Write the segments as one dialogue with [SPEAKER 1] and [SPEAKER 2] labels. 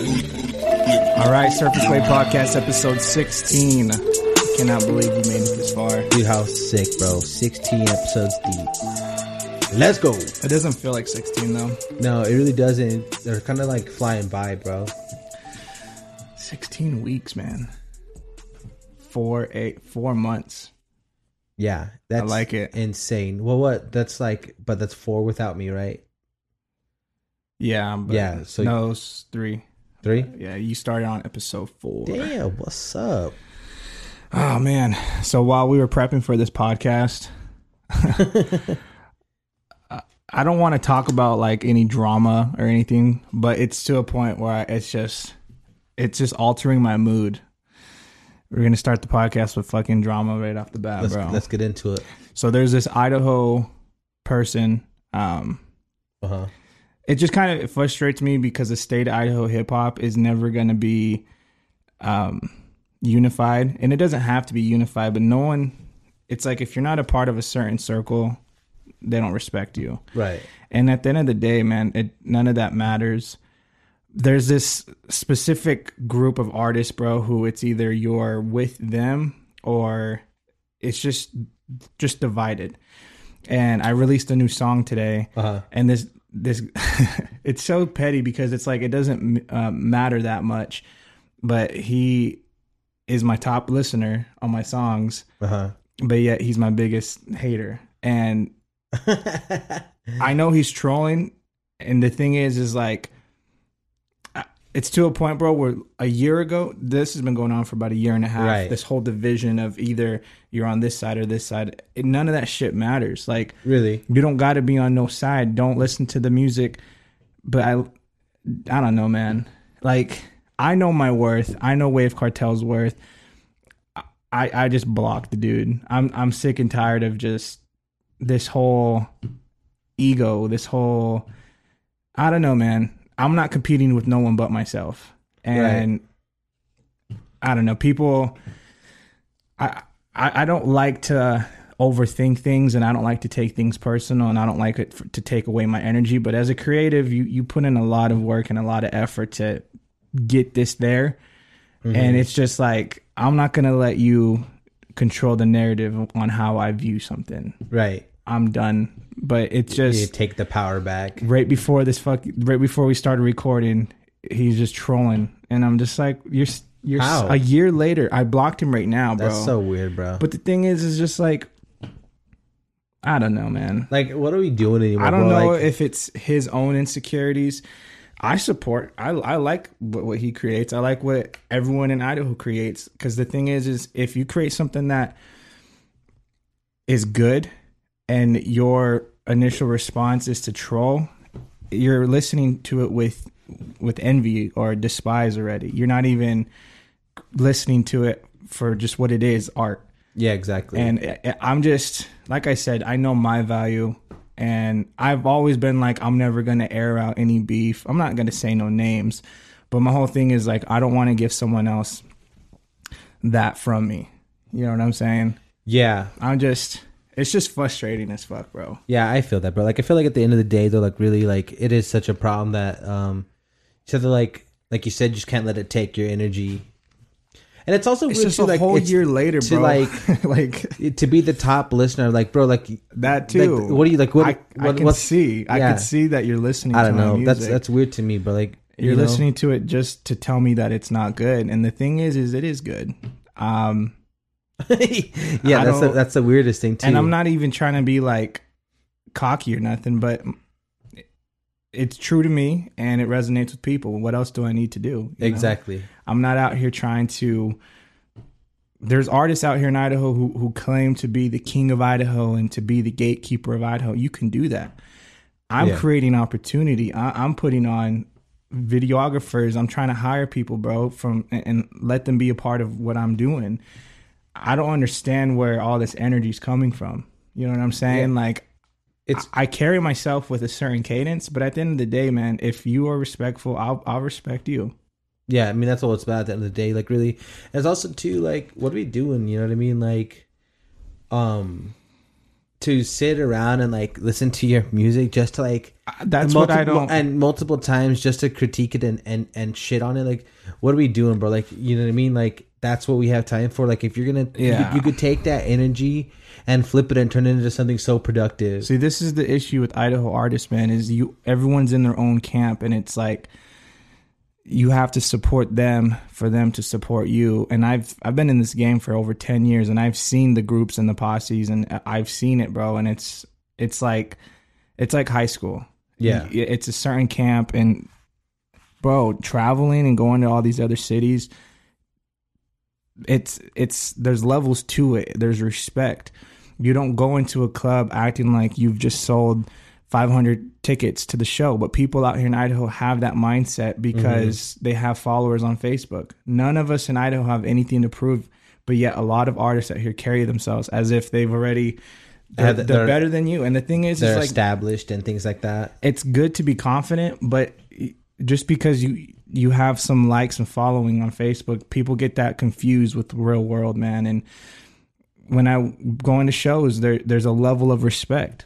[SPEAKER 1] All right, Surface Wave Podcast, episode 16. Cannot believe we made it this far.
[SPEAKER 2] Dude, how sick, bro. 16 episodes deep. Let's go.
[SPEAKER 1] It doesn't feel like 16, though.
[SPEAKER 2] No, it really doesn't. They're kind of like flying by, bro.
[SPEAKER 1] 16 weeks, man. Four, eight, four months.
[SPEAKER 2] Yeah, that's
[SPEAKER 1] like it.
[SPEAKER 2] Insane. Well, what? That's like, but that's four without me, right?
[SPEAKER 1] Yeah, but
[SPEAKER 2] Yeah, so-
[SPEAKER 1] no, it's three.
[SPEAKER 2] Three.
[SPEAKER 1] Yeah, you started on episode four.
[SPEAKER 2] Damn. What's up?
[SPEAKER 1] Oh, man. So while we were prepping for this podcast, I- I don't want to talk about like any drama or anything, but it's to a point where I, it's just, it's just altering my mood. We're gonna start the podcast with fucking drama right off the bat,
[SPEAKER 2] Let's
[SPEAKER 1] bro.
[SPEAKER 2] let's get into it.
[SPEAKER 1] So there's this Idaho person. Um,
[SPEAKER 2] Uh huh.
[SPEAKER 1] it just kind of frustrates me because the state of Idaho hip hop is never going to be um, unified, and it doesn't have to be unified. But no one, it's like if you're not a part of a certain circle, they don't respect you.
[SPEAKER 2] Right.
[SPEAKER 1] And at the end of the day, man, it, none of that matters. There's this specific group of artists, bro, who it's either you're with them or it's just just divided. And I released a new song today,
[SPEAKER 2] Uh-huh.
[SPEAKER 1] and this this it's so petty because it's like it doesn't uh, matter that much, but he is my top listener on my songs,
[SPEAKER 2] Uh
[SPEAKER 1] but yet he's my biggest hater. And
[SPEAKER 2] huh.
[SPEAKER 1] I know he's trolling, and the thing is, is like, I- it's to a point, bro, where a year ago, this has been going on for about a year and a half.
[SPEAKER 2] Right.
[SPEAKER 1] This whole division of either you're on this side or this side, it, none of that shit matters. Like,
[SPEAKER 2] really?
[SPEAKER 1] you don't got to be on no side. Don't listen to the music. But I, I don't know, man. Like, I know my worth. I know Wave Cartel's worth. I, I just blocked the dude. I'm I'm sick and tired of just this whole ego, this whole I don't know, man. I'm not competing with no one but myself. And I don't know, people I, I I don't like to overthink things and I don't like to take things personal and I don't like it for, to take away my energy, but as a creative, you you put in a lot of work and a lot of effort to get this there
[SPEAKER 2] Mm-hmm.
[SPEAKER 1] and it's just like i'm not gonna let you control the narrative on how i view something
[SPEAKER 2] Right.
[SPEAKER 1] i'm done but it's
[SPEAKER 2] You
[SPEAKER 1] just
[SPEAKER 2] take the power back.
[SPEAKER 1] right before this fuck right before we started recording he's just trolling and i'm just like you're s- you're s
[SPEAKER 2] How?
[SPEAKER 1] a year later i blocked him right now bro
[SPEAKER 2] That's so weird, bro.
[SPEAKER 1] but the thing is is just like i don't know man
[SPEAKER 2] like, what are we doing anymore?
[SPEAKER 1] I don't
[SPEAKER 2] bro?
[SPEAKER 1] know
[SPEAKER 2] Like,
[SPEAKER 1] if it's his own insecurities. I support. I I like what, what he creates. I like what everyone in Idaho creates. Because the thing is, is if you create something that is good, and your initial response is to troll, you're listening to it with with envy or despise already. You're not even listening to it for just what it is, art.
[SPEAKER 2] yeah, exactly.
[SPEAKER 1] And I- I- I'm just, like I said, I know my value. And I've always been like, I'm never going to air out any beef. I'm not going to say no names. But my whole thing is like, I don't want to give someone else that from me. You know what I'm saying?
[SPEAKER 2] yeah,
[SPEAKER 1] I'm just, it's just frustrating as fuck, bro.
[SPEAKER 2] Yeah, I feel that, bro. Like I feel like at the end of the day, though, like really, like it is such a problem that um, so that like like you said, you just can't let it take your energy, and it's also
[SPEAKER 1] It's
[SPEAKER 2] weird
[SPEAKER 1] just
[SPEAKER 2] too,
[SPEAKER 1] a
[SPEAKER 2] like
[SPEAKER 1] whole
[SPEAKER 2] it's-
[SPEAKER 1] year later,
[SPEAKER 2] to,
[SPEAKER 1] bro.
[SPEAKER 2] like-
[SPEAKER 1] like
[SPEAKER 2] to be the top listener, like bro, like
[SPEAKER 1] that too.
[SPEAKER 2] Like, what do you like? What,
[SPEAKER 1] I, I
[SPEAKER 2] what-
[SPEAKER 1] can
[SPEAKER 2] what's-
[SPEAKER 1] see. I
[SPEAKER 2] yeah.
[SPEAKER 1] can see that you're listening.
[SPEAKER 2] I
[SPEAKER 1] to
[SPEAKER 2] don't
[SPEAKER 1] my
[SPEAKER 2] know. That's
[SPEAKER 1] music.
[SPEAKER 2] that's weird to me, but like
[SPEAKER 1] You're
[SPEAKER 2] you know,
[SPEAKER 1] listening to it just to tell me that it's not good. And the thing is, is it is good. Um, I
[SPEAKER 2] yeah, that's the,
[SPEAKER 1] don't-
[SPEAKER 2] that's the weirdest thing too.
[SPEAKER 1] and I'm not even trying to be like cocky or nothing, but it's true to me and it resonates with people. What else do I need to do? you know?
[SPEAKER 2] exactly.
[SPEAKER 1] I'm not out here trying to. There's artists out here in Idaho who, who claim to be the king of Idaho and to be the gatekeeper of Idaho. You can do that. I'm
[SPEAKER 2] Yeah.
[SPEAKER 1] creating opportunity. I, I'm putting on videographers. I'm trying to hire people, bro, from and, and let them be a part of what I'm doing. I don't understand where all this energy is coming from. You know what I'm saying? Like
[SPEAKER 2] It's-
[SPEAKER 1] I, I carry myself with a certain cadence, but at the end of the day, man, if you are respectful, I'll I'll respect you.
[SPEAKER 2] Yeah, I mean that's all it's about at the end of the day. Like really, and it's also too like what are we doing? You know what I mean? Like um to sit around and like listen to your music just to like
[SPEAKER 1] I- That's
[SPEAKER 2] multi-
[SPEAKER 1] what I don't.
[SPEAKER 2] and multiple times just to critique it and, and and shit on it like what are we doing bro like you know what i mean like that's what we have time for like if you're gonna you could-
[SPEAKER 1] Yeah.
[SPEAKER 2] you, could take that energy and flip it and turn it into something so productive
[SPEAKER 1] See, this is the issue with Idaho artists, man. Is you everyone's in their own camp, and it's like you have to support them for them to support you. And I've I've been in this game for over ten years, and I've seen the groups and the posses, and I've seen it, bro. And it's it's like it's like high school.
[SPEAKER 2] yeah
[SPEAKER 1] Y- it's a certain camp, and bro, traveling and going to all these other cities. It's it's there's levels to it. There's respect. You don't go into a club acting like you've just sold 500 tickets to the show, but people out here in Idaho have that mindset because they have followers on Facebook. None of us in Idaho have anything to prove, but yet a lot of artists out here carry themselves as if they've already they're,
[SPEAKER 2] Have the-
[SPEAKER 1] they're,
[SPEAKER 2] they're-
[SPEAKER 1] better than you. And the thing is,
[SPEAKER 2] they're
[SPEAKER 1] it's like
[SPEAKER 2] established and things like that
[SPEAKER 1] it's good to be confident, but just because you you have some likes and following on Facebook, people get that confused with the real world, man. And when I go into shows, there there's a level of respect.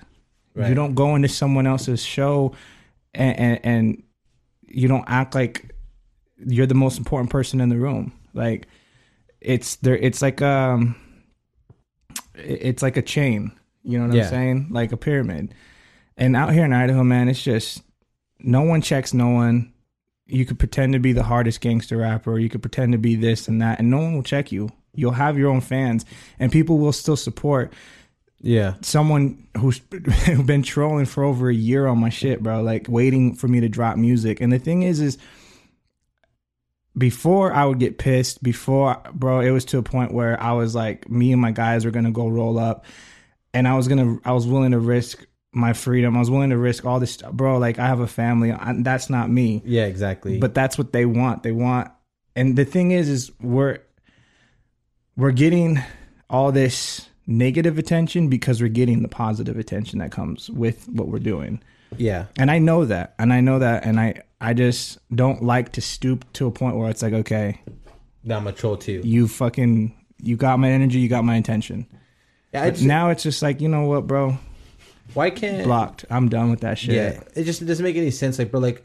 [SPEAKER 1] You
[SPEAKER 2] Right.
[SPEAKER 1] don't go into someone else's show and, and and you don't act like you're the most important person in the room. Like it's there it's like um it- it's like a chain. You know what
[SPEAKER 2] Yeah.
[SPEAKER 1] I'm saying? Like a pyramid. And out here in Idaho, man, it's just no one checks no one. You could pretend to be the hardest gangster rapper, or you could pretend to be this and that, and no one will check you. You'll have your own fans, and people will still support
[SPEAKER 2] yeah
[SPEAKER 1] someone who's been trolling for over a year on my shit, bro. Like waiting for me to drop music. And the thing is, is before I would get pissed. Before, bro, it was to a point where I was like, me and my guys were gonna go roll up, and I was gonna, I was willing to risk my freedom. I was willing to risk all this, stuff. bro. Like I have a family. I, that's not me
[SPEAKER 2] yeah exactly
[SPEAKER 1] but that's what they want they want and the thing is is we're we're getting all this negative attention because we're getting the positive attention that comes with what we're doing
[SPEAKER 2] yeah
[SPEAKER 1] and i know that and i know that and i i just don't like to stoop to a point where it's like okay
[SPEAKER 2] now i'm a troll too
[SPEAKER 1] you fucking you got my energy you got my attention
[SPEAKER 2] yeah I just,
[SPEAKER 1] now it's just like you know what bro
[SPEAKER 2] why can't
[SPEAKER 1] blocked i'm done with that shit
[SPEAKER 2] Yeah, it just doesn't make any sense. Like, bro, like,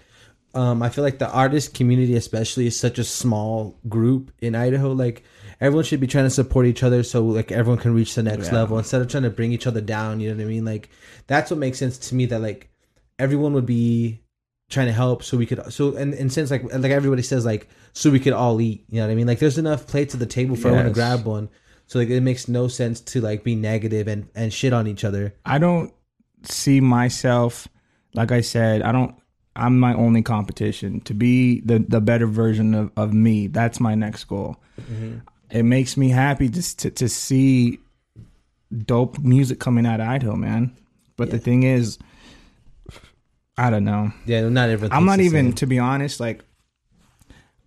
[SPEAKER 2] um, I feel like the artist community, especially, is such a small group in Idaho. Like, everyone should be trying to support each other so like everyone can reach the next
[SPEAKER 1] Yeah.
[SPEAKER 2] level instead of trying to bring each other down. You know what I mean? Like, that's what makes sense to me. That like everyone would be trying to help so we could so and, and since like like everybody says like so we could all eat you know what i mean like there's enough plates at the table for everyone to
[SPEAKER 1] Yes.
[SPEAKER 2] grab one so like it makes no sense to like be negative and and shit on each other
[SPEAKER 1] I don't see myself like I said, I don't I'm my only competition. To be the the better version of, of me, that's my next goal. It makes me happy just to, to see dope music coming out of Idaho, man. But the thing is I don't know.
[SPEAKER 2] yeah not everyone
[SPEAKER 1] I'm
[SPEAKER 2] thinks
[SPEAKER 1] not
[SPEAKER 2] the
[SPEAKER 1] even
[SPEAKER 2] same.
[SPEAKER 1] to be honest. Like,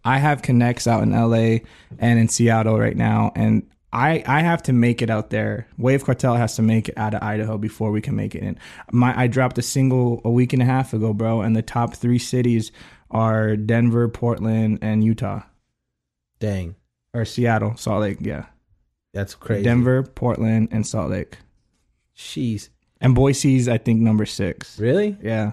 [SPEAKER 1] I have connects out in LA and in Seattle right now, and I I have to make it out there. Wave Cartel has to make it out of Idaho before we can make it in. My I dropped a single a week and a half ago, bro, and the top three cities are Denver, Portland, and Utah
[SPEAKER 2] dang
[SPEAKER 1] or Seattle, Salt Lake. Yeah,
[SPEAKER 2] That's crazy.
[SPEAKER 1] Denver, Portland, and Salt Lake,
[SPEAKER 2] Jeez.
[SPEAKER 1] and Boise's I think number six.
[SPEAKER 2] Really?
[SPEAKER 1] Yeah,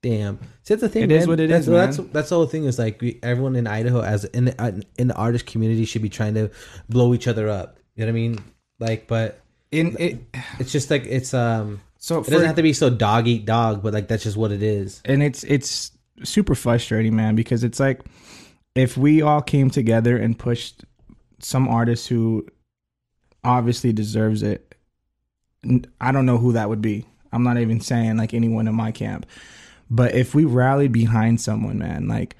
[SPEAKER 2] Damn. See, that's the thing.
[SPEAKER 1] It
[SPEAKER 2] man.
[SPEAKER 1] is what it
[SPEAKER 2] that's,
[SPEAKER 1] is,
[SPEAKER 2] well, That's
[SPEAKER 1] man.
[SPEAKER 2] that's the whole thing. Is like we, everyone in Idaho, as in the, in the artist community, should be trying to blow each other up. You know what I mean? Like, but
[SPEAKER 1] in it.
[SPEAKER 2] it's just like it's um.
[SPEAKER 1] So
[SPEAKER 2] It doesn't
[SPEAKER 1] for-
[SPEAKER 2] have to be so dog eat dog, but like that's just what it is.
[SPEAKER 1] and it's it's super frustrating man because it's like if we all came together and pushed some artist who obviously deserves it n- i don't know who that would be i'm not even saying like anyone in my camp but if we rallied behind someone man like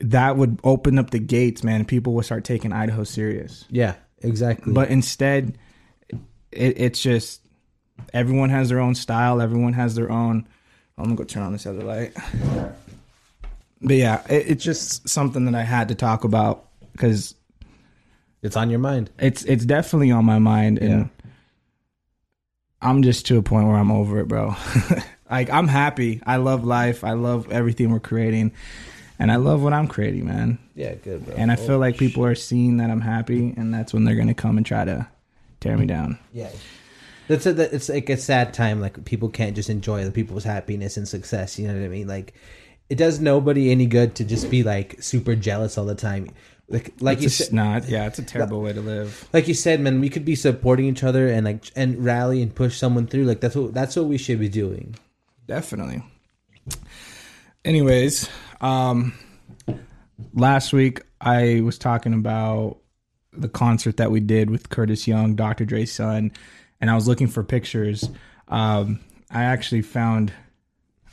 [SPEAKER 1] that would open up the gates man people would start taking idaho serious
[SPEAKER 2] Yeah, exactly.
[SPEAKER 1] but instead it, it's just everyone has their own style everyone has their own i'm gonna go turn on this other light but yeah it, it's just something that i had to talk about because
[SPEAKER 2] it's on your mind.
[SPEAKER 1] it's it's definitely on my mind and
[SPEAKER 2] Yeah.
[SPEAKER 1] i'm just to a point where i'm over it bro like i'm happy i love life i love everything we're creating and i love what i'm creating man
[SPEAKER 2] Yeah, good, bro.
[SPEAKER 1] and i feel like people are seeing that i'm happy and that's when they're gonna come and try to tear me down.
[SPEAKER 2] Yeah. That's a, that- it's like a sad time. Like people can't just enjoy other people's happiness and success. You know what I mean? Like it does nobody any good to just be like super jealous all the time. Like like
[SPEAKER 1] It's
[SPEAKER 2] you
[SPEAKER 1] just
[SPEAKER 2] said,
[SPEAKER 1] not. Yeah, it's a terrible way to live.
[SPEAKER 2] like you said, man, we could be supporting each other and like and rally and push someone through. Like that's what that's what we should be doing.
[SPEAKER 1] Definitely. Anyways, um last week I was talking about the concert that we did with Curtis Young, Dr. Dre's son, and I was looking for pictures. Um I actually found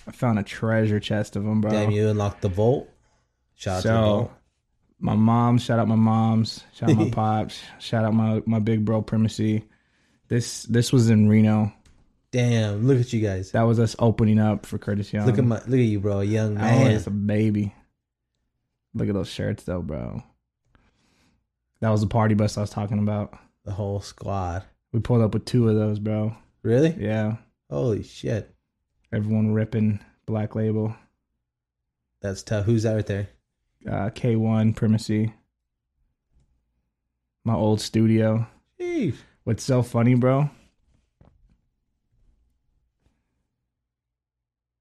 [SPEAKER 1] I found a treasure chest of them, bro.
[SPEAKER 2] Damn, you unlock the vault. Shout out to the vault.
[SPEAKER 1] Oh. So my mom, shout out my moms, shout out my pops, shout out my my big bro Primacy. This this was in Reno.
[SPEAKER 2] Damn, look at you guys.
[SPEAKER 1] That was us opening up for Curtis Young.
[SPEAKER 2] Look at my look at you, bro, young
[SPEAKER 1] Oh,
[SPEAKER 2] man.
[SPEAKER 1] it's a baby. Look at those shirts, though, bro. That was the party bus I was talking about.
[SPEAKER 2] The whole squad.
[SPEAKER 1] We pulled up with two of those, bro.
[SPEAKER 2] Really?
[SPEAKER 1] Yeah,
[SPEAKER 2] Holy shit.
[SPEAKER 1] everyone ripping Black Label,
[SPEAKER 2] That's tough. Who's that right there?
[SPEAKER 1] uh, K1, Primacy, my old studio.
[SPEAKER 2] Jeez.
[SPEAKER 1] What's so funny, bro?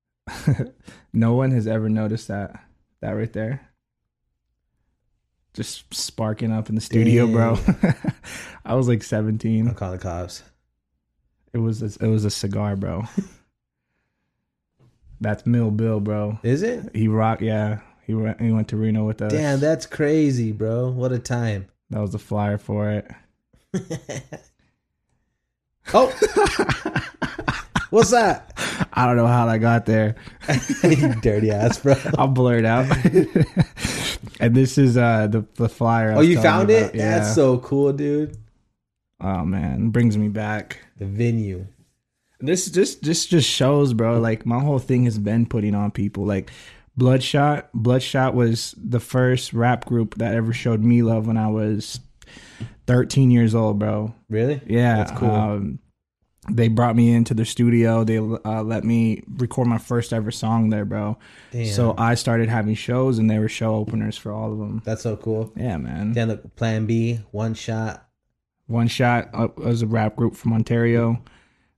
[SPEAKER 1] no one has ever noticed that. That right there. Just sparking up in the studio, bro. I was like
[SPEAKER 2] I'll
[SPEAKER 1] 17.
[SPEAKER 2] call the cops.
[SPEAKER 1] It was a, it was a cigar, bro. That's Mill Bill, bro.
[SPEAKER 2] Is it?
[SPEAKER 1] He rocked, yeah. He re- he went to Reno with us.
[SPEAKER 2] Damn, that's crazy, bro. What a time.
[SPEAKER 1] that was the flyer for it.
[SPEAKER 2] Oh, what's that?
[SPEAKER 1] I don't know how that got there.
[SPEAKER 2] you dirty ass, bro.
[SPEAKER 1] I'll blur it out. and this is uh the the flyer. I
[SPEAKER 2] Oh,
[SPEAKER 1] was
[SPEAKER 2] you
[SPEAKER 1] telling
[SPEAKER 2] found
[SPEAKER 1] you about.
[SPEAKER 2] it? That's so cool, dude.
[SPEAKER 1] oh man, brings me back.
[SPEAKER 2] The venue.
[SPEAKER 1] This this this just shows, bro. Like my whole thing has been putting on people. Like Bloodshot. Bloodshot was the first rap group that ever showed me love when I was thirteen years old, bro.
[SPEAKER 2] Really?
[SPEAKER 1] Yeah,
[SPEAKER 2] That's cool.
[SPEAKER 1] Um, they brought me into the studio. They uh, let me record my first ever song there, bro.
[SPEAKER 2] Damn.
[SPEAKER 1] So I started having shows, and they were show openers for all of them.
[SPEAKER 2] That's so cool.
[SPEAKER 1] Yeah, man.
[SPEAKER 2] Then look, Plan B, one shot,
[SPEAKER 1] One Shot uh, was a rap group from Ontario.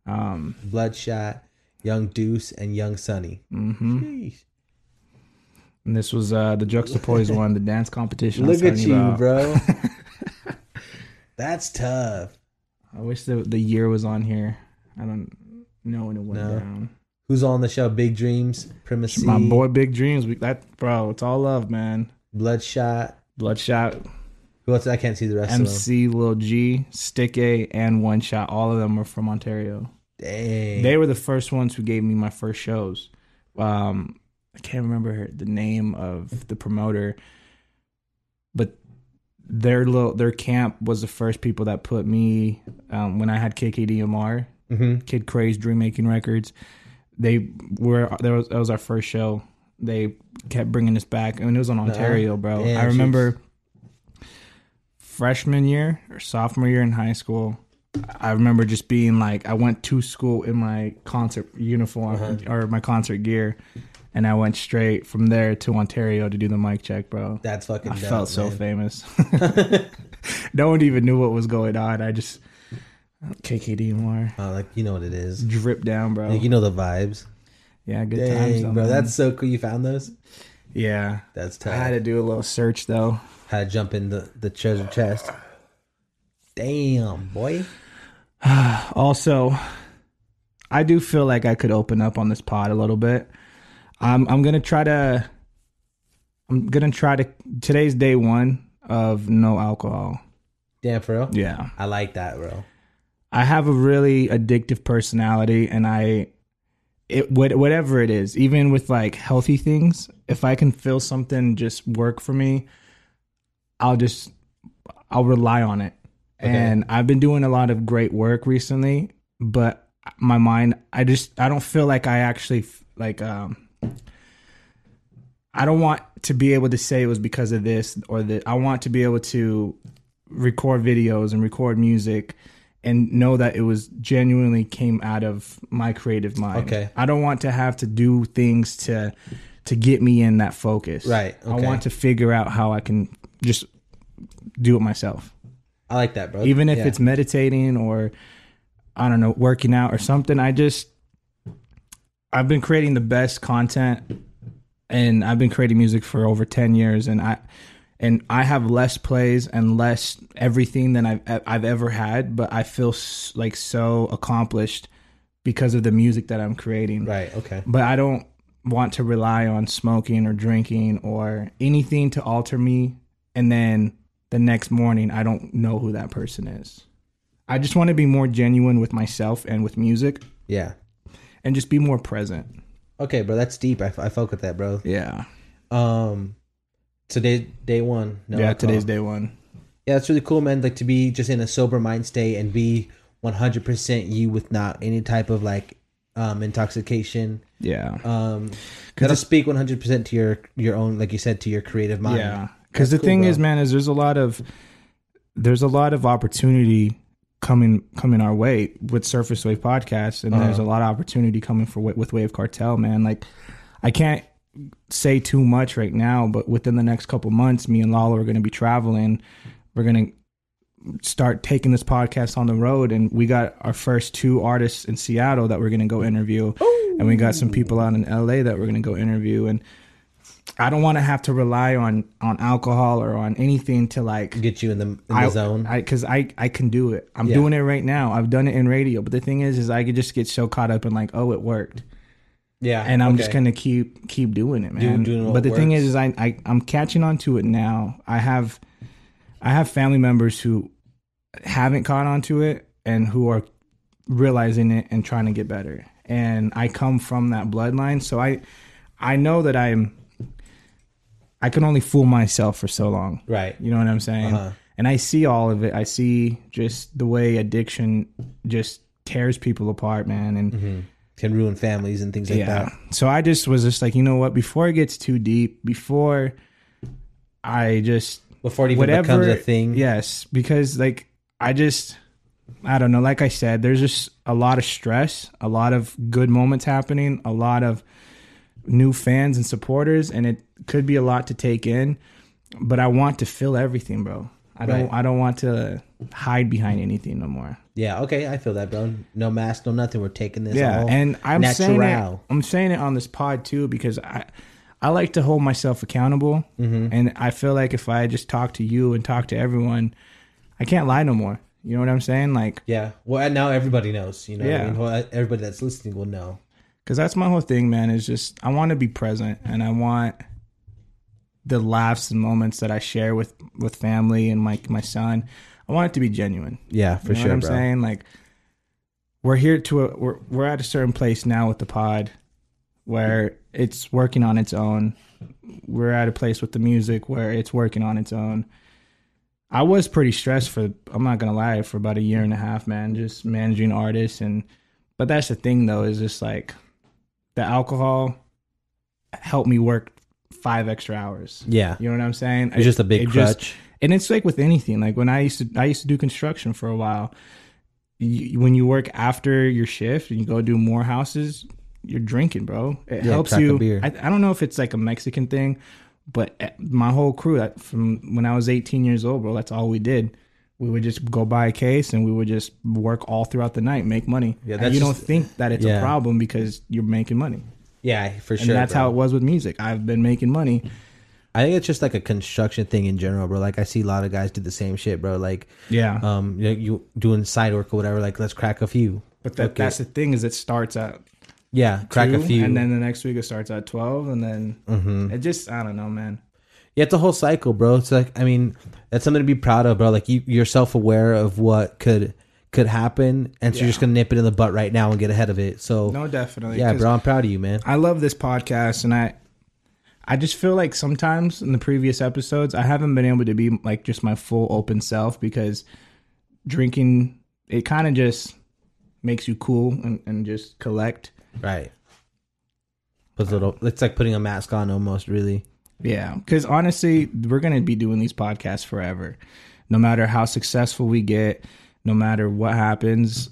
[SPEAKER 1] Um,
[SPEAKER 2] bloodshot, young Deuce, and young Sunny.
[SPEAKER 1] mhm.
[SPEAKER 2] Jeez.
[SPEAKER 1] And this was uh, the Juxtapose one, the dance competition. I was
[SPEAKER 2] Look at
[SPEAKER 1] telling
[SPEAKER 2] you,
[SPEAKER 1] about.
[SPEAKER 2] bro. that's tough.
[SPEAKER 1] I wish the the year was on here. I don't know when it went
[SPEAKER 2] No.
[SPEAKER 1] down.
[SPEAKER 2] Who's on the show? Big Dreams, Primacy,
[SPEAKER 1] My boy, Big Dreams. We, that bro, it's all love, man.
[SPEAKER 2] Bloodshot.
[SPEAKER 1] Bloodshot,
[SPEAKER 2] Who else? I can't see the rest of them.
[SPEAKER 1] MC Lil G, Stick A, and One Shot. All of them were from Ontario.
[SPEAKER 2] Dang.
[SPEAKER 1] They were the first ones who gave me my first shows. Um, I can't remember the name of the promoter, but their little their camp was the first people that put me um, when I had KKDMR,
[SPEAKER 2] hmm
[SPEAKER 1] Kid Craze Dream Making Records. They were there was that was our first show. They kept bringing us back, and it was on Ontario, bro.
[SPEAKER 2] damn,
[SPEAKER 1] I remember freshman year or sophomore year in high school. I remember just being like, I went to school in my concert uniform
[SPEAKER 2] Uh-huh.
[SPEAKER 1] or my concert gear, and I went straight from there to Ontario to do the mic check, bro.
[SPEAKER 2] That's fucking.
[SPEAKER 1] I
[SPEAKER 2] dope,
[SPEAKER 1] felt so
[SPEAKER 2] man.
[SPEAKER 1] famous. no one even knew what was going on. I just KKD more
[SPEAKER 2] Oh, like you know what it is.
[SPEAKER 1] drip down, bro.
[SPEAKER 2] Like you know the vibes.
[SPEAKER 1] Yeah, good times,
[SPEAKER 2] Dang,
[SPEAKER 1] though,
[SPEAKER 2] bro,
[SPEAKER 1] man.
[SPEAKER 2] that's so cool. You found those?
[SPEAKER 1] yeah.
[SPEAKER 2] That's
[SPEAKER 1] I
[SPEAKER 2] tough.
[SPEAKER 1] had
[SPEAKER 2] How
[SPEAKER 1] to do a little search though.
[SPEAKER 2] to, jump in the the treasure chest? Damn, boy.
[SPEAKER 1] Also, I do feel like I could open up on this pod a little bit. I'm I'm gonna try to. I'm gonna try to. Today's day one of no alcohol.
[SPEAKER 2] Damn, for real.
[SPEAKER 1] Yeah.
[SPEAKER 2] I like that, bro.
[SPEAKER 1] I have a really addictive personality, and I, it what, whatever it is, even with like healthy things, if I can feel something just work for me, I'll just I'll rely on it. And I've been doing a lot of great work recently, but my mind, I just I don't feel like I actually f- like um. I don't want to be able to say it was because of this or that. I want to be able to record videos and record music and know that it was genuinely came out of my creative mind.
[SPEAKER 2] Okay.
[SPEAKER 1] I don't want to have to do things to to get me in that focus.
[SPEAKER 2] Right,
[SPEAKER 1] I
[SPEAKER 2] okay.
[SPEAKER 1] want to figure out how I can just do it myself.
[SPEAKER 2] I like that, bro.
[SPEAKER 1] even if
[SPEAKER 2] Yeah.
[SPEAKER 1] it's meditating or I don't know, working out or something. I just I've been creating the best content and I've been creating music for over 10 years and I and I have less plays and less everything than I've e, I've ever had, but I feel s- like so accomplished because of the music that I'm creating
[SPEAKER 2] right, okay,
[SPEAKER 1] but I don't want to rely on smoking or drinking or anything to alter me. And then the next morning, I don't know who that person is. I just want to be more genuine with myself and with music
[SPEAKER 2] yeah,
[SPEAKER 1] and just be more present.
[SPEAKER 2] okay, bro. That's deep. I, f- I fuck with that, bro.
[SPEAKER 1] Yeah.
[SPEAKER 2] Um, today, day one. No
[SPEAKER 1] yeah.
[SPEAKER 2] alcohol.
[SPEAKER 1] Today's day one.
[SPEAKER 2] Yeah, that's really cool, man. Like to be just in a sober mind state and be 100% you with not any type of like um intoxication.
[SPEAKER 1] Yeah.
[SPEAKER 2] Um, that'll speak 100% to your your own, like you said, to your creative mind.
[SPEAKER 1] Yeah, because the thing is, man, is there's a lot of there's a lot of opportunity coming coming our way with Surface Wave Podcast, and there's a lot of opportunity coming for wa- with Wave Cartel, man. Like, I can't say too much right now, but within the next couple months, me and Lalo are going to be traveling. We're going to start taking this podcast on the road and we got our first two artists in Seattle that we're going to go interview and we got some people out in LA that we're going to go interview and I don't want to have to rely on on alcohol or on anything to like
[SPEAKER 2] Get you in the, in the
[SPEAKER 1] I,
[SPEAKER 2] zone.
[SPEAKER 1] I cuz I I can do it. I'm
[SPEAKER 2] Yeah.
[SPEAKER 1] doing it right now. I've done it in radio, but the thing is is I could just get so caught up in like oh it worked
[SPEAKER 2] yeah.
[SPEAKER 1] and I'm
[SPEAKER 2] okay.
[SPEAKER 1] just gonna keep keep doing it, man.
[SPEAKER 2] doing what
[SPEAKER 1] but the thing
[SPEAKER 2] works.
[SPEAKER 1] is, is I, I I'm catching on to it now. I have I have family members who haven't caught on to it and who are realizing it and trying to get better. And I come from that bloodline, so I I know that I'm I can only fool myself for so long.
[SPEAKER 2] Right. Uh-huh.
[SPEAKER 1] You know what I'm saying? And I see all of it. I see just the way addiction just tears people apart, man. And
[SPEAKER 2] Mm-hmm. Can ruin families and things like
[SPEAKER 1] yeah.
[SPEAKER 2] that.
[SPEAKER 1] So I just was just like, you know what? Before it gets too deep, before I just
[SPEAKER 2] Before it even
[SPEAKER 1] whatever
[SPEAKER 2] becomes a thing.
[SPEAKER 1] Yes, because like I just I don't know. Like I said, there's just a lot of stress, a lot of good moments happening, a lot of new fans and supporters, and it could be a lot to take in. But I want to fill everything, bro. I don't.
[SPEAKER 2] Right.
[SPEAKER 1] I don't want to hide behind anything no more.
[SPEAKER 2] Yeah, okay, I feel that, bro. No mask, no nothing. We're taking this.
[SPEAKER 1] Yeah,
[SPEAKER 2] all
[SPEAKER 1] and I'm saying it,
[SPEAKER 2] natural.
[SPEAKER 1] I'm saying it on this pod too because I I like to hold myself accountable, and I feel like if I just talk to you and talk to everyone, I can't lie no more. You know what I'm saying? Like,
[SPEAKER 2] Yeah. Well, and now everybody knows. You know, what I
[SPEAKER 1] Yeah.
[SPEAKER 2] mean? Well, everybody that's listening will know.
[SPEAKER 1] because that's my whole thing, man. Is just I want to be present, and I want the laughs and moments that I share with with family and like my son. I want it to be genuine.
[SPEAKER 2] Yeah, for
[SPEAKER 1] You know what I'm saying? Like we're here to a we're we're at a certain place now with the pod where it's working on its own. We're at a place with the music where it's working on its own. I was pretty stressed for I'm not gonna lie, for about a year and a half, man, just managing artists and but that's the thing though, is just like the alcohol helped me work five extra hours.
[SPEAKER 2] Yeah.
[SPEAKER 1] You know what I'm saying?
[SPEAKER 2] It's just a big
[SPEAKER 1] it
[SPEAKER 2] crutch.
[SPEAKER 1] and it's like with anything. Like when I used to, I used to do construction for a while. You, when you work after your shift and you go do more houses, you're drinking, bro. It
[SPEAKER 2] Yeah,
[SPEAKER 1] helps
[SPEAKER 2] crack a
[SPEAKER 1] you.
[SPEAKER 2] beer.
[SPEAKER 1] I, I don't know if it's like a Mexican thing, but eh, my whole crew that from when I was 18 years old, bro, that's all we did. We would just go buy a case and we would just work all throughout the night, make money.
[SPEAKER 2] Yeah,
[SPEAKER 1] Yeah,
[SPEAKER 2] that's
[SPEAKER 1] you don't
[SPEAKER 2] just-
[SPEAKER 1] think that it's
[SPEAKER 2] yeah.
[SPEAKER 1] a problem because you're making money.
[SPEAKER 2] Yeah, for
[SPEAKER 1] And
[SPEAKER 2] sure.
[SPEAKER 1] that's
[SPEAKER 2] bro.
[SPEAKER 1] how it was with music. I've been making money.
[SPEAKER 2] I think it's just like a construction thing in general, bro. Like I see a lot of guys do the same shit, bro. Like,
[SPEAKER 1] Yeah.
[SPEAKER 2] um, you, know, you doing side work or whatever. Like, let's crack a few.
[SPEAKER 1] but that, that's the thing is it starts at
[SPEAKER 2] Yeah, crack a
[SPEAKER 1] two,
[SPEAKER 2] few. Mm-hmm.
[SPEAKER 1] and then the next week it starts at twelve, and then it just I don't know, man.
[SPEAKER 2] yeah, it's a whole cycle, bro. It's like I mean, that's something to be proud of, bro. Like you, you're self aware of what could could happen, and so you're just gonna nip it in the butt right now and get ahead of it. So
[SPEAKER 1] No, definitely.
[SPEAKER 2] yeah,
[SPEAKER 1] 'cause
[SPEAKER 2] bro, I'm proud of you, man.
[SPEAKER 1] I love this podcast, and I I just feel like sometimes in the previous episodes I haven't been able to be like just my full open self because drinking it kind of just makes you cool and, and just collect.
[SPEAKER 2] Right. Puts a little. It's like putting a mask on, almost. Really.
[SPEAKER 1] Yeah, because honestly, we're gonna be doing these podcasts forever. No matter how successful we get, no matter what happens,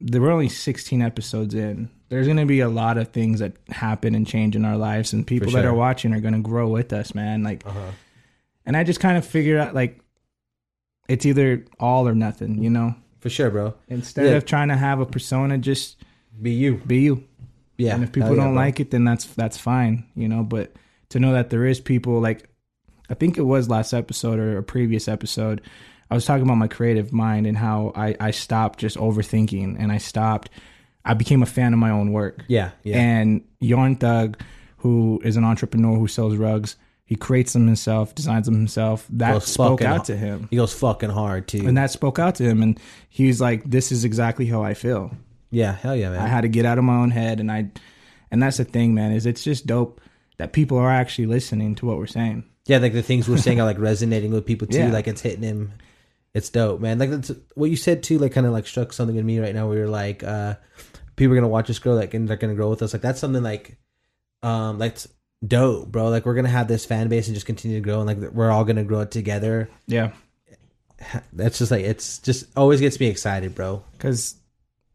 [SPEAKER 1] there were only 16 episodes in. There's gonna be a lot of things that happen and change in our lives, and people that
[SPEAKER 2] sure. Uh-huh.
[SPEAKER 1] are watching are gonna grow with us, man. Like, and I just kind of figured out like it's either all or nothing, you know?
[SPEAKER 2] for sure, bro.
[SPEAKER 1] Instead
[SPEAKER 2] Yeah.
[SPEAKER 1] of trying to have a persona, just
[SPEAKER 2] Be you.
[SPEAKER 1] be you.
[SPEAKER 2] Yeah.
[SPEAKER 1] and if people
[SPEAKER 2] Hell yeah,
[SPEAKER 1] don't
[SPEAKER 2] bro.
[SPEAKER 1] like it then that's that's fine you know but to know that there is people like i think it was last episode or a previous episode i was talking about my creative mind and how i i stopped just overthinking and i stopped i became a fan of my own work
[SPEAKER 2] Yeah. Yeah.
[SPEAKER 1] and Yarn Thug, who is an entrepreneur who sells rugs, he creates them himself, designs them himself. That
[SPEAKER 2] Goes
[SPEAKER 1] spoke
[SPEAKER 2] fucking
[SPEAKER 1] out
[SPEAKER 2] h-
[SPEAKER 1] to him.
[SPEAKER 2] He goes fucking hard too.
[SPEAKER 1] And that spoke out to him. And he's like, This is exactly how I feel.
[SPEAKER 2] yeah. Hell yeah, man.
[SPEAKER 1] I had to get out of my own head, and I, and that's the thing, man. Is it's just dope that people are actually listening to what we're saying.
[SPEAKER 2] yeah, like the things we're saying are like resonating with people too.
[SPEAKER 1] Yeah.
[SPEAKER 2] Like it's hitting him. It's dope, man. Like that's what you said too. Like kind of like struck something in me right now. Where you're like, uh, people are gonna watch us grow, like, and they're gonna grow with us. Like that's something like, um, like it's dope, bro. Like we're gonna have this fan base and just continue to grow, and like we're all gonna grow it together.
[SPEAKER 1] Yeah,
[SPEAKER 2] That's just like it's just always gets me excited, bro.
[SPEAKER 1] because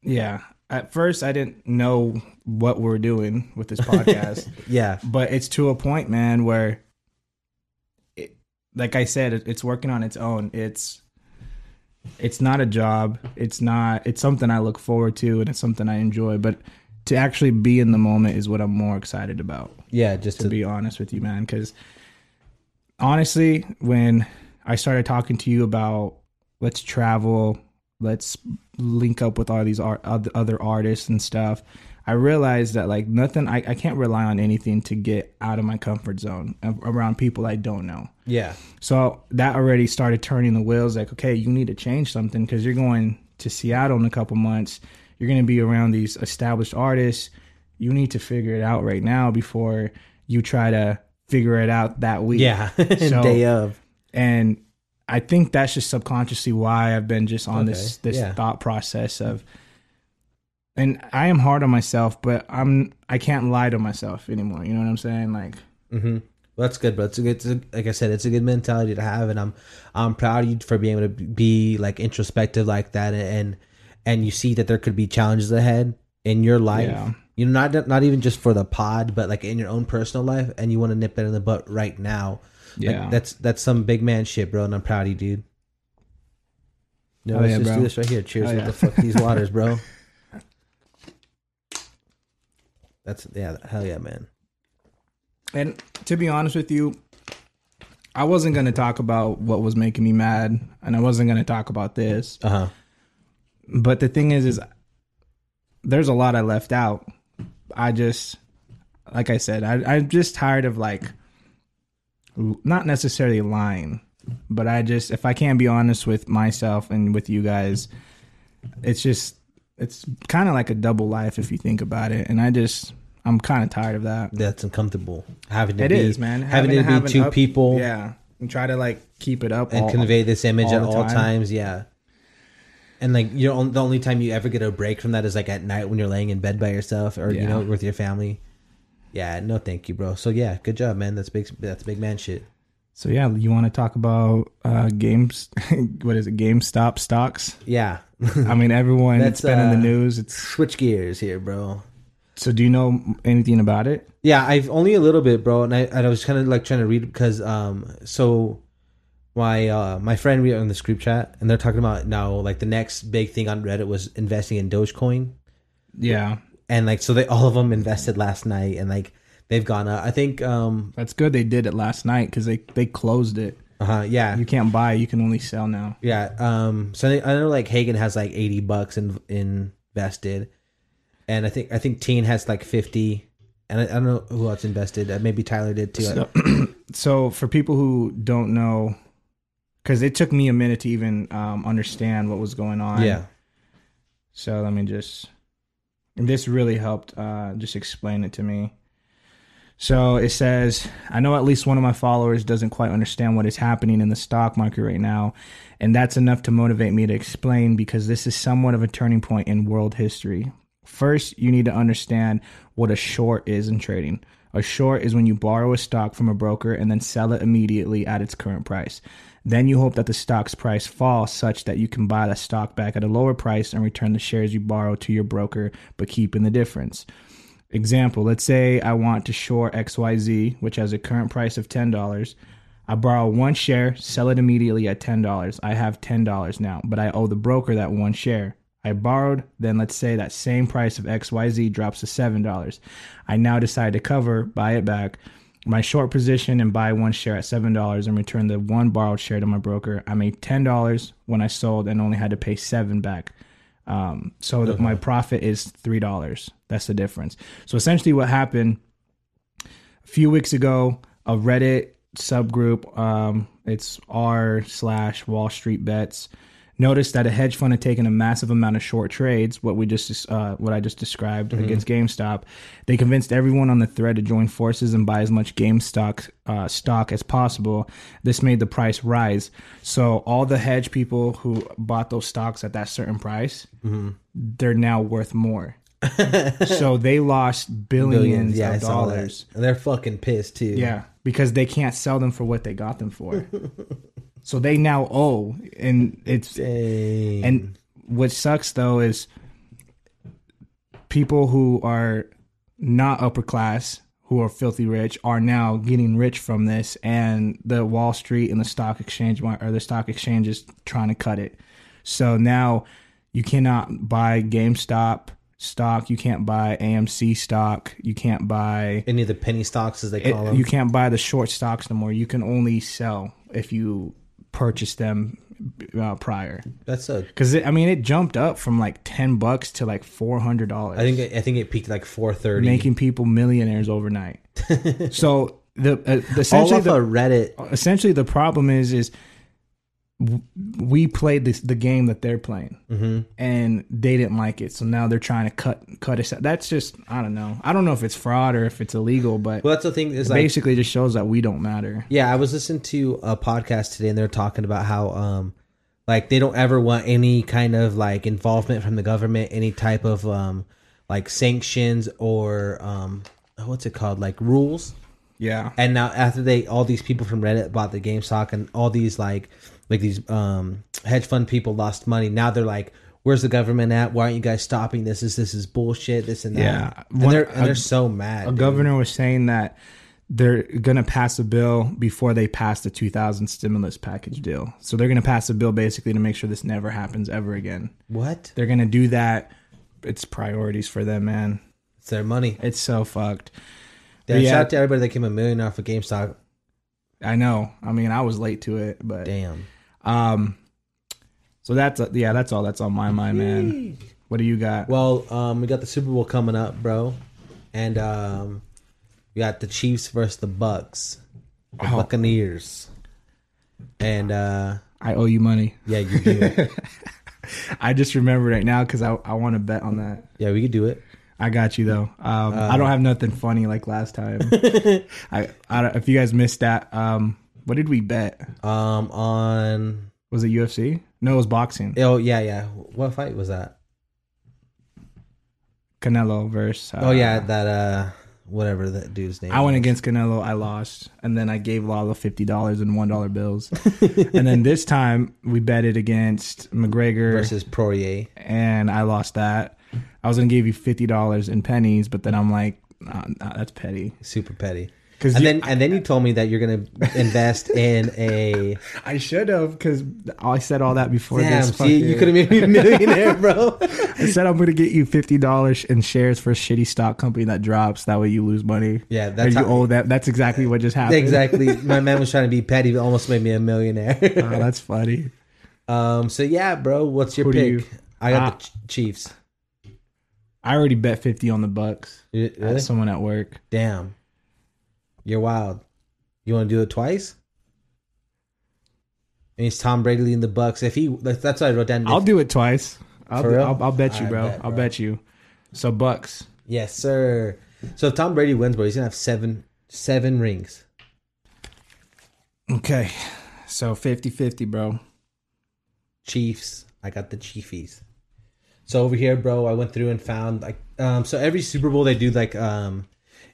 [SPEAKER 1] yeah, at first I didn't know what we're doing with this podcast,
[SPEAKER 2] Yeah,
[SPEAKER 1] but it's to a point, man, where, it, like I said, it, it's working on its own. It's it's not a job. It's not. It's something I look forward to, and it's something I enjoy. But to actually be in the moment is what I'm more excited about.
[SPEAKER 2] yeah. Just
[SPEAKER 1] to
[SPEAKER 2] to,
[SPEAKER 1] be honest with you, man. Because honestly, when I started talking to you about let's travel, let's link up with all these art, oth- other artists and stuff, I realized that like nothing, I, I can't rely on anything to get out of my comfort zone a- around people I don't know.
[SPEAKER 2] yeah,
[SPEAKER 1] So that already started turning the wheels. Like, okay, you need to change something because you're going to Seattle in a couple months. You're going to be around these established artists. You need to figure it out right now before you try to figure it out that week.
[SPEAKER 2] yeah.
[SPEAKER 1] So-
[SPEAKER 2] Day of.
[SPEAKER 1] And I think that's just subconsciously why I've been just on this
[SPEAKER 2] Okay,
[SPEAKER 1] this
[SPEAKER 2] yeah.
[SPEAKER 1] thought process of and I am hard on myself, but I'm I can't lie to myself anymore. You know what I'm saying? Like
[SPEAKER 2] hmm Well, that's good, bro. It's a good, it's a, like I said, it's a good mentality to have, and I'm I'm proud of you for being able to be like introspective like that, and and you see that there could be challenges ahead in your life.
[SPEAKER 1] Yeah.
[SPEAKER 2] You know, not not even just for the pod, but like in your own personal life, and you want to nip that in the butt right now. Like,
[SPEAKER 1] Yeah.
[SPEAKER 2] that's that's some big man shit, bro, and I'm proud of you, dude. No,
[SPEAKER 1] Hell Oh,
[SPEAKER 2] let's
[SPEAKER 1] yeah,
[SPEAKER 2] just
[SPEAKER 1] bro.
[SPEAKER 2] do this right here. Cheers
[SPEAKER 1] Hell
[SPEAKER 2] with
[SPEAKER 1] yeah.
[SPEAKER 2] the fuck these waters, bro. That's yeah, hell yeah, man.
[SPEAKER 1] And to be honest with you, I wasn't going to talk about what was making me mad and I wasn't going to talk about this.
[SPEAKER 2] Uh huh.
[SPEAKER 1] But the thing is is there's a lot I left out. I just like I said, I I'm just tired of like l- not necessarily lying, but I just if I can't be honest with myself and with you guys, it's just it's kind of like a double life if you think about it and I just I'm kind of tired of that.
[SPEAKER 2] that's uncomfortable. Having to
[SPEAKER 1] It
[SPEAKER 2] be,
[SPEAKER 1] is, man.
[SPEAKER 2] Having, to,
[SPEAKER 1] have
[SPEAKER 2] be
[SPEAKER 1] an
[SPEAKER 2] two
[SPEAKER 1] up-
[SPEAKER 2] people
[SPEAKER 1] Yeah, and try to like keep it up
[SPEAKER 2] and
[SPEAKER 1] all-
[SPEAKER 2] convey this image
[SPEAKER 1] all
[SPEAKER 2] at
[SPEAKER 1] the
[SPEAKER 2] all
[SPEAKER 1] time.
[SPEAKER 2] times. Yeah. And like you're on, the only time you ever get a break from that is like at night when you're laying in bed by yourself or you
[SPEAKER 1] Yeah.
[SPEAKER 2] know with your family. Yeah, no, thank you, bro. So yeah, good job, man. That's big. That's big man shit.
[SPEAKER 1] So yeah, you want to talk about uh games? what is it? GameStop stocks.
[SPEAKER 2] Yeah,
[SPEAKER 1] I mean, everyone.
[SPEAKER 2] That's,
[SPEAKER 1] it's been in the
[SPEAKER 2] uh,
[SPEAKER 1] news. It's
[SPEAKER 2] switch gears here, bro.
[SPEAKER 1] so. Do you know anything about it?
[SPEAKER 2] Yeah, I've only a little bit, bro. And I, and I was kind of like trying to read because um, so my uh my friend we are in this group chat and they're talking about now like the next big thing on Reddit was investing in Dogecoin.
[SPEAKER 1] Yeah,
[SPEAKER 2] and like so they all of them invested last night and like they've gone up i think um
[SPEAKER 1] that's good. They did it last night because they they closed it.
[SPEAKER 2] uh yeah
[SPEAKER 1] You can't buy. You can only sell now.
[SPEAKER 2] yeah um so I, I know like hagen has like 80 bucks in, invested and i think i think teen has like 50 and I, I don't know who else invested uh, maybe tyler did too
[SPEAKER 1] So, so for people who don't know, because it took me a minute to even um, understand what was going on.
[SPEAKER 2] yeah
[SPEAKER 1] So let me just. and This really helped uh, just explain it to me. So it says, I know at least one of my followers doesn't quite understand what is happening in the stock market right now, and that's enough to motivate me to explain because this is somewhat of a turning point in world history. First, you need to understand what a short is in trading. A short is when you borrow a stock from a broker and then sell it immediately at its current price. Then you hope that the stock's price falls such that you can buy the stock back at a lower price and return the shares you borrow to your broker, but keeping the difference. Example, let's say I want to short XYZ, which has a current price of $10. I borrow one share, sell it immediately at ten dollars. I have ten dollars now, but I owe the broker that one share. I borrowed, then let's say that same price of XYZ drops to seven dollars. I now decide to cover, buy it back, my short position and buy one share at seven dollars and return the one borrowed share to my broker. I made ten dollars when I sold and only had to pay seven back. Um, so that my profit is three dollars. That's the difference. So essentially, what happened a few weeks ago, a Reddit subgroup, um, it's r slash Wall Street Bets, noticed that a hedge fund had taken a massive amount of short trades. What we just uh, what I just described
[SPEAKER 2] Mm-hmm.
[SPEAKER 1] against GameStop, they convinced everyone on the thread to join forces and buy as much GameStop uh, stock as possible. This made the price rise. So all the hedge people who bought those stocks at that certain price,
[SPEAKER 2] Mm-hmm.
[SPEAKER 1] they're now worth more. so they lost billions,
[SPEAKER 2] Billions, yeah,
[SPEAKER 1] of
[SPEAKER 2] I saw
[SPEAKER 1] dollars.
[SPEAKER 2] that. And they're fucking pissed too.
[SPEAKER 1] Yeah, because they can't sell them for what they got them for. so they now owe, and it's
[SPEAKER 2] Dang.
[SPEAKER 1] and what sucks though is people who are not upper class who are filthy rich are now getting rich from this and the wall street and the stock exchange mar- or the stock exchange is trying to cut it so now you cannot buy gamestop stock you can't buy amc stock you can't buy
[SPEAKER 2] any of the penny stocks as they
[SPEAKER 1] it-
[SPEAKER 2] call them.
[SPEAKER 1] you can't buy the short stocks no more. You can only sell if you purchase them uh, prior.
[SPEAKER 2] That's a.
[SPEAKER 1] Because I mean, it jumped up from like ten bucks to like four hundred dollars,
[SPEAKER 2] I think it- I think it peaked like four thirty.
[SPEAKER 1] making people millionaires overnight. so the uh,
[SPEAKER 2] All
[SPEAKER 1] essentially
[SPEAKER 2] off
[SPEAKER 1] the
[SPEAKER 2] a Reddit.
[SPEAKER 1] essentially the problem is is w- we played this, the game that they're playing
[SPEAKER 2] Mm-hmm.
[SPEAKER 1] and they didn't like it so now they're trying to cut cut us out. that's just i don't know i don't know if it's fraud or if it's illegal but
[SPEAKER 2] Well, that's the thing. Is like
[SPEAKER 1] basically just shows that we don't matter
[SPEAKER 2] Yeah, I was listening to a podcast today and they're talking about how um like they don't ever want any kind of like involvement from the government, any type of um like sanctions or um oh, what's it called? Like rules.
[SPEAKER 1] yeah
[SPEAKER 2] And now after they all these people from Reddit bought the GameStop and all these like like these um hedge fund people lost money. Now they're like Where's the government at? Why aren't you guys stopping this? Is this is bullshit? This and that.
[SPEAKER 1] Yeah.
[SPEAKER 2] and
[SPEAKER 1] One-
[SPEAKER 2] they're and
[SPEAKER 1] a-
[SPEAKER 2] they're so mad.
[SPEAKER 1] a
[SPEAKER 2] dude.
[SPEAKER 1] governor was saying that they're going to pass a bill before they pass the 2000 stimulus package deal. So they're going to pass a bill basically to make sure this never happens ever again.
[SPEAKER 2] What?
[SPEAKER 1] They're going to do that. It's priorities for them, man.
[SPEAKER 2] It's their money.
[SPEAKER 1] It's so fucked.
[SPEAKER 2] Yeah,
[SPEAKER 1] Yeah.
[SPEAKER 2] Shout out to everybody that came a million off of GameStop.
[SPEAKER 1] I know. I mean, I was late to it, but
[SPEAKER 2] Damn.
[SPEAKER 1] um so that's yeah, that's all that's on my mind, man. What do you got?
[SPEAKER 2] Well, um, we got the Super Bowl coming up, bro, and um, we got the Chiefs versus the Bucks, the
[SPEAKER 1] Oh.
[SPEAKER 2] Buccaneers, and uh,
[SPEAKER 1] I owe you money.
[SPEAKER 2] yeah, you do.
[SPEAKER 1] I just remembered right now cuz I I want to bet on that.
[SPEAKER 2] yeah, we could do it.
[SPEAKER 1] I got you though. Um, I
[SPEAKER 2] Uh.
[SPEAKER 1] don't have nothing funny like last time. I, I don't, if you guys missed that, um, what did we bet?
[SPEAKER 2] Um, on
[SPEAKER 1] Was it UFC? No, it was boxing.
[SPEAKER 2] oh yeah yeah, what fight was that?
[SPEAKER 1] Canelo versus. Uh,
[SPEAKER 2] Oh yeah, that uh, whatever that dude's name.
[SPEAKER 1] I went against Canelo. I lost, and then I gave Lalo fifty dollars in one dollar bills. and then this time we betted against McGregor,
[SPEAKER 2] versus Poirier.
[SPEAKER 1] and I lost that. I was gonna give you fifty dollars in pennies, but then I'm like, nah, nah, that's petty.
[SPEAKER 2] Super petty.
[SPEAKER 1] 'Cause
[SPEAKER 2] and
[SPEAKER 1] you-
[SPEAKER 2] then and then you told me that you're gonna invest in a
[SPEAKER 1] I should have because I said all that before
[SPEAKER 2] damn.
[SPEAKER 1] this.
[SPEAKER 2] See, you
[SPEAKER 1] fucking-
[SPEAKER 2] could have made me a millionaire, bro.
[SPEAKER 1] I said I'm gonna get you fifty dollars in shares for a shitty stock company that drops. That way you lose money.
[SPEAKER 2] Yeah, that's
[SPEAKER 1] Or you
[SPEAKER 2] how-
[SPEAKER 1] owe that. That's exactly what just happened.
[SPEAKER 2] Exactly. My man was trying to be petty, but almost made me a millionaire.
[SPEAKER 1] Oh, that's funny.
[SPEAKER 2] Um. So yeah, bro. What's your
[SPEAKER 1] Who do
[SPEAKER 2] pick?
[SPEAKER 1] you- Ah.
[SPEAKER 2] I got the Ch- Chiefs.
[SPEAKER 1] I already bet fifty on the Bucks. I
[SPEAKER 2] You-
[SPEAKER 1] had
[SPEAKER 2] really?
[SPEAKER 1] someone at work.
[SPEAKER 2] Damn. You're wild. You want to do it twice? And it's Tom Brady in the Bucks. If he, that's that's what I wrote down.
[SPEAKER 1] I'll do it twice. I'll,
[SPEAKER 2] For
[SPEAKER 1] do-
[SPEAKER 2] real?
[SPEAKER 1] I'll, I'll bet you,
[SPEAKER 2] I
[SPEAKER 1] bro.
[SPEAKER 2] bet,
[SPEAKER 1] I'll
[SPEAKER 2] bro.
[SPEAKER 1] bet you. So Bucks.
[SPEAKER 2] yes, sir. So if Tom Brady wins, bro, he's gonna have seven, seven rings.
[SPEAKER 1] Okay. So 50-50, bro.
[SPEAKER 2] Chiefs. I got the Chiefies. So over here, bro, I went through and found like um so every Super Bowl they do like um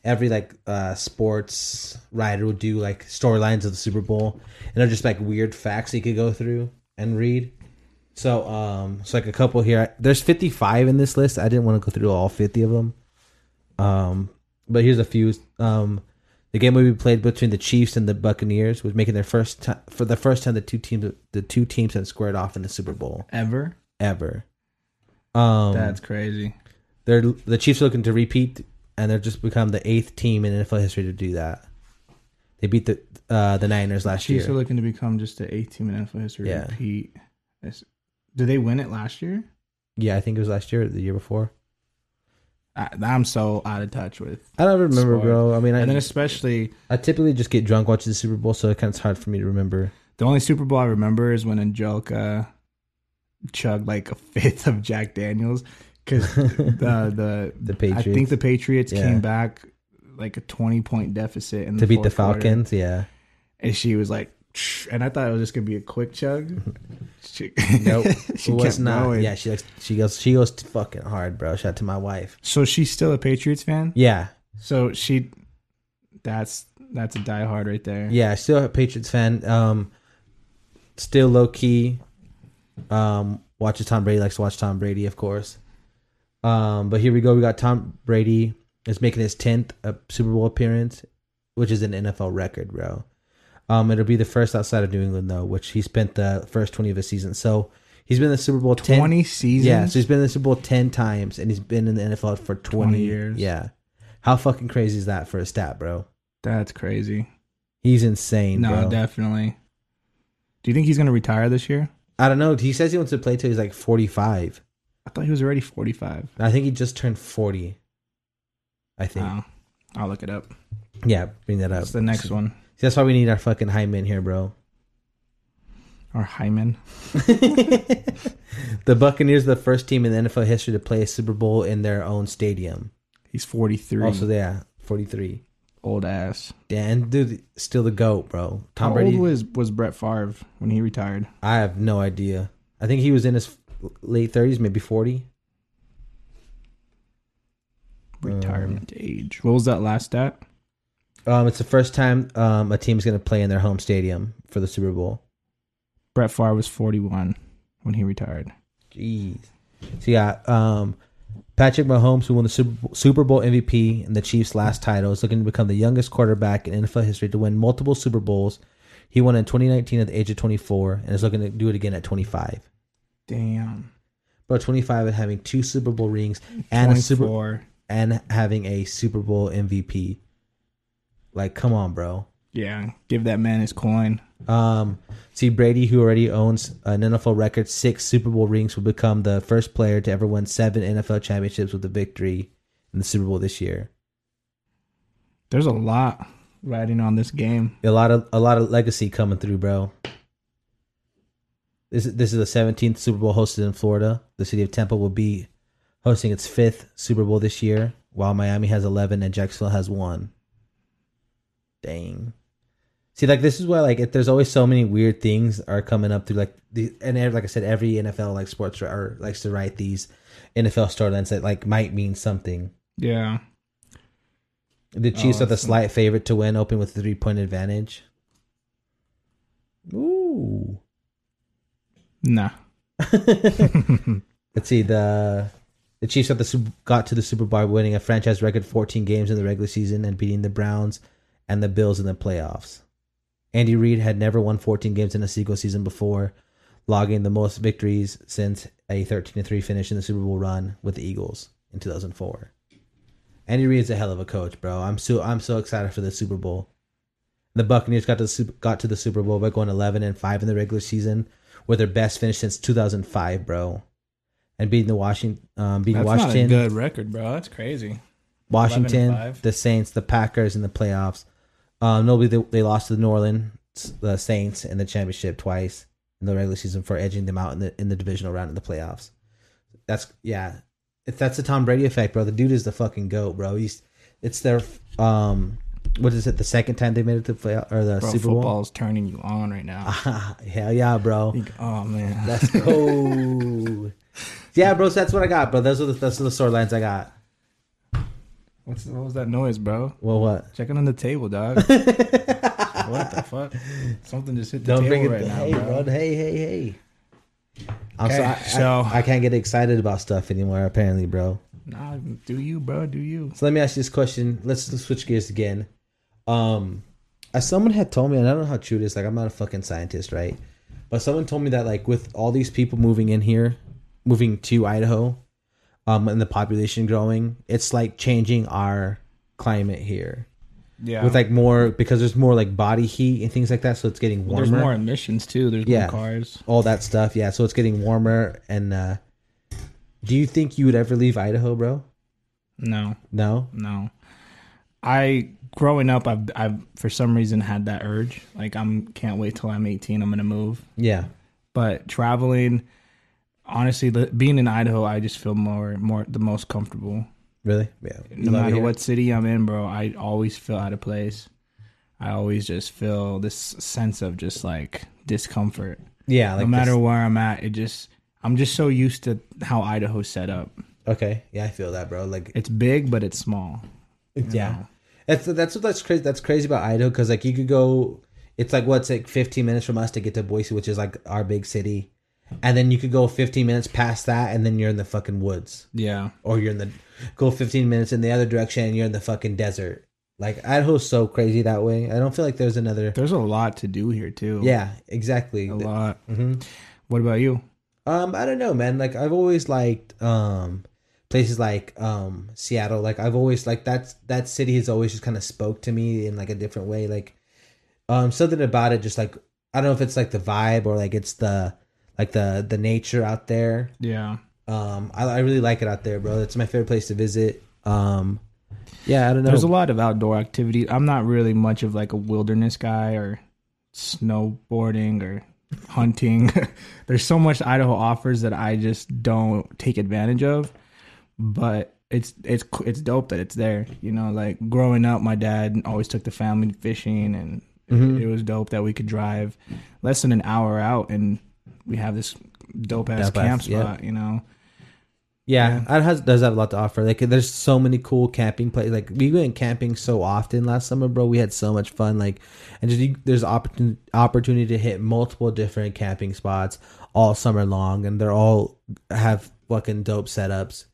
[SPEAKER 2] every like uh sports writer will do like storylines of the Super Bowl and they're just like weird facts you could go through and read. So um so like a couple here. There's 55 in this list. I didn't want to go through all 50 of them. Um but here's a few um The game will be played between the Chiefs and the Buccaneers, was making their first time for the first time the two teams the two teams have squared off in the Super Bowl
[SPEAKER 1] Ever?
[SPEAKER 2] ever. Um,
[SPEAKER 1] That's crazy.
[SPEAKER 2] they're the Chiefs are looking to repeat, and they're just become the eighth team in NFL history to do that. They beat the uh, the Niners last
[SPEAKER 1] Chiefs are
[SPEAKER 2] year.
[SPEAKER 1] looking to become just the 18 minute NFL history
[SPEAKER 2] Yeah.
[SPEAKER 1] repeat. That's- Did they win it last year?
[SPEAKER 2] Yeah, I think it was last year, or the year before.
[SPEAKER 1] I, I'm so out of touch with.
[SPEAKER 2] I don't remember,
[SPEAKER 1] Smart.
[SPEAKER 2] bro. I mean, I,
[SPEAKER 1] And then especially
[SPEAKER 2] I typically just get drunk watching the Super Bowl, so it kind of hard for me to remember.
[SPEAKER 1] the only Super Bowl I remember is when Angelica chugged like a fifth of Jack Daniels because the the
[SPEAKER 2] The
[SPEAKER 1] I
[SPEAKER 2] Patriots
[SPEAKER 1] think the Patriots
[SPEAKER 2] Yeah.
[SPEAKER 1] came back like a 20 point deficit in
[SPEAKER 2] to beat the
[SPEAKER 1] fourth quarter.
[SPEAKER 2] Falcons. Yeah,
[SPEAKER 1] and she was like, "Shh," and I thought it was just gonna be a quick chug. She,
[SPEAKER 2] nope,
[SPEAKER 1] she
[SPEAKER 2] it was
[SPEAKER 1] kept
[SPEAKER 2] not.
[SPEAKER 1] going.
[SPEAKER 2] Yeah, she likes she goes she goes t- fucking hard, bro. Shout out to my wife.
[SPEAKER 1] So she's still a Patriots fan.
[SPEAKER 2] Yeah,
[SPEAKER 1] So she, that's that's a diehard right there.
[SPEAKER 2] Yeah, still a Patriots fan. Um, still low key. Um, watches Tom Brady. Likes to watch Tom Brady, of course. Um, but here we go. We got Tom Brady is making his tenth uh, Super Bowl appearance, which is an NFL record, bro. Um, it'll be the first outside of New England though, which he spent the first twenty of his season. So he's been in the Super Bowl ten.
[SPEAKER 1] 20 seasons.
[SPEAKER 2] Yeah, so he's been in the Super Bowl ten times, and he's been in the NFL for 20,
[SPEAKER 1] 20 years.
[SPEAKER 2] Yeah, how fucking crazy is that for a stat, bro?
[SPEAKER 1] that's crazy.
[SPEAKER 2] He's insane.
[SPEAKER 1] No,
[SPEAKER 2] bro.
[SPEAKER 1] definitely. Do you think he's gonna retire this year?
[SPEAKER 2] I don't know. He says he wants to play till he's like 45.
[SPEAKER 1] I thought he was already 45.
[SPEAKER 2] I think he just turned 40. I think.
[SPEAKER 1] Oh, I'll look it up.
[SPEAKER 2] Yeah, bring that up.
[SPEAKER 1] That's the next one.
[SPEAKER 2] See, that's why we need our fucking Hyman here, bro.
[SPEAKER 1] Or Hyman.
[SPEAKER 2] the Buccaneers are the first team in the NFL history to play a Super Bowl in their own stadium.
[SPEAKER 1] He's 43.
[SPEAKER 2] Also, yeah, 43.
[SPEAKER 1] old ass.
[SPEAKER 2] Dan, dude, still the GOAT, bro. Tom
[SPEAKER 1] How
[SPEAKER 2] Brady,
[SPEAKER 1] old was was Brett Favre when he retired?
[SPEAKER 2] I have no idea. I think he was in his late 30s, maybe 40. Uh,
[SPEAKER 1] Retirement age. What was that last stat?
[SPEAKER 2] Um, it's the first time um, a team's going to play in their home stadium for the Super Bowl.
[SPEAKER 1] Brett Favre was 41 when he retired.
[SPEAKER 2] Jeez. So yeah, um, Patrick Mahomes, who won the Super Bowl, Super Bowl MVP and the Chiefs' last title, is looking to become the youngest quarterback in NFL history to win multiple Super Bowls. He won in 2019 at the age of 24, and is looking to do it again at 25.
[SPEAKER 1] Damn.
[SPEAKER 2] But 25 and having two Super Bowl rings and a Super
[SPEAKER 1] 24.
[SPEAKER 2] and having a Super Bowl MVP. Like, come on, bro.
[SPEAKER 1] Yeah, give that man his coin.
[SPEAKER 2] Um, see, Brady, who already owns an NFL record six Super Bowl rings, will become the first player to ever win seven NFL championships with a victory in the Super Bowl this year.
[SPEAKER 1] There's a lot riding on this game.
[SPEAKER 2] A lot of a lot of legacy coming through, bro. This is, this is the seventeenth Super Bowl hosted in Florida. The city of Tampa will be hosting its fifth Super Bowl this year, while Miami has eleven and Jacksonville has one. Dang. See, like this is why, like, if there's always so many weird things are coming up through, like, the and ev- like I said, every NFL like sports or likes to write these NFL storylines that like might mean something.
[SPEAKER 1] Yeah.
[SPEAKER 2] The Chiefs
[SPEAKER 1] Oh,
[SPEAKER 2] are the
[SPEAKER 1] that's-
[SPEAKER 2] slight favorite to win, open with a three point advantage. Ooh.
[SPEAKER 1] Nah.
[SPEAKER 2] Let's see. The the Chiefs got the Sup- got to the Super Bowl by winning a franchise record 14 games in the regular season and beating the Browns and the Bills in the playoffs. Andy Reid had never won 14 games in a single season before, logging the most victories since a 13 3 finish in the Super Bowl run with the Eagles in 2004. Andy Reid's a hell of a coach, bro. I'm so I'm so excited for the Super Bowl. The Buccaneers got to the Super, got to the Super Bowl by going 11 and 5 in the regular season, with their best finish since 2005, bro. And beating the Washington, um, beating
[SPEAKER 1] That's
[SPEAKER 2] Washington,
[SPEAKER 1] not a good record, bro. That's crazy.
[SPEAKER 2] Washington,
[SPEAKER 1] 11-5.
[SPEAKER 2] the Saints, the Packers in the playoffs. Um, nobody they, they lost to the New Orleans the Saints in the championship twice in the regular season for edging them out in the in the divisional round in the playoffs. That's yeah, if that's the Tom Brady effect, bro. The dude is the fucking goat, bro. He's it's their um, what is it? The second time they made it to play or the
[SPEAKER 1] Bro,
[SPEAKER 2] Super Bowl. Ah.
[SPEAKER 1] football's turning you on right now.
[SPEAKER 2] Hell yeah, bro.
[SPEAKER 1] Like, oh man.
[SPEAKER 2] Let's go. yeah, bro. So that's what I got, bro. Those are the those are the storylines I got.
[SPEAKER 1] What's what was that noise, bro?
[SPEAKER 2] Well, what?
[SPEAKER 1] Checking on the table, dog. what the fuck? Something just hit the
[SPEAKER 2] Don't
[SPEAKER 1] table
[SPEAKER 2] bring it.
[SPEAKER 1] right now,
[SPEAKER 2] hey,
[SPEAKER 1] bro.
[SPEAKER 2] bro. Hey, hey, hey. I'm
[SPEAKER 1] Okay,
[SPEAKER 2] so,
[SPEAKER 1] so-
[SPEAKER 2] I, I can't get excited about stuff anymore. Apparently, bro.
[SPEAKER 1] Nah, do you, bro? Do you?
[SPEAKER 2] So let me ask you this question. Let's, let's switch gears again. Um, as someone had told me, and I don't know how true it is. Like, I'm not a fucking scientist, right? But someone told me that like with all these people moving in here, moving to Idaho, um, and the population growing, it's like changing our climate here
[SPEAKER 1] Yeah.
[SPEAKER 2] with like more because there's more like body heat and things like that. So it's getting warmer.
[SPEAKER 1] there's more emissions too. There's
[SPEAKER 2] Yeah.
[SPEAKER 1] more cars.
[SPEAKER 2] all that stuff. Yeah, so it's getting warmer. And uh, do you think you would ever leave Idaho, bro?
[SPEAKER 1] No,
[SPEAKER 2] No.
[SPEAKER 1] no. I growing up, I've I've for some reason had that urge. Like I'm can't wait till I'm 18. I'm gonna move.
[SPEAKER 2] Yeah.
[SPEAKER 1] But traveling, honestly, li- being in Idaho, I just feel more more the most comfortable.
[SPEAKER 2] Really? Yeah. You
[SPEAKER 1] no
[SPEAKER 2] love it
[SPEAKER 1] matter
[SPEAKER 2] here?
[SPEAKER 1] what city I'm in, bro, I always feel out of place. I always just feel this sense of just like discomfort.
[SPEAKER 2] Yeah. Like
[SPEAKER 1] no matter
[SPEAKER 2] this-
[SPEAKER 1] where I'm at, it just I'm just so used to how Idaho's set up.
[SPEAKER 2] Okay. Yeah, I feel that, bro. Like.
[SPEAKER 1] It's big, but it's small.
[SPEAKER 2] yeah. That's that's what that's crazy. That's crazy about Idaho because like you could go. It's like what's like 15 minutes from us to get to Boise, which is like our big city, and then you could go 15 minutes past that, and then you're in the fucking woods.
[SPEAKER 1] Yeah,
[SPEAKER 2] or you're in the go 15 minutes in the other direction and you're in the fucking desert. Like Idaho's so crazy that way. I don't feel like there's another.
[SPEAKER 1] there's a lot to do here too.
[SPEAKER 2] Yeah, exactly.
[SPEAKER 1] a lot.
[SPEAKER 2] hmm
[SPEAKER 1] What about you?
[SPEAKER 2] Um, I don't know, man. Like I've always liked um places like um Seattle. Like I've always like that's that city has always just kind of spoke to me in like a different way. Like um something about it, just like I don't know if it's like the vibe or like it's the like the the nature out there.
[SPEAKER 1] Yeah,
[SPEAKER 2] Um, I, I really like it out there, bro. It's my favorite place to visit. Um, yeah, I don't know.
[SPEAKER 1] there's a lot of outdoor activity. I'm not really much of like a wilderness guy or snowboarding or hunting. there's so much Idaho offers that I just don't take advantage of. But it's it's it's dope that it's there. You know, like growing up, my dad always took the family fishing, and
[SPEAKER 2] Mm-hmm.
[SPEAKER 1] it was dope that we could drive less than an hour out, and we have this dope ass
[SPEAKER 2] Dope-ass,
[SPEAKER 1] camp
[SPEAKER 2] yeah.
[SPEAKER 1] spot. You know,
[SPEAKER 2] Yeah, it has, does have a lot to offer. Like, there's so many cool camping places. Like, we went camping so often last summer, bro. We had so much fun. Like, and just you- there's opportunity opportunity to hit multiple different camping spots all summer long, and they're all have fucking dope setups.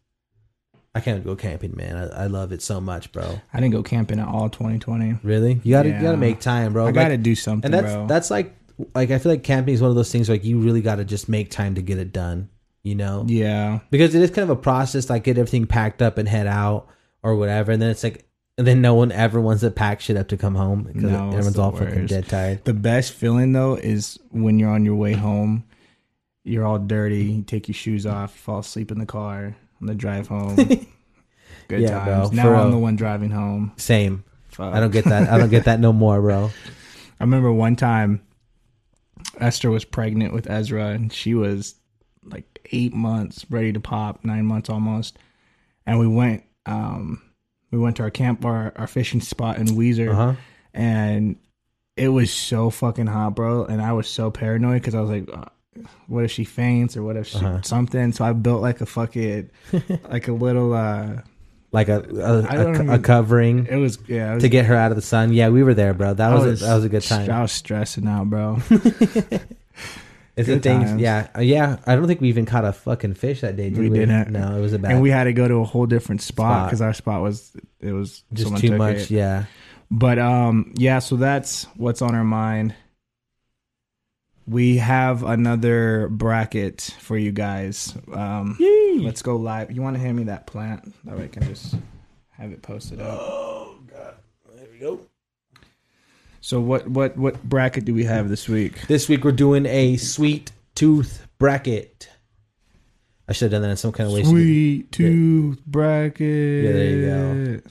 [SPEAKER 2] I can't go camping, man. I, I love it so much, bro.
[SPEAKER 1] I didn't go camping at all 2020.
[SPEAKER 2] Really, you gotta you
[SPEAKER 1] Yeah.
[SPEAKER 2] gotta make time, bro.
[SPEAKER 1] I
[SPEAKER 2] Like,
[SPEAKER 1] gotta do something,
[SPEAKER 2] and that's
[SPEAKER 1] bro.
[SPEAKER 2] that's like like I feel like camping is one of those things like you really gotta just make time to get it done. You know,
[SPEAKER 1] yeah,
[SPEAKER 2] because it is kind of a process like get everything packed up and head out or whatever and then it's like and then no one ever wants to pack shit up to come home because
[SPEAKER 1] No, it's
[SPEAKER 2] everyone's
[SPEAKER 1] the
[SPEAKER 2] all fucking
[SPEAKER 1] worst.
[SPEAKER 2] dead tired
[SPEAKER 1] the best feeling though is when you're on your way home. You're all dirty. You take your shoes off. You fall asleep in the car on the drive home. Good
[SPEAKER 2] Yeah, bro,
[SPEAKER 1] times.
[SPEAKER 2] for
[SPEAKER 1] now I'm
[SPEAKER 2] real.
[SPEAKER 1] the one driving home.
[SPEAKER 2] same
[SPEAKER 1] Fuck.
[SPEAKER 2] i don't get that i don't get that no more bro
[SPEAKER 1] I remember one time Esther was pregnant with Ezra and she was like eight months, ready to pop, nine months almost. And we went um we went to our camp our, our fishing spot in Weezer
[SPEAKER 2] uh-huh
[SPEAKER 1] and it was so fucking hot, bro. And I was so paranoid because I was like, uh, what if she faints or what if she,
[SPEAKER 2] Uh-huh.
[SPEAKER 1] something? So I built like a fucking, like a little, uh,
[SPEAKER 2] like a
[SPEAKER 1] I
[SPEAKER 2] a, a,
[SPEAKER 1] don't
[SPEAKER 2] co- a
[SPEAKER 1] even-
[SPEAKER 2] covering
[SPEAKER 1] it was, yeah, it was,
[SPEAKER 2] to get her out of the sun yeah we were there bro that was, a, that was a good time
[SPEAKER 1] I was stressing out, bro.
[SPEAKER 2] it's the
[SPEAKER 1] good
[SPEAKER 2] things
[SPEAKER 1] times.
[SPEAKER 2] yeah Uh, yeah i don't think we even caught a fucking fish that day did
[SPEAKER 1] We didn't.
[SPEAKER 2] no it was a bad
[SPEAKER 1] and we had to go to a whole different spot
[SPEAKER 2] Spot.
[SPEAKER 1] because our spot was, it was
[SPEAKER 2] just
[SPEAKER 1] someone
[SPEAKER 2] too
[SPEAKER 1] took
[SPEAKER 2] much
[SPEAKER 1] it.
[SPEAKER 2] yeah
[SPEAKER 1] But um, yeah, so that's what's on our mind. We have another bracket for you guys. Um, Let's go live. You want to hand me that plant? That way I can just have it posted up.
[SPEAKER 2] oh god there we go
[SPEAKER 1] So what what what bracket do we have this week?
[SPEAKER 2] This week we're doing a sweet tooth bracket. I should have done that in some kind of way.
[SPEAKER 1] Sweet tooth bracket.
[SPEAKER 2] Yeah, there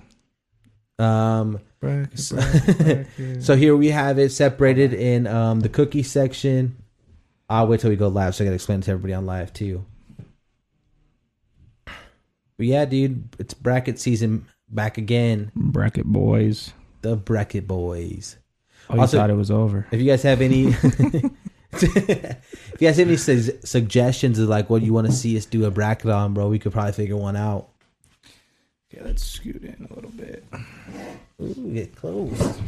[SPEAKER 2] you Um,
[SPEAKER 1] Bracket. bracket, bracket.
[SPEAKER 2] so here we have it separated in um, the cookie section. I'll wait till we go live, so I gotta explain to everybody on live too. But yeah, dude, it's bracket season back again.
[SPEAKER 1] bracket boys.
[SPEAKER 2] The bracket boys.
[SPEAKER 1] Oh, you
[SPEAKER 2] Also-
[SPEAKER 1] thought it was over.
[SPEAKER 2] If you guys have any, if you guys have any su- suggestions of like what you want to see us do a bracket on, bro, we could probably figure one out.
[SPEAKER 1] Okay, let's scoot in a little bit.
[SPEAKER 2] Ooh, get close.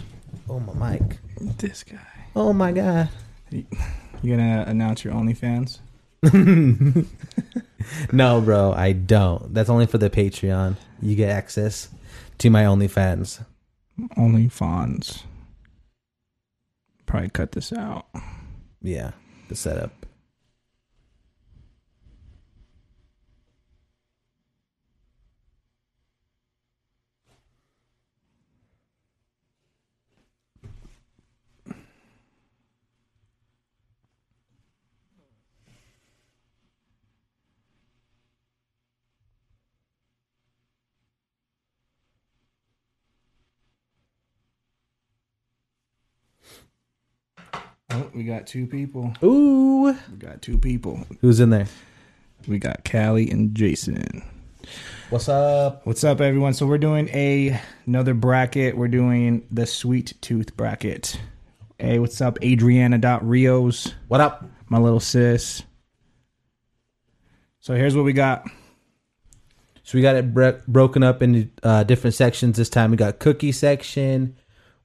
[SPEAKER 2] Oh my mic.
[SPEAKER 1] This guy.
[SPEAKER 2] Oh my god.
[SPEAKER 1] You gonna announce your OnlyFans?
[SPEAKER 2] No, bro, I don't. That's only for the Patreon. You get access to my OnlyFans.
[SPEAKER 1] OnlyFans. Probably cut this out.
[SPEAKER 2] Yeah, the setup.
[SPEAKER 1] Oh, we got two people.
[SPEAKER 2] Ooh,
[SPEAKER 1] We got two people.
[SPEAKER 2] who's in there?
[SPEAKER 1] We got Callie and Jason.
[SPEAKER 2] What's up?
[SPEAKER 1] What's up, everyone? So we're doing a another bracket. We're doing the sweet tooth bracket. Hey, what's up, Adriana dot Rios,
[SPEAKER 2] What up?
[SPEAKER 1] my little sis. So here's what we got.
[SPEAKER 2] So we got it bre- broken up into uh, different sections this time. We got cookie section.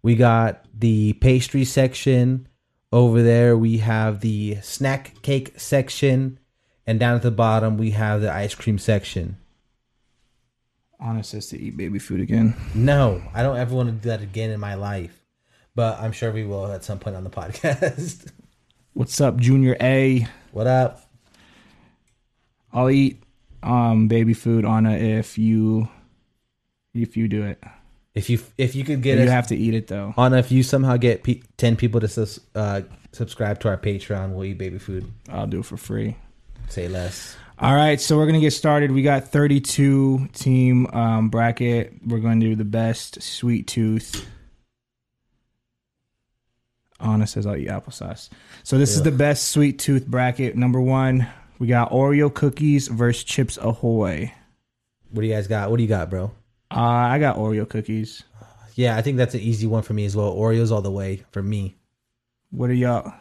[SPEAKER 2] We got the pastry section. Over there, we have the snack cake section. And down at the bottom, we have the ice cream section.
[SPEAKER 1] Honest says to eat baby food again.
[SPEAKER 2] No, I don't ever want to do that again in my life. But I'm sure we will at some point on the podcast.
[SPEAKER 1] What's up, Junior A?
[SPEAKER 2] what up?
[SPEAKER 1] I'll eat um baby food on if you if you do it.
[SPEAKER 2] If you if you could get
[SPEAKER 1] you
[SPEAKER 2] us
[SPEAKER 1] have to eat it though.
[SPEAKER 2] on if you somehow get pe- 10 people to sus- uh, subscribe to our Patreon, we'll eat baby food.
[SPEAKER 1] I'll do it for free.
[SPEAKER 2] Say less.
[SPEAKER 1] All right, so we're gonna get started. We got 32 team um, bracket. We're going to do the best sweet tooth. Anna says I'll eat applesauce. So this is the best sweet tooth bracket. Number one, we got Oreo cookies versus Chips Ahoy.
[SPEAKER 2] What do you guys got? What do you got, bro?
[SPEAKER 1] Uh, I got Oreo cookies.
[SPEAKER 2] Yeah, I think that's an easy one for me as well. Oreos all the way for me.
[SPEAKER 1] What are y'all?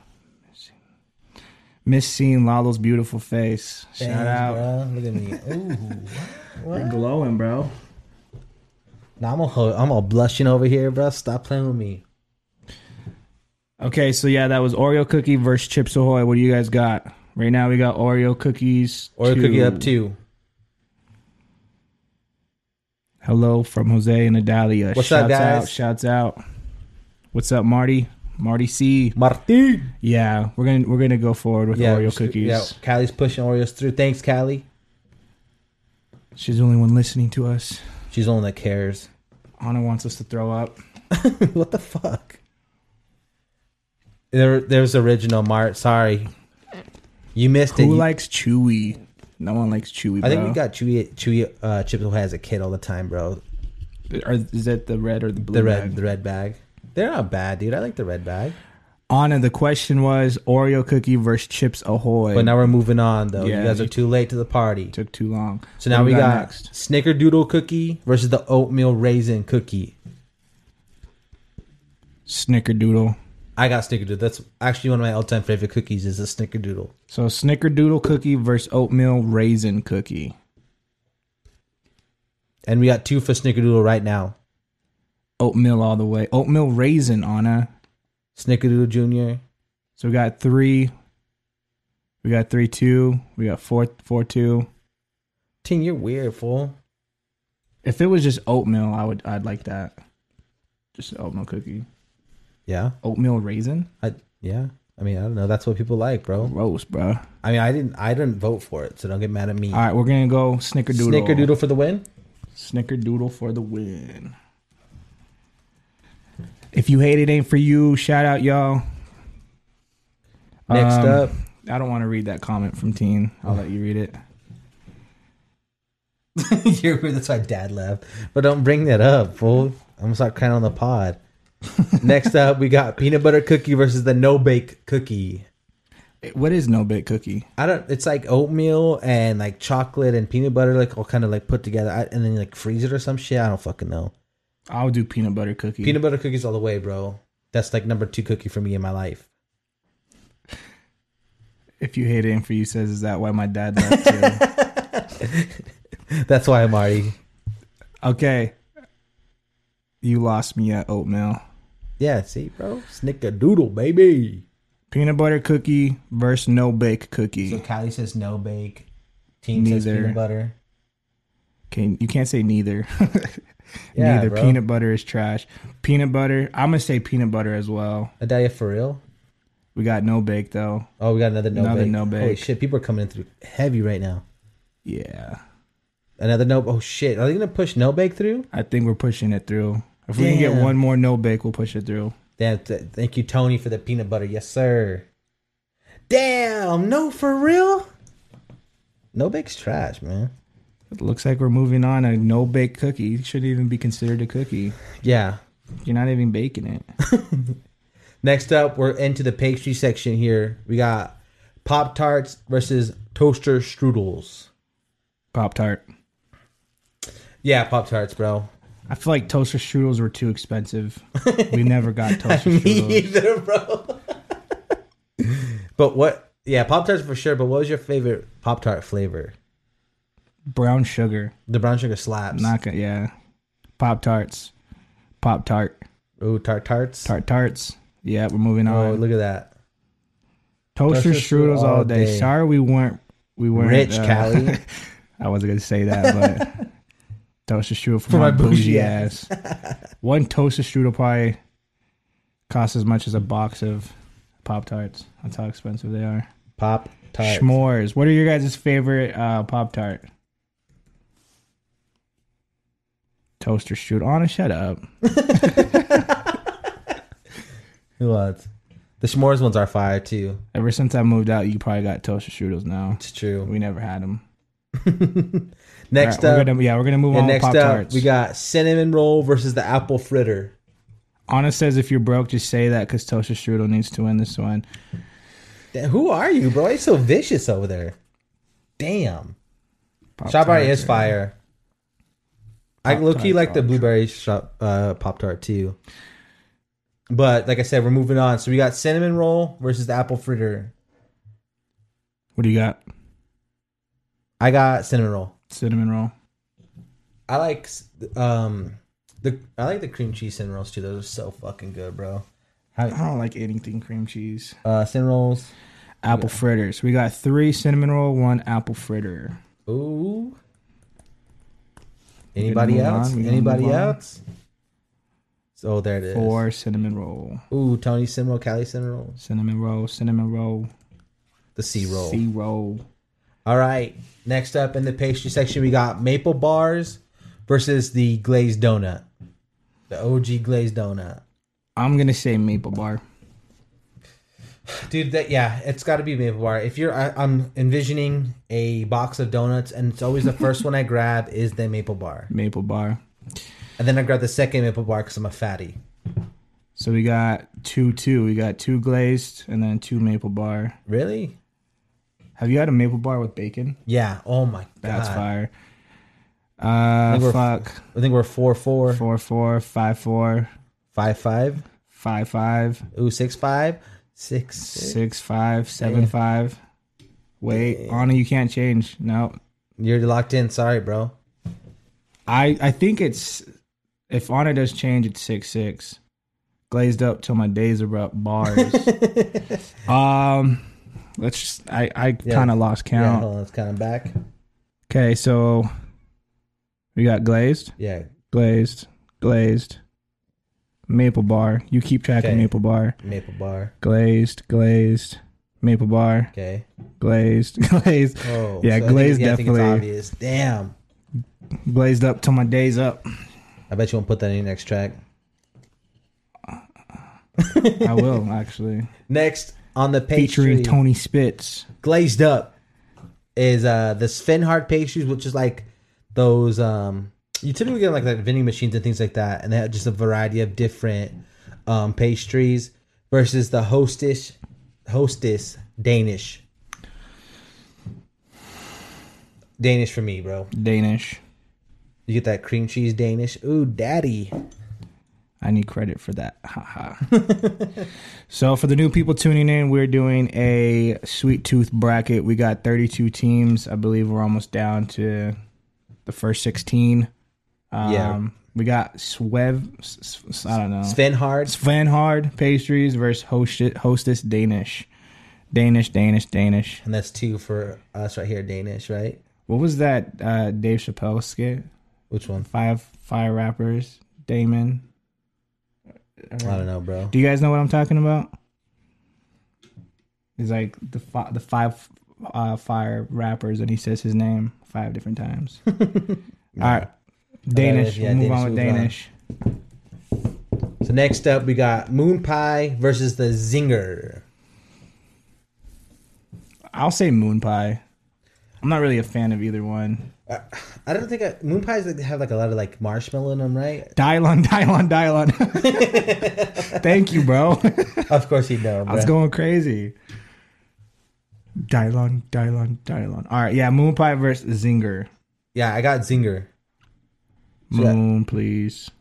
[SPEAKER 1] Miss seeing Lalo's beautiful face. Shout
[SPEAKER 2] Thanks,
[SPEAKER 1] out.
[SPEAKER 2] bro. Look at me. Ooh.
[SPEAKER 1] You're glowing, bro.
[SPEAKER 2] now I'm all, ho- I'm all blushing over here, bro. Stop playing with me.
[SPEAKER 1] Okay, so yeah, that was Oreo cookie versus Chips Ahoy. What do you guys got? Right now we got Oreo cookies.
[SPEAKER 2] Oreo
[SPEAKER 1] two.
[SPEAKER 2] cookie up two.
[SPEAKER 1] Hello from Jose and Adalia.
[SPEAKER 2] What's up, guys?
[SPEAKER 1] Out, shouts out. What's up, Marty? Marty C.
[SPEAKER 2] Martin.
[SPEAKER 1] Yeah, we're gonna we're gonna go forward with
[SPEAKER 2] Yeah,
[SPEAKER 1] Oreo
[SPEAKER 2] just-
[SPEAKER 1] cookies.
[SPEAKER 2] Yeah, Callie's pushing Oreos through. Thanks, Callie.
[SPEAKER 1] She's the only one listening to us.
[SPEAKER 2] She's the one that cares.
[SPEAKER 1] Anna wants us to throw up.
[SPEAKER 2] what the fuck? There, there's original Mart. Sorry, you missed it.
[SPEAKER 1] Who
[SPEAKER 2] You-
[SPEAKER 1] likes Chewy? No one likes Chewy.
[SPEAKER 2] I
[SPEAKER 1] Bro.
[SPEAKER 2] think we got Chewy Chewy uh, Chips Ahoy as a kid all the time, bro.
[SPEAKER 1] Are, is that the red or the blue?
[SPEAKER 2] The red,
[SPEAKER 1] bag?
[SPEAKER 2] the red bag. They're not bad, dude. I like the red bag.
[SPEAKER 1] Anna, the question was Oreo cookie versus Chips Ahoy.
[SPEAKER 2] But now we're moving on, though.
[SPEAKER 1] Yeah,
[SPEAKER 2] you guys are
[SPEAKER 1] you-
[SPEAKER 2] too late to the party.
[SPEAKER 1] took too long.
[SPEAKER 2] So now
[SPEAKER 1] What
[SPEAKER 2] we
[SPEAKER 1] do
[SPEAKER 2] got Snickerdoodle cookie versus the oatmeal raisin cookie.
[SPEAKER 1] Snickerdoodle.
[SPEAKER 2] I got Snickerdoodle. That's actually one of my all-time favorite cookies. Is a Snickerdoodle.
[SPEAKER 1] So snickerdoodle cookie versus oatmeal raisin cookie.
[SPEAKER 2] And we got two for Snickerdoodle right now.
[SPEAKER 1] Oatmeal all the way. Oatmeal raisin, Anna.
[SPEAKER 2] Snickerdoodle Junior.
[SPEAKER 1] So we got three. We got three two. We got four four two.
[SPEAKER 2] Ting, you're weird, fool.
[SPEAKER 1] If it was just oatmeal, I would I'd like that. Just oatmeal cookie.
[SPEAKER 2] Yeah,
[SPEAKER 1] Oatmeal raisin?
[SPEAKER 2] I yeah. I mean, I don't know. That's what people like, bro.
[SPEAKER 1] Gross, bruh.
[SPEAKER 2] I mean, I didn't. I didn't vote for it, so don't get mad at me.
[SPEAKER 1] Alright, we're gonna go snickerdoodle.
[SPEAKER 2] Snickerdoodle for the win.
[SPEAKER 1] Snickerdoodle for the win. If you hate it ain't for you, shout out y'all.
[SPEAKER 2] Next
[SPEAKER 1] Um,
[SPEAKER 2] up,
[SPEAKER 1] I don't want to read that comment from Teen. I'll let you read it.
[SPEAKER 2] you're weird. That's why Dad left. But don't bring that up, fool. I'm gonna start crying on the pod. Next up, we got peanut butter cookie versus the no bake cookie.
[SPEAKER 1] What is no bake cookie?
[SPEAKER 2] I don't. It's like oatmeal and like chocolate and peanut butter, like all kind of like put together, I, and then you like freeze it or some shit. I don't fucking know.
[SPEAKER 1] I'll do peanut butter cookie.
[SPEAKER 2] Peanut butter cookies all the way, bro. That's like number two cookie for me in my life.
[SPEAKER 1] if you hate it, and for you says, is that why my dad left too?
[SPEAKER 2] That's why I'm already.
[SPEAKER 1] okay. You lost me at oatmeal.
[SPEAKER 2] Yeah, see, bro. Snickerdoodle, baby.
[SPEAKER 1] Peanut butter cookie versus no bake
[SPEAKER 2] So
[SPEAKER 1] cookie.
[SPEAKER 2] Kylie says no bake. Team says
[SPEAKER 1] Neither.
[SPEAKER 2] peanut butter.
[SPEAKER 1] Okay, you can't say neither.
[SPEAKER 2] Yeah,
[SPEAKER 1] Neither
[SPEAKER 2] bro.
[SPEAKER 1] peanut butter is trash. Peanut butter. I'm gonna say peanut butter as well.
[SPEAKER 2] Adalia for real.
[SPEAKER 1] We got no bake though.
[SPEAKER 2] Oh, we got another no
[SPEAKER 1] Another
[SPEAKER 2] bake.
[SPEAKER 1] no
[SPEAKER 2] Holy
[SPEAKER 1] bake.
[SPEAKER 2] shit, people are coming in through heavy right now.
[SPEAKER 1] Yeah,
[SPEAKER 2] Another no. Oh shit, are they gonna push no bake through?
[SPEAKER 1] I think we're pushing it through. If we can
[SPEAKER 2] Damn.
[SPEAKER 1] get one more no bake, we'll push it through.
[SPEAKER 2] Damn, th- thank you, Tony, for the peanut butter. Yes, sir. Damn, no for real. No bake's trash, man.
[SPEAKER 1] It looks like we're moving on a no bake cookie. It shouldn't even be considered a cookie.
[SPEAKER 2] Yeah.
[SPEAKER 1] You're not even baking it.
[SPEAKER 2] Next up, we're into the pastry section here. We got Pop Tarts versus toaster strudels.
[SPEAKER 1] Pop tart.
[SPEAKER 2] Yeah, Pop Tarts, bro.
[SPEAKER 1] I feel like toaster strudels were too expensive. we never got toaster
[SPEAKER 2] Me
[SPEAKER 1] strudels.
[SPEAKER 2] either, bro. but what? Yeah, Pop Tarts for sure. But what was your favorite Pop Tart flavor?
[SPEAKER 1] Brown sugar.
[SPEAKER 2] The brown sugar slaps.
[SPEAKER 1] Not gonna. Yeah. Pop tarts. Pop tart.
[SPEAKER 2] Ooh, tart tarts.
[SPEAKER 1] Tart tarts. Yeah, we're moving
[SPEAKER 2] Oh,
[SPEAKER 1] on.
[SPEAKER 2] look at that.
[SPEAKER 1] Toaster
[SPEAKER 2] Toaster strudel
[SPEAKER 1] strudels all
[SPEAKER 2] all
[SPEAKER 1] day.
[SPEAKER 2] day.
[SPEAKER 1] Sorry we weren't we weren't uh,
[SPEAKER 2] Rich Cali.
[SPEAKER 1] I wasn't gonna say that, but toaster strudel for,
[SPEAKER 2] For
[SPEAKER 1] my,
[SPEAKER 2] my
[SPEAKER 1] bougie,
[SPEAKER 2] bougie
[SPEAKER 1] ass. One toaster strudel probably costs as much as a box of pop tarts. That's how expensive they are.
[SPEAKER 2] Pop Tarts.
[SPEAKER 1] S'mores. What are your guys' favorite uh, pop tart? Toaster strudel. Anna, shut up.
[SPEAKER 2] What? The s'mores ones are fire too.
[SPEAKER 1] Ever since I moved out, you probably got toaster strudels now.
[SPEAKER 2] It's true.
[SPEAKER 1] We never had them.
[SPEAKER 2] Next
[SPEAKER 1] All right,
[SPEAKER 2] up,
[SPEAKER 1] we're gonna, yeah, we're gonna move
[SPEAKER 2] and
[SPEAKER 1] on.
[SPEAKER 2] next
[SPEAKER 1] pop
[SPEAKER 2] up,
[SPEAKER 1] tarts.
[SPEAKER 2] we got cinnamon roll versus the apple fritter.
[SPEAKER 1] Anna says if you're broke, just say that because Toaster Strudel needs to win this one.
[SPEAKER 2] Damn, Who are you, bro? You're so vicious over there. Damn. Strawberry is fire. I low key
[SPEAKER 1] Tart,
[SPEAKER 2] like the
[SPEAKER 1] Pop-Tart.
[SPEAKER 2] blueberry shop uh, pop tart too. But like I said, we're moving on. So we got cinnamon roll versus the apple fritter.
[SPEAKER 1] What do you got?
[SPEAKER 2] I got cinnamon roll.
[SPEAKER 1] Cinnamon roll.
[SPEAKER 2] I like um the I like the cream cheese cinnamon rolls too. Those are so fucking good, bro.
[SPEAKER 1] I don't like anything cream cheese.
[SPEAKER 2] Uh, cinnamon rolls.
[SPEAKER 1] Apple fritters. We got three cinnamon roll, one apple fritter.
[SPEAKER 2] Ooh.
[SPEAKER 1] gonna
[SPEAKER 2] Anybody
[SPEAKER 1] move
[SPEAKER 2] else?
[SPEAKER 1] on, we gonna
[SPEAKER 2] Anybody
[SPEAKER 1] move on.
[SPEAKER 2] else? So there it is.
[SPEAKER 1] Four cinnamon roll.
[SPEAKER 2] Ooh, Tony cinnamon roll, Cali cinnamon roll,
[SPEAKER 1] Cinnamon roll, cinnamon roll,
[SPEAKER 2] the C roll.
[SPEAKER 1] C roll.
[SPEAKER 2] All right. Next up in the pastry section, we got maple bars versus the glazed donut. The OG glazed donut.
[SPEAKER 1] I'm gonna say maple bar.
[SPEAKER 2] Dude, that yeah, it's got to be maple bar. If you're, I, I'm envisioning a box of donuts, and it's always the first one I grab is the maple bar,
[SPEAKER 1] Maple bar.
[SPEAKER 2] and then I grab the second maple bar because I'm a fatty.
[SPEAKER 1] So we got two two. We got two glazed and then two maple bar.
[SPEAKER 2] Really?
[SPEAKER 1] Have you had a maple bar with bacon?
[SPEAKER 2] Yeah. Oh my god.
[SPEAKER 1] That's fire.
[SPEAKER 2] I think
[SPEAKER 1] Uh,
[SPEAKER 2] we're-
[SPEAKER 1] fuck.
[SPEAKER 2] I think we're four four
[SPEAKER 1] Four four five four.
[SPEAKER 2] five five.
[SPEAKER 1] five five
[SPEAKER 2] Ooh, six five six. six.
[SPEAKER 1] six five seven five. Wait, Anna, you can't change. No,
[SPEAKER 2] You're locked in. Sorry, bro.
[SPEAKER 1] I I think it's if Anna does change, it's six six. Glazed up till my days are up. Bars. um, let's just I I
[SPEAKER 2] Yeah.
[SPEAKER 1] kind of lost
[SPEAKER 2] Yeah,
[SPEAKER 1] count.
[SPEAKER 2] hold on. It's kind of back.
[SPEAKER 1] Okay, so we got glazed,
[SPEAKER 2] Yeah,
[SPEAKER 1] glazed, glazed. Maple bar. You keep track of
[SPEAKER 2] Okay.
[SPEAKER 1] maple bar.
[SPEAKER 2] maple bar.
[SPEAKER 1] Glazed, glazed, maple bar,
[SPEAKER 2] Okay.
[SPEAKER 1] glazed, glazed.
[SPEAKER 2] Oh,
[SPEAKER 1] Yeah,
[SPEAKER 2] I think-
[SPEAKER 1] glazed
[SPEAKER 2] I think it's
[SPEAKER 1] definitely-
[SPEAKER 2] obvious. Damn.
[SPEAKER 1] Glazed up till my days up.
[SPEAKER 2] I bet you won't put that in your next track.
[SPEAKER 1] I will actually.
[SPEAKER 2] Next on the pastry,
[SPEAKER 1] Featuring Tony Spitz.
[SPEAKER 2] glazed up is uh the Svenhard pastries, which is like those um you typically get like that vending machines and things like that, and they have just a variety of different um pastries versus the hostess hostess Danish. Danish for me, bro.
[SPEAKER 1] Danish.
[SPEAKER 2] You get that cream cheese Danish. Ooh, daddy.
[SPEAKER 1] Um, I need credit for that. Haha. so for the new people tuning in, we're doing a sweet tooth bracket. We got 32 teams. I believe we're almost down to the first 16. Um,
[SPEAKER 2] Yeah.
[SPEAKER 1] We got Swev. S- s- I don't know.
[SPEAKER 2] Svenhard.
[SPEAKER 1] Svenhard pastries versus hostess, hostess Danish. Danish, Danish, Danish.
[SPEAKER 2] And that's two for us right here, Danish, right?
[SPEAKER 1] What was that uh, Dave Chappelle skit?
[SPEAKER 2] Which one?
[SPEAKER 1] Five Fire Rappers, Damon.
[SPEAKER 2] I don't know, bro.
[SPEAKER 1] Do you guys know what I'm talking about? It's like the fi- the five uh, fire rappers, and he says his name five different times. All right, Danish.
[SPEAKER 2] yeah,
[SPEAKER 1] we'll move
[SPEAKER 2] Danish uh,
[SPEAKER 1] on with
[SPEAKER 2] moves on.
[SPEAKER 1] Danish.
[SPEAKER 2] So next up, we got Moon Pie versus the Zinger.
[SPEAKER 1] I'll say Moon Pie. I'm not really a fan of either one.
[SPEAKER 2] Uh, I don't think I, Moon Pies like, have like a lot of like marshmallow in them, right?
[SPEAKER 1] Dylon, Dylon, Dylon. Thank you, bro.
[SPEAKER 2] of course you know.
[SPEAKER 1] I was
[SPEAKER 2] bruh.
[SPEAKER 1] going crazy. Dylon, Dylon, Dylon. All right, yeah, Moon Pie versus Zinger.
[SPEAKER 2] Yeah, I got Zinger. So that-
[SPEAKER 1] Moon, please.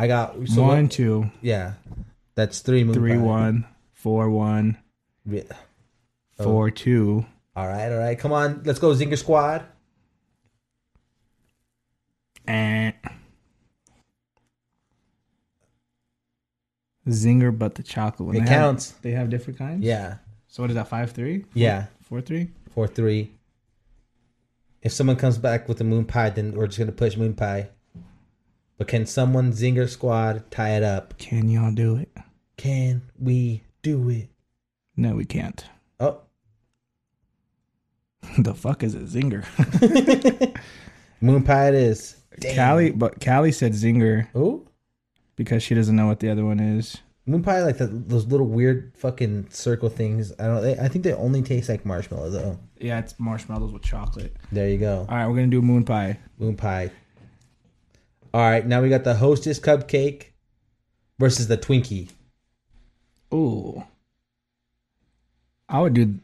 [SPEAKER 2] I got so
[SPEAKER 1] One,
[SPEAKER 2] what-
[SPEAKER 1] two,
[SPEAKER 2] yeah, that's three. Moon
[SPEAKER 1] three,
[SPEAKER 2] Pie.
[SPEAKER 1] one, four, one,
[SPEAKER 2] Yeah. Oh.
[SPEAKER 1] four, two.
[SPEAKER 2] All right, all right. Come on, let's go Zinger Squad.
[SPEAKER 1] Eh. Zinger, but the chocolate one.
[SPEAKER 2] It
[SPEAKER 1] They have-
[SPEAKER 2] counts.
[SPEAKER 1] they have different kinds.
[SPEAKER 2] Yeah,
[SPEAKER 1] So what is that? Five three?
[SPEAKER 2] yeah.
[SPEAKER 1] Four three?
[SPEAKER 2] Four three. If someone comes back with the Moon Pie, then we're just gonna push Moon Pie. But can someone Zinger Squad tie it up?
[SPEAKER 1] Can y'all do it?
[SPEAKER 2] Can we do it?
[SPEAKER 1] No, we can't.
[SPEAKER 2] Oh,
[SPEAKER 1] the fuck is a zinger?
[SPEAKER 2] Moon Pie it is.
[SPEAKER 1] Callie, but Callie said zinger
[SPEAKER 2] Oh,
[SPEAKER 1] because she doesn't know what the other one is.
[SPEAKER 2] Moon Pie like the, those little weird fucking circle things. I don't. They, I think they only taste like marshmallow though.
[SPEAKER 1] Yeah, it's marshmallows with chocolate.
[SPEAKER 2] There you go.
[SPEAKER 1] All right, we're gonna do moon pie.
[SPEAKER 2] Moon pie. All right, now we got the Hostess cupcake versus the Twinkie.
[SPEAKER 1] Ooh, I would do,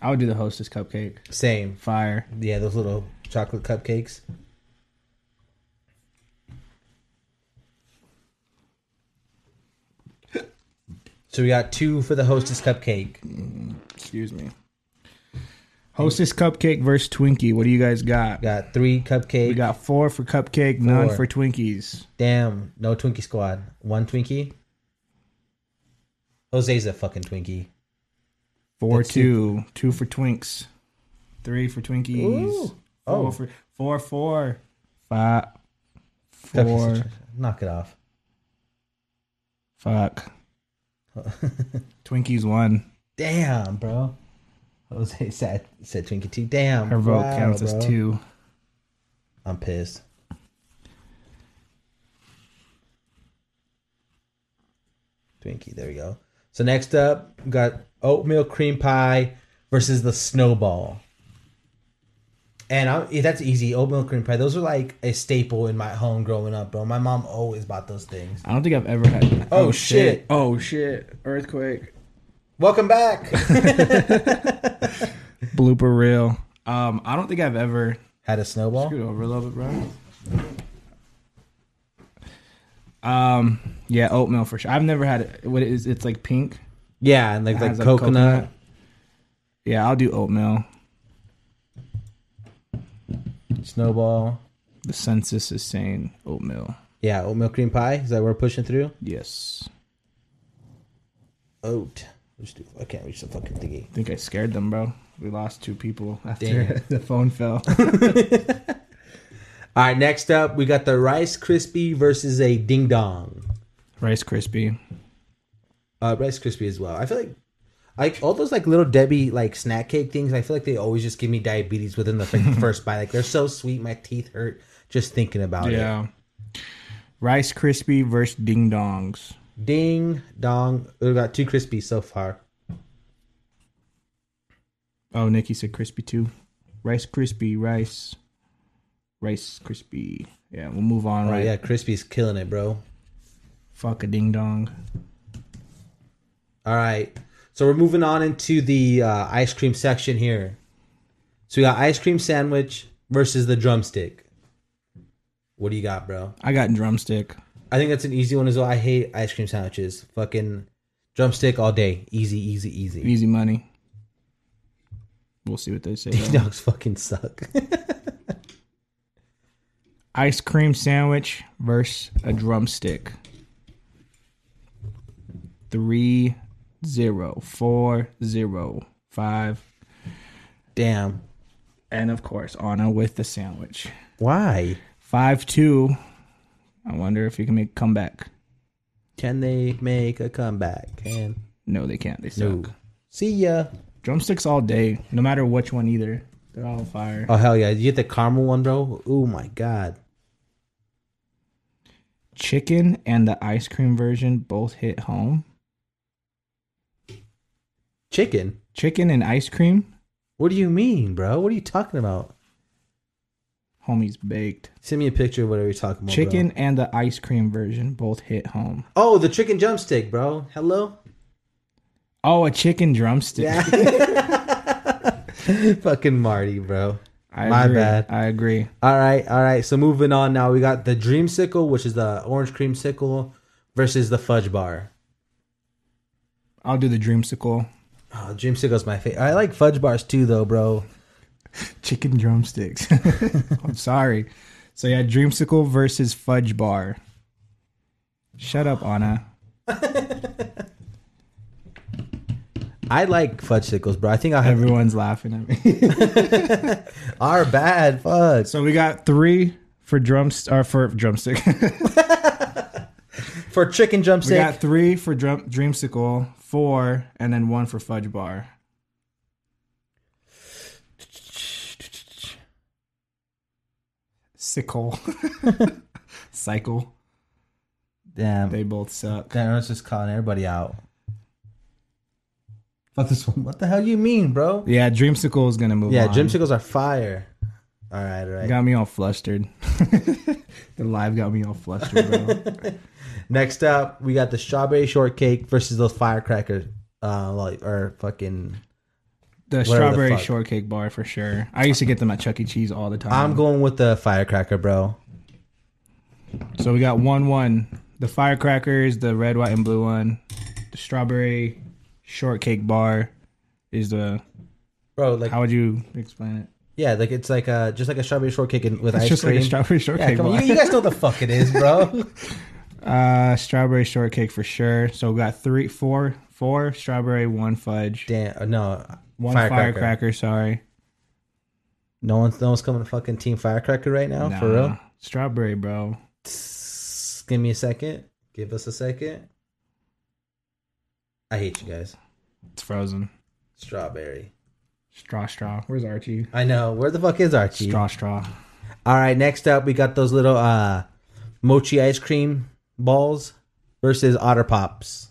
[SPEAKER 1] I would do the hostess cupcake.
[SPEAKER 2] Same.
[SPEAKER 1] Fire.
[SPEAKER 2] Yeah, those little chocolate cupcakes. So we got two for the Hostess cupcake.
[SPEAKER 1] Excuse me. Hostess cupcake versus Twinkie. What do you guys got?
[SPEAKER 2] We got three cupcakes.
[SPEAKER 1] We got four for cupcake, none
[SPEAKER 2] Four.
[SPEAKER 1] for Twinkies.
[SPEAKER 2] Damn, no Twinkie squad. One Twinkie. Jose's a fucking Twinkie.
[SPEAKER 1] Four
[SPEAKER 2] That's
[SPEAKER 1] two, two for Twinks, three for Twinkies.
[SPEAKER 2] Ooh.
[SPEAKER 1] Four
[SPEAKER 2] Oh.
[SPEAKER 1] for four four five
[SPEAKER 2] Cupcakes
[SPEAKER 1] four.
[SPEAKER 2] are- Knock it off.
[SPEAKER 1] Fuck. Twinkies won.
[SPEAKER 2] Damn, bro. Jose said said Twinkie too. Damn.
[SPEAKER 1] Her vote
[SPEAKER 2] wow,
[SPEAKER 1] counts
[SPEAKER 2] bro.
[SPEAKER 1] as two.
[SPEAKER 2] I'm pissed. Twinkie, there we go. So next up, we got oatmeal cream pie versus the snowball. And I, yeah, that's easy. Oatmeal cream pie. Those are like a staple in my home growing up, bro. My mom always bought those things.
[SPEAKER 1] I don't think I've ever had.
[SPEAKER 2] Oh, shit.
[SPEAKER 1] Oh shit! Earthquake.
[SPEAKER 2] Welcome back.
[SPEAKER 1] Blooper reel. Um, I don't think I've ever
[SPEAKER 2] Had a snowball.
[SPEAKER 1] Scoot over a little bit, bro. Um, yeah, oatmeal for sure. I've never had it. What it is it's like pink?
[SPEAKER 2] Yeah, and like
[SPEAKER 1] It
[SPEAKER 2] like
[SPEAKER 1] has, like,
[SPEAKER 2] coconut.
[SPEAKER 1] coconut. Yeah, I'll do oatmeal.
[SPEAKER 2] snowball.
[SPEAKER 1] The census is saying oatmeal.
[SPEAKER 2] Yeah, oatmeal cream pie. Is that what we're pushing through?
[SPEAKER 1] Yes,
[SPEAKER 2] Oat. Let's do- I can't reach the fucking thingy.
[SPEAKER 1] I think I scared them, bro. We lost two people after
[SPEAKER 2] Damn.
[SPEAKER 1] the phone fell.
[SPEAKER 2] All right, next up, we got the Rice Krispie versus a Ding Dong.
[SPEAKER 1] Rice crispy.
[SPEAKER 2] Uh, Rice Krispie as well. I feel like, like all those like little Debbie like snack cake things. I feel like they always just give me diabetes within the freaking first bite. Like they're so sweet, my teeth hurt just thinking about it.
[SPEAKER 1] Oh, Yeah. Rice crispy versus ding dongs.
[SPEAKER 2] Ding Dong. We got two Krispies so far.
[SPEAKER 1] Oh, Nikki said crispy too. Rice crispy, rice, rice crispy. Yeah, we'll move on.
[SPEAKER 2] Oh
[SPEAKER 1] right.
[SPEAKER 2] yeah, Krispie's killing it, bro.
[SPEAKER 1] Fuck a ding dong.
[SPEAKER 2] All right. So we're moving on into the uh, ice cream section here. So we got ice cream sandwich versus the drumstick. What do you got, bro?
[SPEAKER 1] I got drumstick.
[SPEAKER 2] I think that's an easy one as well. I hate ice cream sandwiches. Fucking drumstick all day. Easy, easy, easy.
[SPEAKER 1] Easy money. We'll see what they say.
[SPEAKER 2] These
[SPEAKER 1] though.
[SPEAKER 2] dogs fucking suck.
[SPEAKER 1] Ice cream sandwich versus a drumstick. Three, zero, four, zero, five.
[SPEAKER 2] Damn.
[SPEAKER 1] And of course, Anna with the sandwich.
[SPEAKER 2] Why?
[SPEAKER 1] Five two. I wonder if he can make a comeback.
[SPEAKER 2] Can they make a comeback? Can
[SPEAKER 1] No, they can't. They suck.
[SPEAKER 2] no. See ya.
[SPEAKER 1] Drumsticks all day, no matter which one either. They're all fire.
[SPEAKER 2] Oh hell yeah! Did you get the caramel one, bro? Oh my god.
[SPEAKER 1] Chicken and the ice cream version both hit home.
[SPEAKER 2] Chicken.
[SPEAKER 1] Chicken and ice cream,
[SPEAKER 2] What do you mean, bro? What are you talking about?
[SPEAKER 1] homies baked.
[SPEAKER 2] Send me a picture of whatever you're talking about. bro.
[SPEAKER 1] Chicken and the ice cream version both hit home.
[SPEAKER 2] Oh, the chicken drumstick, bro. Hello.
[SPEAKER 1] Oh, a chicken drumstick.
[SPEAKER 2] Yeah. Fucking Marty, bro.
[SPEAKER 1] I
[SPEAKER 2] My
[SPEAKER 1] agree.
[SPEAKER 2] bad.
[SPEAKER 1] I agree.
[SPEAKER 2] All right, all right. So moving on now, we got the dream sickle, which is the orange cream sickle, versus the fudge bar.
[SPEAKER 1] I'll do the dreamsicle.
[SPEAKER 2] Oh, dream sickle's my favorite. I like fudge bars too, though, bro.
[SPEAKER 1] Chicken drumsticks. I'm sorry. So yeah, dreamsicle versus fudge bar. Shut up, Anna.
[SPEAKER 2] I like fudge sickles, bro. I think I have
[SPEAKER 1] Everyone's laughing at me.
[SPEAKER 2] our bad fudge.
[SPEAKER 1] So we got three for drums or for drumstick.
[SPEAKER 2] for chicken
[SPEAKER 1] we
[SPEAKER 2] drumstick.
[SPEAKER 1] got three for drum dreamsicle, four, and then one for fudge bar. Sickle. Cycle.
[SPEAKER 2] Damn,
[SPEAKER 1] They both suck.
[SPEAKER 2] damn, I was just calling everybody out. Fuck this one. What the hell you mean, bro?
[SPEAKER 1] Yeah, dreamsicle is gonna move.
[SPEAKER 2] Yeah,
[SPEAKER 1] on.
[SPEAKER 2] dream sickles are fire. All right, all right.
[SPEAKER 1] Got me all flustered. the live got me all flustered, bro.
[SPEAKER 2] Next up, we got the strawberry shortcake versus the firecracker, uh, like or fucking.
[SPEAKER 1] The
[SPEAKER 2] the
[SPEAKER 1] strawberry
[SPEAKER 2] fuck.
[SPEAKER 1] shortcake bar for sure. I used to get them at Chuck E. Cheese all the time.
[SPEAKER 2] I'm going with the firecracker, bro.
[SPEAKER 1] so we got one one. The firecrackers, the red, white, and blue one. The strawberry shortcake bar is the
[SPEAKER 2] Bro, like
[SPEAKER 1] how would you explain it?
[SPEAKER 2] yeah, like it's like uh just like a strawberry shortcake and, with
[SPEAKER 1] It's
[SPEAKER 2] ice
[SPEAKER 1] just
[SPEAKER 2] cream.
[SPEAKER 1] like a strawberry
[SPEAKER 2] yeah,
[SPEAKER 1] shortcake
[SPEAKER 2] come
[SPEAKER 1] bar.
[SPEAKER 2] on. You, you guys know what the fuck it is, bro.
[SPEAKER 1] Uh strawberry shortcake for sure. So we got three four four strawberry, one fudge,
[SPEAKER 2] Damn, uh, no,
[SPEAKER 1] one firecracker sorry.
[SPEAKER 2] No one's no one's coming to fucking team firecracker right now Oh, for
[SPEAKER 1] Nah.
[SPEAKER 2] real.
[SPEAKER 1] Strawberry, bro.
[SPEAKER 2] Tss, Give me a second. Give us a second. I hate you guys.
[SPEAKER 1] It's frozen.
[SPEAKER 2] Strawberry.
[SPEAKER 1] Straw straw. Where's Archie?
[SPEAKER 2] I know. Where the fuck is Archie?
[SPEAKER 1] Straw straw.
[SPEAKER 2] All right, next up we got those little uh mochi ice cream balls versus otter pops.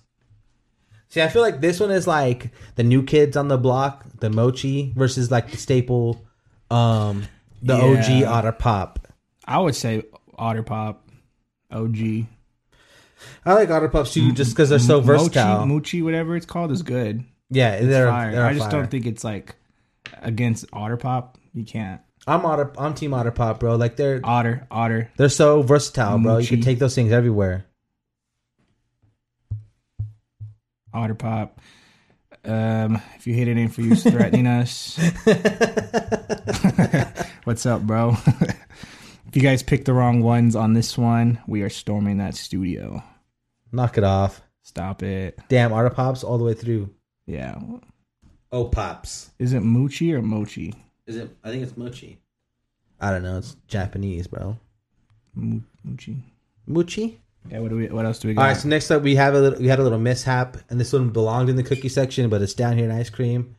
[SPEAKER 2] See, I feel like this one is like the new kids on the block, the mochi versus like the staple um the OG
[SPEAKER 1] Yeah.
[SPEAKER 2] otter pop.
[SPEAKER 1] I would say Otter Pop. OG.
[SPEAKER 2] I like otter pops too just cuz they're so versatile.
[SPEAKER 1] Mochi, Mochi, whatever it's called, is good.
[SPEAKER 2] yeah, they're,
[SPEAKER 1] Fire.
[SPEAKER 2] they're
[SPEAKER 1] I just
[SPEAKER 2] fire.
[SPEAKER 1] don't think it's like against Otter Pop. You can't.
[SPEAKER 2] I'm otter I'm team otter pop, bro. Like they're
[SPEAKER 1] Otter, Otter.
[SPEAKER 2] they're so versatile, bro. You
[SPEAKER 1] Mochi.
[SPEAKER 2] can take those things everywhere.
[SPEAKER 1] Otter Pop. Um, if you hit it in for you threatening us, what's up, bro? if you guys pick the wrong ones on this one, we are storming that studio.
[SPEAKER 2] Knock it off.
[SPEAKER 1] Stop it.
[SPEAKER 2] Damn, otter pops all the way through.
[SPEAKER 1] Yeah.
[SPEAKER 2] Oh, pops.
[SPEAKER 1] Is it Moochie or Mochi?
[SPEAKER 2] Is it? I think it's mochi. I don't know. It's Japanese, bro.
[SPEAKER 1] Mo- Moochie.
[SPEAKER 2] Mochi.
[SPEAKER 1] Yeah. What do we? What else do we
[SPEAKER 2] All
[SPEAKER 1] got?
[SPEAKER 2] right. So next up, we have a little, we had a little mishap, and this one belonged in the cookie section, but it's down here in ice cream.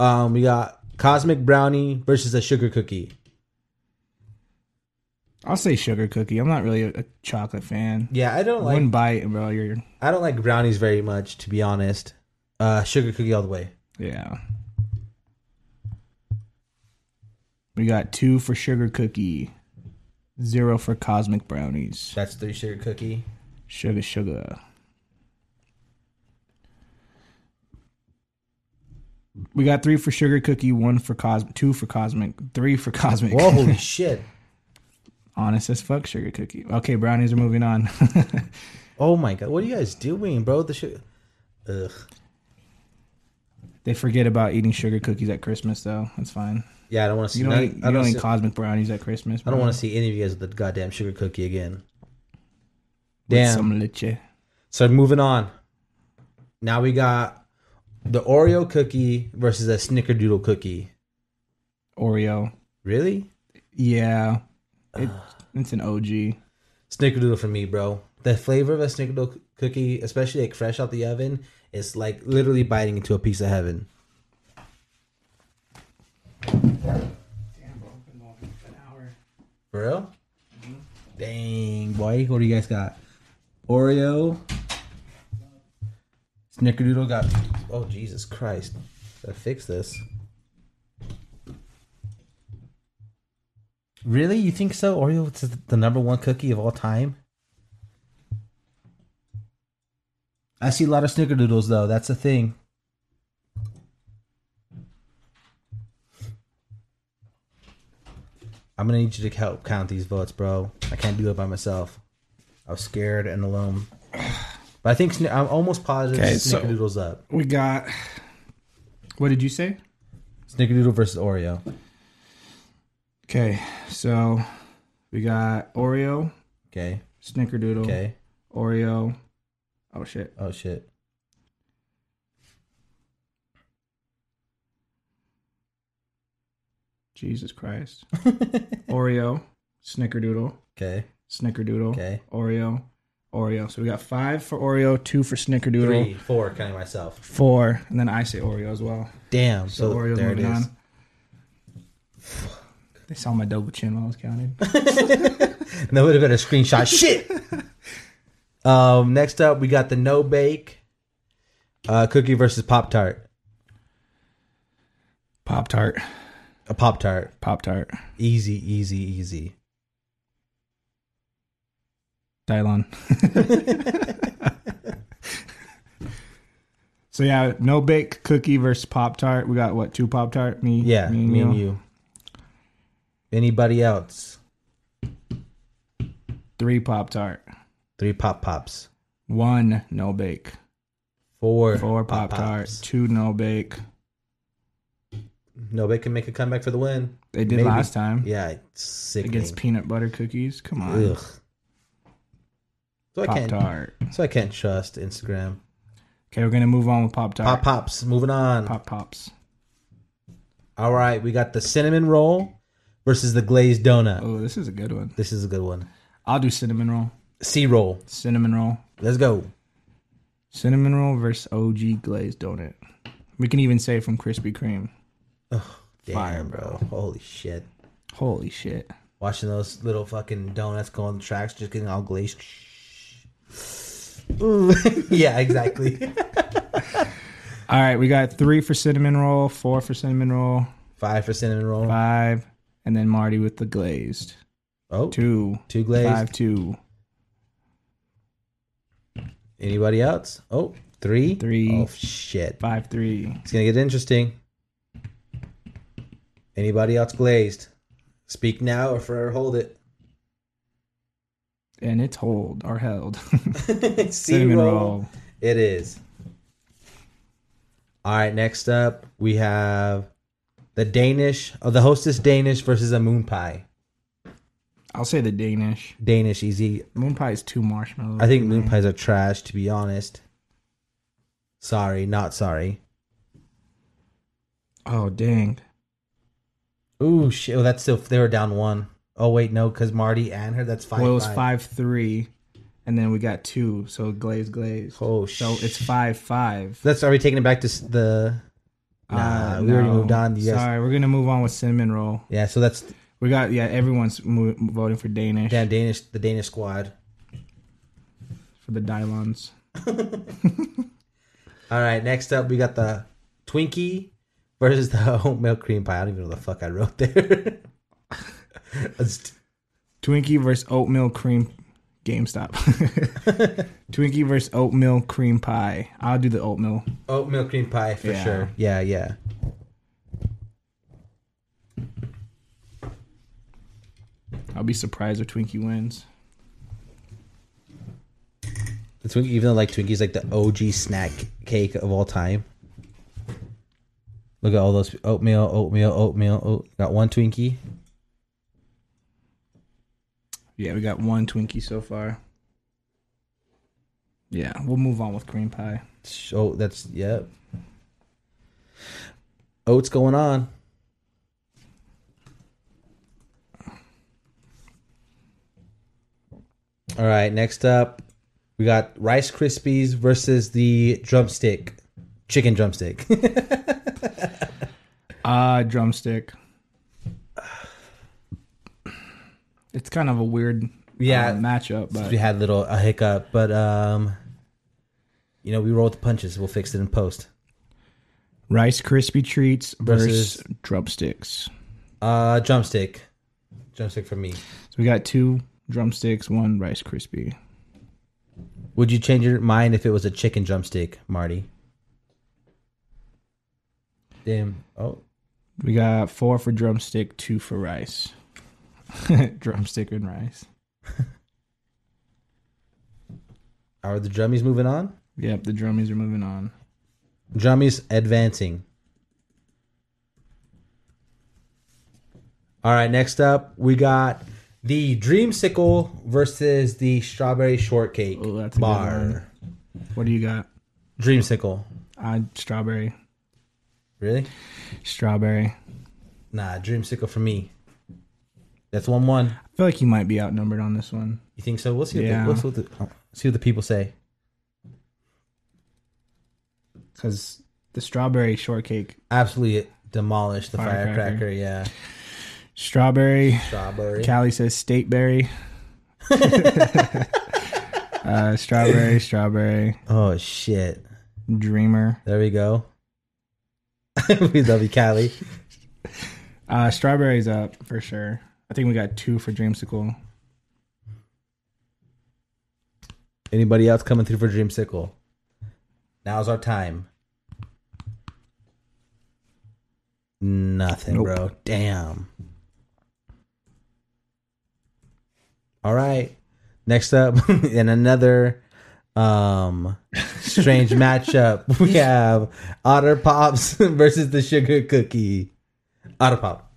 [SPEAKER 2] Um, we got cosmic brownie versus a sugar cookie.
[SPEAKER 1] I'll say sugar cookie. I'm not really a, a chocolate fan.
[SPEAKER 2] Yeah, I don't like
[SPEAKER 1] One bite, bro. You're
[SPEAKER 2] I don't like brownies very much, to be honest. Uh, sugar cookie all the way.
[SPEAKER 1] yeah. We got two for sugar cookie, zero for cosmic brownies.
[SPEAKER 2] That's three sugar cookie.
[SPEAKER 1] Sugar, sugar. We got three for sugar cookie, one for cosmic, two for cosmic, three for cosmic.
[SPEAKER 2] Whoa, holy shit!
[SPEAKER 1] Honest as fuck, sugar cookie. Okay, brownies are moving on.
[SPEAKER 2] Oh my god, what are you guys doing, bro? The sugar. Ugh.
[SPEAKER 1] they forget about eating sugar cookies at Christmas, though. That's fine.
[SPEAKER 2] Yeah, I don't want to see.
[SPEAKER 1] You don't,
[SPEAKER 2] none-
[SPEAKER 1] eat, you
[SPEAKER 2] I
[SPEAKER 1] don't
[SPEAKER 2] don't,
[SPEAKER 1] eat
[SPEAKER 2] see-
[SPEAKER 1] cosmic brownies at Christmas.
[SPEAKER 2] I don't want to see any of you guys with the goddamn sugar cookie again. Damn.
[SPEAKER 1] Some leche.
[SPEAKER 2] So moving on. Now we got the Oreo cookie versus a Snickerdoodle cookie.
[SPEAKER 1] Oreo.
[SPEAKER 2] Really?
[SPEAKER 1] Yeah. It, It's an OG.
[SPEAKER 2] Snickerdoodle for me, bro. The flavor of a snickerdoodle c- cookie, especially like fresh out the oven, is like literally biting into a piece of heaven. For real? Dang, boy. What do you guys got? Oreo. Snickerdoodle got. Oh, Jesus Christ. Gotta fix this. Really? You think so? Oreo is the number one cookie of all time? I see a lot of snickerdoodles, though. That's the thing. I'm gonna need you to help count these votes, bro. I can't do it by myself. I was scared and alone. But I think Sni- I'm almost positive
[SPEAKER 1] Okay, so-
[SPEAKER 2] Snickerdoodle's up.
[SPEAKER 1] We got. What did you say?
[SPEAKER 2] Snickerdoodle versus Oreo.
[SPEAKER 1] Okay, so we got Oreo,
[SPEAKER 2] Okay.
[SPEAKER 1] Snickerdoodle,
[SPEAKER 2] Okay.
[SPEAKER 1] Oreo. Oh shit!
[SPEAKER 2] Oh shit.
[SPEAKER 1] Jesus Christ! Oreo, Snickerdoodle,
[SPEAKER 2] Okay.
[SPEAKER 1] Snickerdoodle,
[SPEAKER 2] Okay.
[SPEAKER 1] Oreo, Oreo. So we got five for Oreo, two for Snickerdoodle,
[SPEAKER 2] Three, four, counting myself.
[SPEAKER 1] four, and then I say Oreo as well.
[SPEAKER 2] Damn.
[SPEAKER 1] So,
[SPEAKER 2] So,
[SPEAKER 1] Oreo's
[SPEAKER 2] there it
[SPEAKER 1] moving
[SPEAKER 2] is.
[SPEAKER 1] on. They saw my double chin while I was counting.
[SPEAKER 2] And that would have been a screenshot. Shit. Um, next up, we got the no bake uh, cookie versus Pop Tart.
[SPEAKER 1] Pop tart,
[SPEAKER 2] A Pop Tart.
[SPEAKER 1] Pop tart,
[SPEAKER 2] Easy, easy, easy.
[SPEAKER 1] Dylon. so yeah, no bake cookie versus Pop tart. We got what two Pop tart? Me,
[SPEAKER 2] Yeah,
[SPEAKER 1] me, and you.
[SPEAKER 2] Anybody else?
[SPEAKER 1] Three Pop tart,
[SPEAKER 2] Three Pop Pops.
[SPEAKER 1] one no bake,
[SPEAKER 2] Four.
[SPEAKER 1] four Pop tart,
[SPEAKER 2] Pops.
[SPEAKER 1] two no bake.
[SPEAKER 2] No bake can make a comeback for the win.
[SPEAKER 1] They did
[SPEAKER 2] Maybe.
[SPEAKER 1] last time
[SPEAKER 2] Yeah, it's sick.
[SPEAKER 1] against peanut butter cookies. Come on,
[SPEAKER 2] Ugh. So I
[SPEAKER 1] Pop
[SPEAKER 2] can't.
[SPEAKER 1] tart.
[SPEAKER 2] So I can't trust Instagram.
[SPEAKER 1] Okay, we're gonna move on with Pop
[SPEAKER 2] Pop
[SPEAKER 1] tart.
[SPEAKER 2] Pops. Moving on.
[SPEAKER 1] Pop pops.
[SPEAKER 2] All right, we got the cinnamon roll versus the glazed donut.
[SPEAKER 1] Oh, this is a good one.
[SPEAKER 2] This is a good one.
[SPEAKER 1] I'll do cinnamon roll.
[SPEAKER 2] C roll.
[SPEAKER 1] Cinnamon roll.
[SPEAKER 2] Let's go.
[SPEAKER 1] Cinnamon roll versus OG glazed donut. We can even say from Krispy Kreme.
[SPEAKER 2] Damn,
[SPEAKER 1] Fire,
[SPEAKER 2] bro. Holy shit.
[SPEAKER 1] Holy shit.
[SPEAKER 2] Watching those little fucking donuts go on the tracks, just getting all glazed. Ooh. yeah, exactly.
[SPEAKER 1] All right, we got three for cinnamon roll, four for cinnamon roll,
[SPEAKER 2] Five for cinnamon roll.
[SPEAKER 1] five, and then Marty with the glazed.
[SPEAKER 2] Oh, two
[SPEAKER 1] Two.
[SPEAKER 2] glazed.
[SPEAKER 1] Five, two.
[SPEAKER 2] Anybody else? Oh, three.
[SPEAKER 1] Three.
[SPEAKER 2] Oh, shit.
[SPEAKER 1] Five, three.
[SPEAKER 2] It's going to get interesting. Anybody else glazed? Speak now or forever hold it.
[SPEAKER 1] And it's hold or held.
[SPEAKER 2] C
[SPEAKER 1] cinnamon roll.
[SPEAKER 2] roll. It is. All right, next up we have the Danish, oh, the hostess Danish versus a moon pie.
[SPEAKER 1] I'll say the Danish.
[SPEAKER 2] Danish easy.
[SPEAKER 1] Moon pie is two marshmallows.
[SPEAKER 2] I think moon pies are trash, to be honest. Sorry, not sorry.
[SPEAKER 1] Oh, dang.
[SPEAKER 2] Ooh, shit. Oh, that's still, they were down one. Oh, wait, no, because Marty and her, that's five.
[SPEAKER 1] Well, it was
[SPEAKER 2] five.
[SPEAKER 1] five, three. And then we got two. So glazed, glazed.
[SPEAKER 2] Oh,
[SPEAKER 1] So it's
[SPEAKER 2] sh-
[SPEAKER 1] five, five.
[SPEAKER 2] That's, are we taking it back to s- the, nah,
[SPEAKER 1] Uh,
[SPEAKER 2] we already
[SPEAKER 1] no.
[SPEAKER 2] moved on. You guys,
[SPEAKER 1] Sorry, we're gonna move on with cinnamon roll.
[SPEAKER 2] yeah, so that's,
[SPEAKER 1] We got yeah, everyone's mo- voting for Danish
[SPEAKER 2] damn, Danish, the Danish squad.
[SPEAKER 1] for the Dylons.
[SPEAKER 2] All right, next up we got the Twinkie versus the oatmeal cream pie. I don't even know the fuck I wrote there. It's-
[SPEAKER 1] Twinkie versus oatmeal cream. GameStop. Twinkie versus oatmeal cream pie. I'll do the oatmeal.
[SPEAKER 2] oatmeal cream pie for
[SPEAKER 1] Yeah.
[SPEAKER 2] sure. Yeah, yeah.
[SPEAKER 1] I'll be surprised if Twinkie wins.
[SPEAKER 2] The Twinkie, even though like Twinkie's like the OG snack cake of all time. Look at all those oatmeal, oatmeal, oatmeal. Oat. Got one Twinkie.
[SPEAKER 1] Yeah, we got one Twinkie so far. Yeah, we'll move on with cream pie.
[SPEAKER 2] Oh, that's yep. Oats going on. All right, next up, we got Rice Krispies versus the drumstick, chicken drumstick.
[SPEAKER 1] Ah, drumstick. It's kind of a weird
[SPEAKER 2] Yeah.
[SPEAKER 1] uh, matchup,
[SPEAKER 2] we
[SPEAKER 1] but
[SPEAKER 2] had a little a hiccup, but um, you know, we rolled the punches. We'll fix it in post.
[SPEAKER 1] Rice Krispie treats versus,
[SPEAKER 2] Versus-
[SPEAKER 1] drumsticks.
[SPEAKER 2] Uh, drumstick, drumstick for me.
[SPEAKER 1] So we got two drumsticks, one Rice Krispie.
[SPEAKER 2] Would you change your mind if it was a chicken drumstick, Marty? Damn. Oh,
[SPEAKER 1] We got four for drumstick, two for rice. drumstick and rice.
[SPEAKER 2] are the drummies moving on?
[SPEAKER 1] Yep, the drummies are moving on.
[SPEAKER 2] Drummies advancing. All right, next up we got the Dreamsicle versus the Strawberry Shortcake
[SPEAKER 1] Oh, that's a good
[SPEAKER 2] bar.
[SPEAKER 1] What do you got?
[SPEAKER 2] Dreamsicle.
[SPEAKER 1] Uh, strawberry.
[SPEAKER 2] Really?
[SPEAKER 1] Strawberry.
[SPEAKER 2] Nah, Dreamsicle for me. That's one one.
[SPEAKER 1] I feel like you might be outnumbered on this one.
[SPEAKER 2] You think so? We'll see. What
[SPEAKER 1] Yeah.
[SPEAKER 2] the, we'll see, what the, see what the people say.
[SPEAKER 1] because the strawberry shortcake,
[SPEAKER 2] Absolutely demolish the
[SPEAKER 1] Firecracker.
[SPEAKER 2] firecracker. Yeah,
[SPEAKER 1] strawberry.
[SPEAKER 2] strawberry.
[SPEAKER 1] Callie says stateberry. uh, strawberry, strawberry,
[SPEAKER 2] oh shit!
[SPEAKER 1] dreamer.
[SPEAKER 2] There we go. we love you, Callie.
[SPEAKER 1] Uh, strawberry's up for sure. I think we got two for dreamsicle.
[SPEAKER 2] Anybody else coming through for Dreamsicle? Now's our time. Nothing,
[SPEAKER 1] Nope.
[SPEAKER 2] bro. Damn. All right. Next up, in another um strange matchup, we have Otter Pops versus the Sugar Cookie. Otter Pop.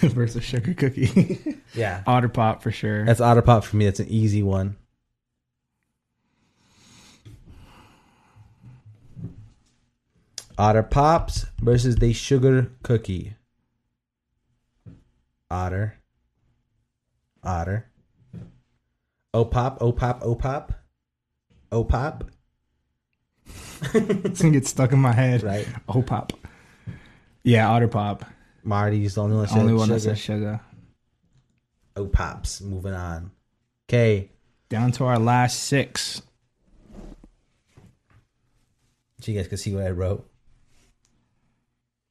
[SPEAKER 1] versus sugar cookie.
[SPEAKER 2] Yeah.
[SPEAKER 1] Otter pop for sure.
[SPEAKER 2] That's Otter Pop for me. That's an easy one. Otter Pops versus the Sugar Cookie. Otter. Otter. O pop, O pop, O pop. O pop.
[SPEAKER 1] This thing gets stuck in my head.
[SPEAKER 2] Right.
[SPEAKER 1] Oh pop. Yeah, otter pop.
[SPEAKER 2] Marty's the only one that
[SPEAKER 1] Only one that
[SPEAKER 2] said
[SPEAKER 1] says
[SPEAKER 2] sugar.
[SPEAKER 1] sugar.
[SPEAKER 2] O pops. Moving on. Okay.
[SPEAKER 1] Down to our last six.
[SPEAKER 2] So you guys can see what I wrote.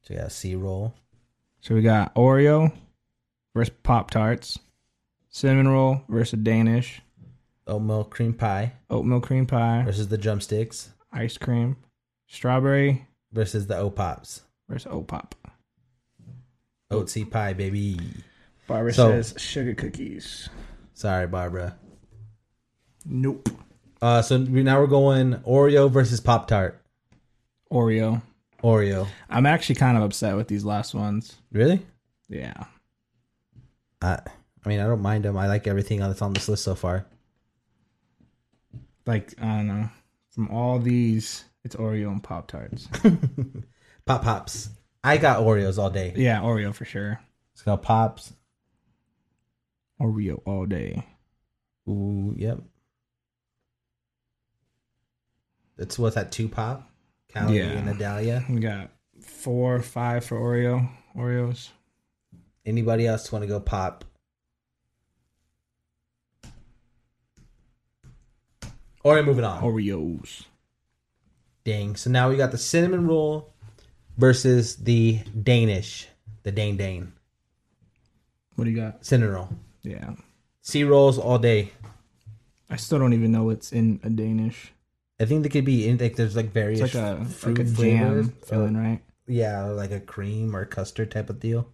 [SPEAKER 2] So you got a C roll.
[SPEAKER 1] So we got Oreo versus Pop Tarts, cinnamon roll versus Danish,
[SPEAKER 2] oatmeal cream pie
[SPEAKER 1] oatmeal cream pie,
[SPEAKER 2] versus the drumsticks
[SPEAKER 1] ice cream, strawberry
[SPEAKER 2] versus the oat pops.
[SPEAKER 1] versus oat pop.
[SPEAKER 2] Oat seed pie, baby.
[SPEAKER 1] Barbara
[SPEAKER 2] So-
[SPEAKER 1] says sugar cookies.
[SPEAKER 2] Sorry, Barbara.
[SPEAKER 1] Nope.
[SPEAKER 2] Uh, so we, now we're going Oreo versus Pop Tart.
[SPEAKER 1] Oreo.
[SPEAKER 2] Oreo.
[SPEAKER 1] I'm actually kind of upset with these last ones.
[SPEAKER 2] Really?
[SPEAKER 1] Yeah.
[SPEAKER 2] I, I mean, I don't mind them. I like everything that's on this list so far.
[SPEAKER 1] Like, I don't know. From all these, it's Oreo and Pop Tarts.
[SPEAKER 2] Pop Pops. I got Oreos all day.
[SPEAKER 1] yeah, Oreo for sure.
[SPEAKER 2] It's called Pops.
[SPEAKER 1] Oreo all day.
[SPEAKER 2] Ooh, yep. It's what's that? Two Pop? Callie
[SPEAKER 1] Yeah.
[SPEAKER 2] and Adalia.
[SPEAKER 1] We got four or five for Oreo. Oreos.
[SPEAKER 2] Anybody else want to go Pop? Oreo moving on.
[SPEAKER 1] Oreos.
[SPEAKER 2] Dang. So now we got the cinnamon roll versus the Danish, the Dane Dane
[SPEAKER 1] What do you got?
[SPEAKER 2] cinnamon roll.
[SPEAKER 1] Yeah.
[SPEAKER 2] C rolls all day.
[SPEAKER 1] I still don't even know what's in a Danish.
[SPEAKER 2] I think they could be in like there's like various
[SPEAKER 1] It's like a Uh,
[SPEAKER 2] fruit
[SPEAKER 1] like a
[SPEAKER 2] flavors.
[SPEAKER 1] jam filling, right?
[SPEAKER 2] Yeah, or like a cream or custard type of deal.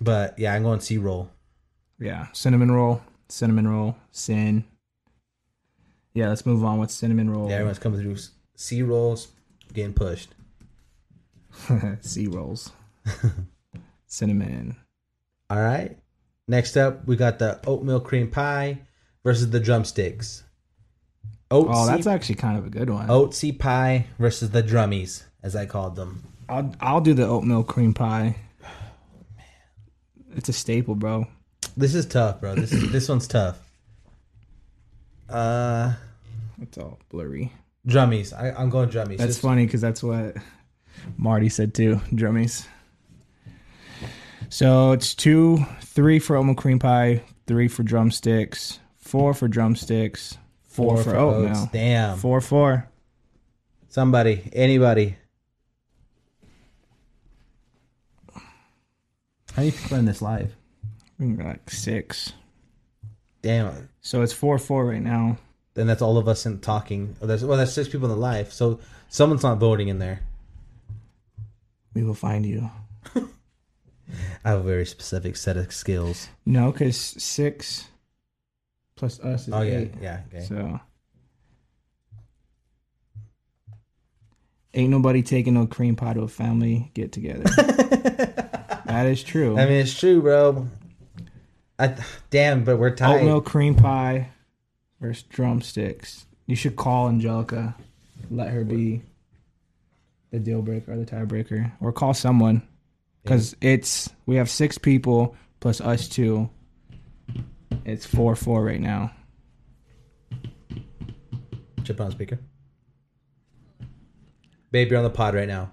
[SPEAKER 2] But yeah, I'm going C roll.
[SPEAKER 1] Yeah, cinnamon roll, cinnamon roll, sin. Yeah, let's move on with cinnamon roll,
[SPEAKER 2] Yeah, everyone's coming through. C rolls getting pushed.
[SPEAKER 1] sea rolls, cinnamon.
[SPEAKER 2] All right. Next up, we got the oatmeal cream pie versus the drumsticks. Oat
[SPEAKER 1] Oh,
[SPEAKER 2] seed
[SPEAKER 1] that's actually kind of a good one.
[SPEAKER 2] Oatsy pie versus the drummies, as I called them.
[SPEAKER 1] Oh, I'll I'll do the oatmeal cream pie. It's a staple, bro.
[SPEAKER 2] This is tough, bro. This is this one's tough. Uh,
[SPEAKER 1] It's all blurry.
[SPEAKER 2] drummies. I, I'm going drummies.
[SPEAKER 1] That's
[SPEAKER 2] This-
[SPEAKER 1] funny because that's what Marty said too. Drummies. So it's two, three for oatmeal cream pie, three for drumsticks, four for drumsticks, four, for, oatmeal,
[SPEAKER 2] Damn.
[SPEAKER 1] four four.
[SPEAKER 2] Somebody, anybody. How many people are in this live?
[SPEAKER 1] We got Like six.
[SPEAKER 2] Damn.
[SPEAKER 1] So it's four four right now.
[SPEAKER 2] Then that's all of us in talking. Oh, there's well, there's six people in the live, so someone's not voting in there.
[SPEAKER 1] We will find you.
[SPEAKER 2] I have a very specific set of skills.
[SPEAKER 1] No, because six plus us is
[SPEAKER 2] Oh yeah,
[SPEAKER 1] eight.
[SPEAKER 2] yeah. Okay.
[SPEAKER 1] So ain't nobody taking no cream pie to a family get together. that is true.
[SPEAKER 2] I mean, it's true, bro. I, damn, but we're tied.
[SPEAKER 1] Oatmeal cream pie versus drumsticks. You should call Angelica. Let her be the deal breaker or the tiebreaker, or call someone because it's we have six people plus us two. It's four four right now.
[SPEAKER 2] Chip on speaker. Babe, you're on the pod right now.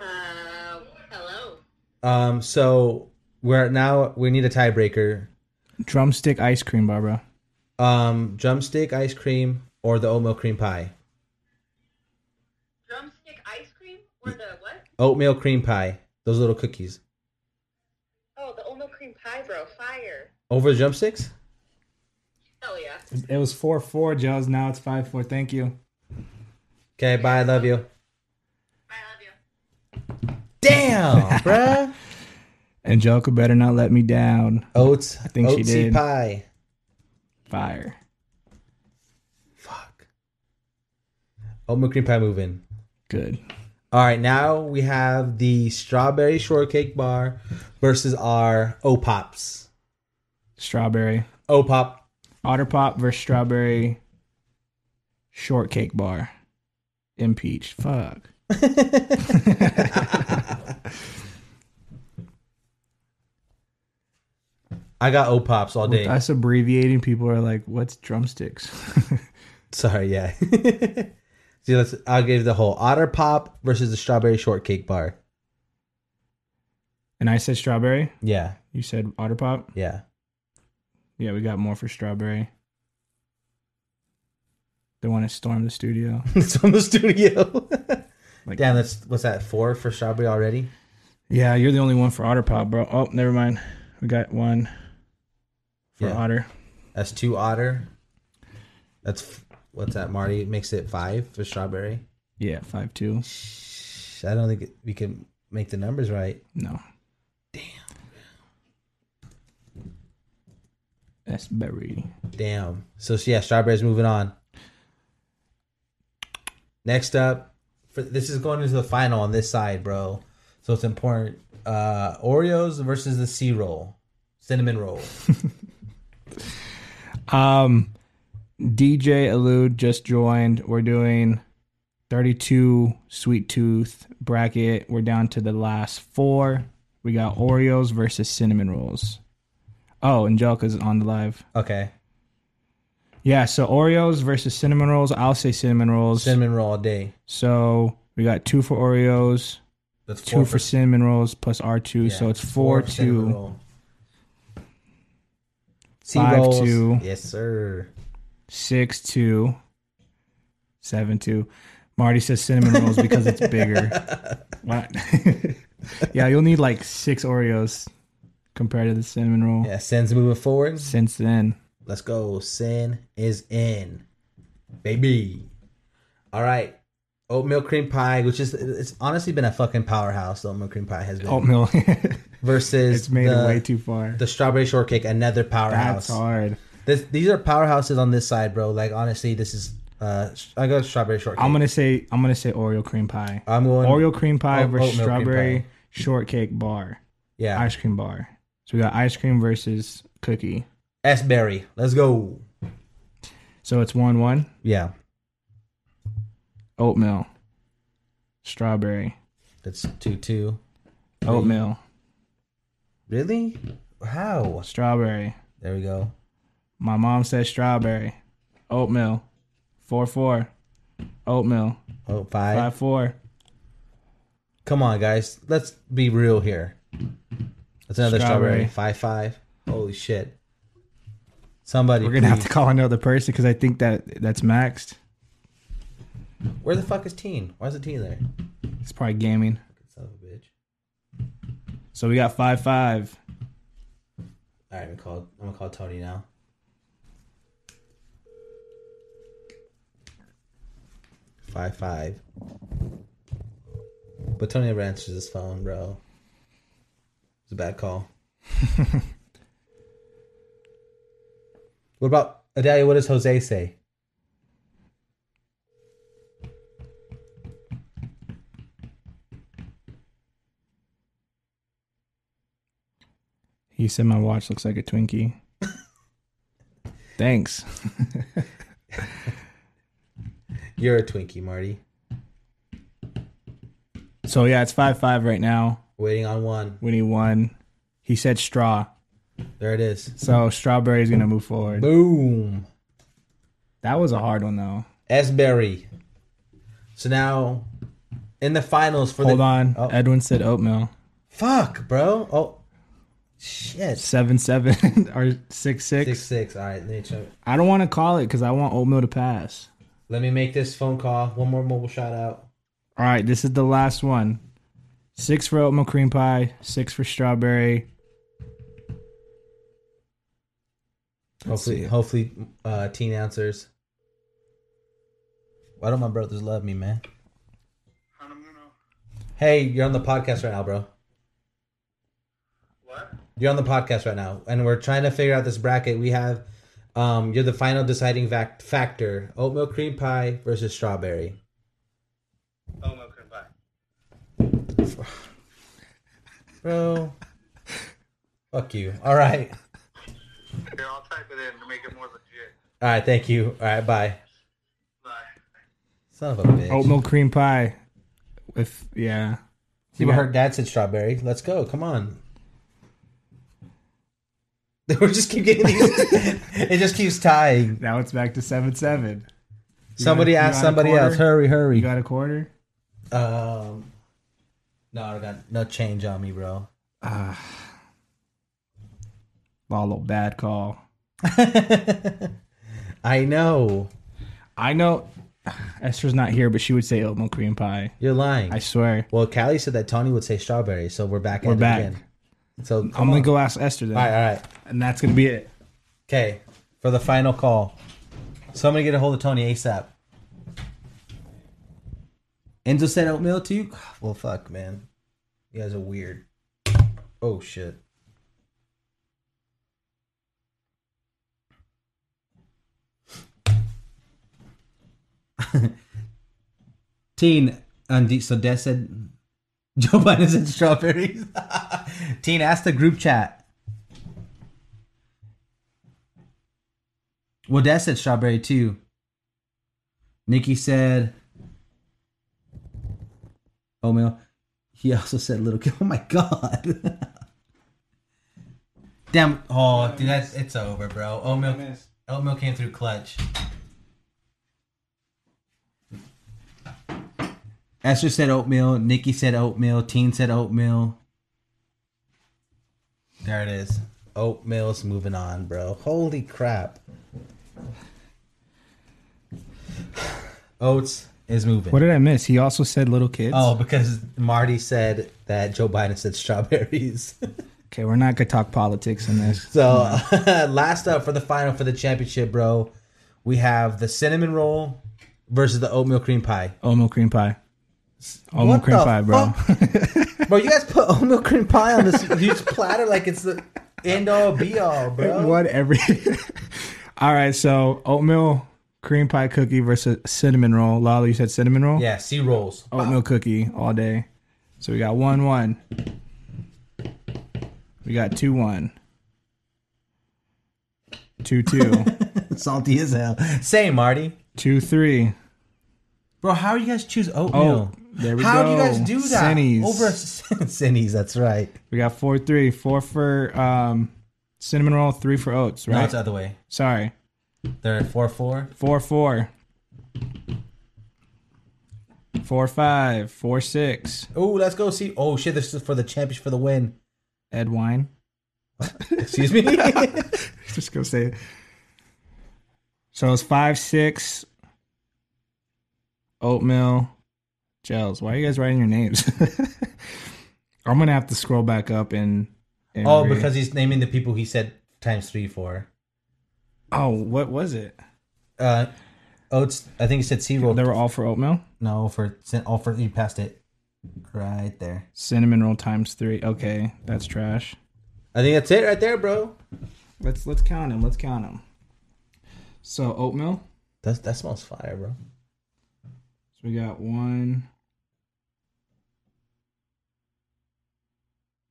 [SPEAKER 3] Uh, hello.
[SPEAKER 2] Um, so we're now we need a tiebreaker.
[SPEAKER 1] Drumstick ice cream, Barbara.
[SPEAKER 2] Um, drumstick ice cream or the oatmeal cream pie.
[SPEAKER 3] Drumstick ice cream or the what?
[SPEAKER 2] Oatmeal cream pie. Those little cookies
[SPEAKER 3] Oh, the oatmeal cream pie, bro. Fire.
[SPEAKER 2] over the drumsticks.
[SPEAKER 3] Hell yeah.
[SPEAKER 1] It was four four, Joe's. Now it's five four. Thank you.
[SPEAKER 2] Okay, bye. I love you.
[SPEAKER 3] I love you.
[SPEAKER 2] Damn, bruh.
[SPEAKER 1] Angelica better not let me down.
[SPEAKER 2] Oats. I
[SPEAKER 1] think she
[SPEAKER 2] oatsy
[SPEAKER 1] did.
[SPEAKER 2] pie.
[SPEAKER 1] Fire.
[SPEAKER 2] Fuck. Oatmeal cream pie. Move in.
[SPEAKER 1] Good.
[SPEAKER 2] All right, now we have the strawberry shortcake bar versus our O pops.
[SPEAKER 1] Strawberry.
[SPEAKER 2] O pop.
[SPEAKER 1] Otter Pop versus Strawberry Shortcake Bar. Impeached. Fuck.
[SPEAKER 2] I got O pops all day.
[SPEAKER 1] Us abbreviating, people are like, what's drumsticks?
[SPEAKER 2] Sorry, yeah. See, let's. I'll give the whole otter pop versus the strawberry shortcake bar.
[SPEAKER 1] and I said strawberry.
[SPEAKER 2] Yeah,
[SPEAKER 1] You said Otter Pop.
[SPEAKER 2] yeah.
[SPEAKER 1] Yeah, we got more for strawberry. The one that stormed the studio.
[SPEAKER 2] it's from the studio.
[SPEAKER 1] Like-
[SPEAKER 2] Damn, that's what's that four for strawberry already?
[SPEAKER 1] Yeah, you're the only one for Otter Pop, bro. Oh, never mind. We got one for
[SPEAKER 2] Yeah.
[SPEAKER 1] Otter.
[SPEAKER 2] That's two otter. That's f- what's that? Marty It makes it five for strawberry.
[SPEAKER 1] Yeah, five two.
[SPEAKER 2] Shh, I don't think it- we can make the numbers right.
[SPEAKER 1] No. Damn. That's berry.
[SPEAKER 2] Damn. So yeah, strawberries moving on. Next up, for this is going into the final on this side, bro. So it's important. Uh Oreos versus the C roll, cinnamon roll.
[SPEAKER 1] Um, DJ Elude just joined. We're doing 32 Sweet Tooth bracket. We're down to the last four. We got Oreos versus cinnamon rolls. Oh, Angelica's on the live.
[SPEAKER 2] Okay,
[SPEAKER 1] Yeah, so Oreos versus cinnamon rolls. I'll say cinnamon rolls.
[SPEAKER 2] cinnamon roll all day.
[SPEAKER 1] so we got two for Oreos,
[SPEAKER 2] That's
[SPEAKER 1] two for, cinnamon rolls, plus R2.
[SPEAKER 2] yeah,
[SPEAKER 1] so it's four,
[SPEAKER 2] for cinnamon
[SPEAKER 1] two,
[SPEAKER 2] roll. C
[SPEAKER 1] Five,
[SPEAKER 2] rolls.
[SPEAKER 1] two.
[SPEAKER 2] Yes, sir.
[SPEAKER 1] six, two, seven, two. Marty says cinnamon rolls because it's bigger. What? yeah, you'll need like six Oreos compared to the cinnamon roll.
[SPEAKER 2] Yeah, Sin's moving forward.
[SPEAKER 1] Since then,
[SPEAKER 2] Let's go. Sin is in, baby. All right. Oatmeal cream pie, which is it's honestly been a fucking powerhouse. The oatmeal cream pie has been
[SPEAKER 1] oatmeal.
[SPEAKER 2] versus
[SPEAKER 1] Oh, it's made
[SPEAKER 2] the,
[SPEAKER 1] it way too far.
[SPEAKER 2] the strawberry shortcake, another
[SPEAKER 1] That's
[SPEAKER 2] powerhouse.
[SPEAKER 1] hard.
[SPEAKER 2] This, these are powerhouses on this side, bro. Like honestly, this is uh, I got strawberry shortcake.
[SPEAKER 1] I'm gonna say I'm gonna say Oreo cream pie.
[SPEAKER 2] I'm going
[SPEAKER 1] Oreo cream pie
[SPEAKER 2] oat-
[SPEAKER 1] versus
[SPEAKER 2] oatmeal cream
[SPEAKER 1] strawberry
[SPEAKER 2] pie.
[SPEAKER 1] shortcake bar,
[SPEAKER 2] Yeah,
[SPEAKER 1] ice cream bar. So we got ice cream versus cookie.
[SPEAKER 2] S berry. Let's go.
[SPEAKER 1] So it's one one
[SPEAKER 2] Yeah,
[SPEAKER 1] oatmeal, strawberry,
[SPEAKER 2] that's two two.
[SPEAKER 1] oatmeal.
[SPEAKER 2] Really? How?
[SPEAKER 1] Strawberry.
[SPEAKER 2] There we go.
[SPEAKER 1] My mom said strawberry. Oatmeal. Four four. Oatmeal.
[SPEAKER 2] Oh, five.
[SPEAKER 1] Five four.
[SPEAKER 2] Come on, guys. Let's be real here. That's another
[SPEAKER 1] Strawberry.
[SPEAKER 2] strawberry. Five five. Holy shit. Somebody.
[SPEAKER 1] We're gonna have
[SPEAKER 2] please.
[SPEAKER 1] to call another person because I think that that's maxed.
[SPEAKER 2] Where the fuck is teen? Why is the teen there?
[SPEAKER 1] It's probably gaming.
[SPEAKER 2] Son of a bitch.
[SPEAKER 1] So we got five five.
[SPEAKER 2] All right, I'm gonna call. I'm gonna call Tony now. Five five. But Tony never answers his phone, bro. It's a bad call. what about Adalia? What does Jose say?
[SPEAKER 1] He said my watch looks like a Twinkie. Thanks.
[SPEAKER 2] You're a Twinkie, Marty.
[SPEAKER 1] So yeah, it's five five right now.
[SPEAKER 2] Waiting on one.
[SPEAKER 1] When he won, he said straw.
[SPEAKER 2] There it is.
[SPEAKER 1] So strawberry's gonna move forward.
[SPEAKER 2] Boom.
[SPEAKER 1] That was a hhard one though.
[SPEAKER 2] S Berry. So now, in the finals for
[SPEAKER 1] Hold
[SPEAKER 2] the
[SPEAKER 1] on.
[SPEAKER 2] Oh.
[SPEAKER 1] Edwin said oatmeal.
[SPEAKER 2] Fuck, bro. Oh, shit.
[SPEAKER 1] Seven seven or six six.
[SPEAKER 2] Six six. All right, let me check.
[SPEAKER 1] I don't want to call it because I want oatmeal to pass.
[SPEAKER 2] Let me make this phone call. One more mobile shout out.
[SPEAKER 1] All right, this is the last one. Six for oatmeal cream pie. Six for strawberry. Let's
[SPEAKER 2] Hopefully,
[SPEAKER 1] see.
[SPEAKER 2] hopefully, uh, teen answers. Why don't my brothers love me, man?
[SPEAKER 3] Hanamuno.
[SPEAKER 2] Hey, you're on the podcast right now, bro.
[SPEAKER 3] What?
[SPEAKER 2] You're on the podcast right now, and we're trying to figure out this bracket. We have, um, you're the final deciding fact factor: oatmeal cream pie versus strawberry.
[SPEAKER 3] Oh, no, couldn't buy.
[SPEAKER 2] Bro, fuck you. All right,
[SPEAKER 3] Here, I'll type it in to make it more legit.
[SPEAKER 2] all right. Thank you. All right, bye.
[SPEAKER 3] Bye.
[SPEAKER 2] Son of a bitch.
[SPEAKER 1] Oatmeal cream pie. If yeah,
[SPEAKER 2] See, but her dad said strawberry. Let's go. Come on. We just keep getting these. it just keeps tying.
[SPEAKER 1] now it's back to seven seven.
[SPEAKER 2] somebody
[SPEAKER 1] you
[SPEAKER 2] asked
[SPEAKER 1] got a
[SPEAKER 2] somebody
[SPEAKER 1] quarter?
[SPEAKER 2] else. Hurry, hurry.
[SPEAKER 1] You got a quarter?
[SPEAKER 2] um, no, I got no change on me, bro.
[SPEAKER 1] Follow bad call.
[SPEAKER 2] I know
[SPEAKER 1] I know Esther's not here, but she would say oatmeal cream pie.
[SPEAKER 2] you're lying.
[SPEAKER 1] I swear.
[SPEAKER 2] well, Callie said that Tony would say strawberry, so we're back. at
[SPEAKER 1] We're
[SPEAKER 2] it
[SPEAKER 1] back.
[SPEAKER 2] Again. So
[SPEAKER 1] I'm
[SPEAKER 2] come
[SPEAKER 1] gonna
[SPEAKER 2] on.
[SPEAKER 1] go ask Esther then,
[SPEAKER 2] All right, all right.
[SPEAKER 1] and that's gonna be it.
[SPEAKER 2] Okay, for the final call. Somebody get a hold of Tony ASAP. Enzo said oatmeal to you? Well, fuck, man. You guys are weird. Oh, shit. Teen, and D- so Des said Joe Biden said strawberries. Teen, ask the group chat. Well, Dad said strawberry too. Nikki said oatmeal. He also said little kid. Oh my god. Damn. Oh, dude, that's it's over, bro. Oatmeal. Oatmeal came through clutch. Esther said oatmeal. Nikki said oatmeal. Teen said oatmeal. There it is. Oatmeal's moving on, bro. Holy crap. Oats is moving.
[SPEAKER 1] What did I miss? He also said little kids.
[SPEAKER 2] Oh, because Marty said that Joe Biden said strawberries.
[SPEAKER 1] Okay, we're not gonna talk politics in this.
[SPEAKER 2] so
[SPEAKER 1] Hmm.
[SPEAKER 2] last up for the final for the championship, bro, we have the cinnamon roll versus the oatmeal cream pie.
[SPEAKER 1] Oatmeal cream pie. Oatmeal
[SPEAKER 2] What
[SPEAKER 1] cream
[SPEAKER 2] the
[SPEAKER 1] pie, bro.
[SPEAKER 2] Bro, you guys put oatmeal cream pie on this huge platter like it's the end all be all, bro.
[SPEAKER 1] what every? All right, so oatmeal cream pie cookie versus cinnamon roll. Lala, you said cinnamon roll.
[SPEAKER 2] Yeah, sea rolls.
[SPEAKER 1] Oatmeal cookie all day. So we got one one. We got two one. Two two.
[SPEAKER 2] Salty as hell. Say, Marty.
[SPEAKER 1] two three.
[SPEAKER 2] Bro, how you guys choose
[SPEAKER 1] Oh,
[SPEAKER 2] oatmeal?
[SPEAKER 1] There we
[SPEAKER 2] How do
[SPEAKER 1] go.
[SPEAKER 2] you guys do that?
[SPEAKER 1] Cinnies.
[SPEAKER 2] Over a Cinnies, that's right.
[SPEAKER 1] we got four three, four for um cinnamon roll, three for oats,
[SPEAKER 2] No,
[SPEAKER 1] right?
[SPEAKER 2] it's the other way.
[SPEAKER 1] Sorry.
[SPEAKER 2] They're four four.
[SPEAKER 1] Four four. Four five. Four six.
[SPEAKER 2] Oh, let's go see. Oh shit, this is for the championship for the win.
[SPEAKER 1] Ed Wine.
[SPEAKER 2] Excuse me.
[SPEAKER 1] Just go say it. So it's five six. Oatmeal. Gels. Why are you guys writing your names? I'm gonna have to scroll back up and, and
[SPEAKER 2] oh,
[SPEAKER 1] read.
[SPEAKER 2] because he's naming the people he said times three for.
[SPEAKER 1] Oh, what was it?
[SPEAKER 2] Uh, oats. I think he said C roll.
[SPEAKER 1] They were all for oatmeal?
[SPEAKER 2] No, for all for you passed it right there.
[SPEAKER 1] Cinnamon roll times three. Okay, that's trash.
[SPEAKER 2] I think that's it right there, bro.
[SPEAKER 1] Let's let's count them. Let's count them. So oatmeal.
[SPEAKER 2] That's that smells fire, bro.
[SPEAKER 1] So we got one,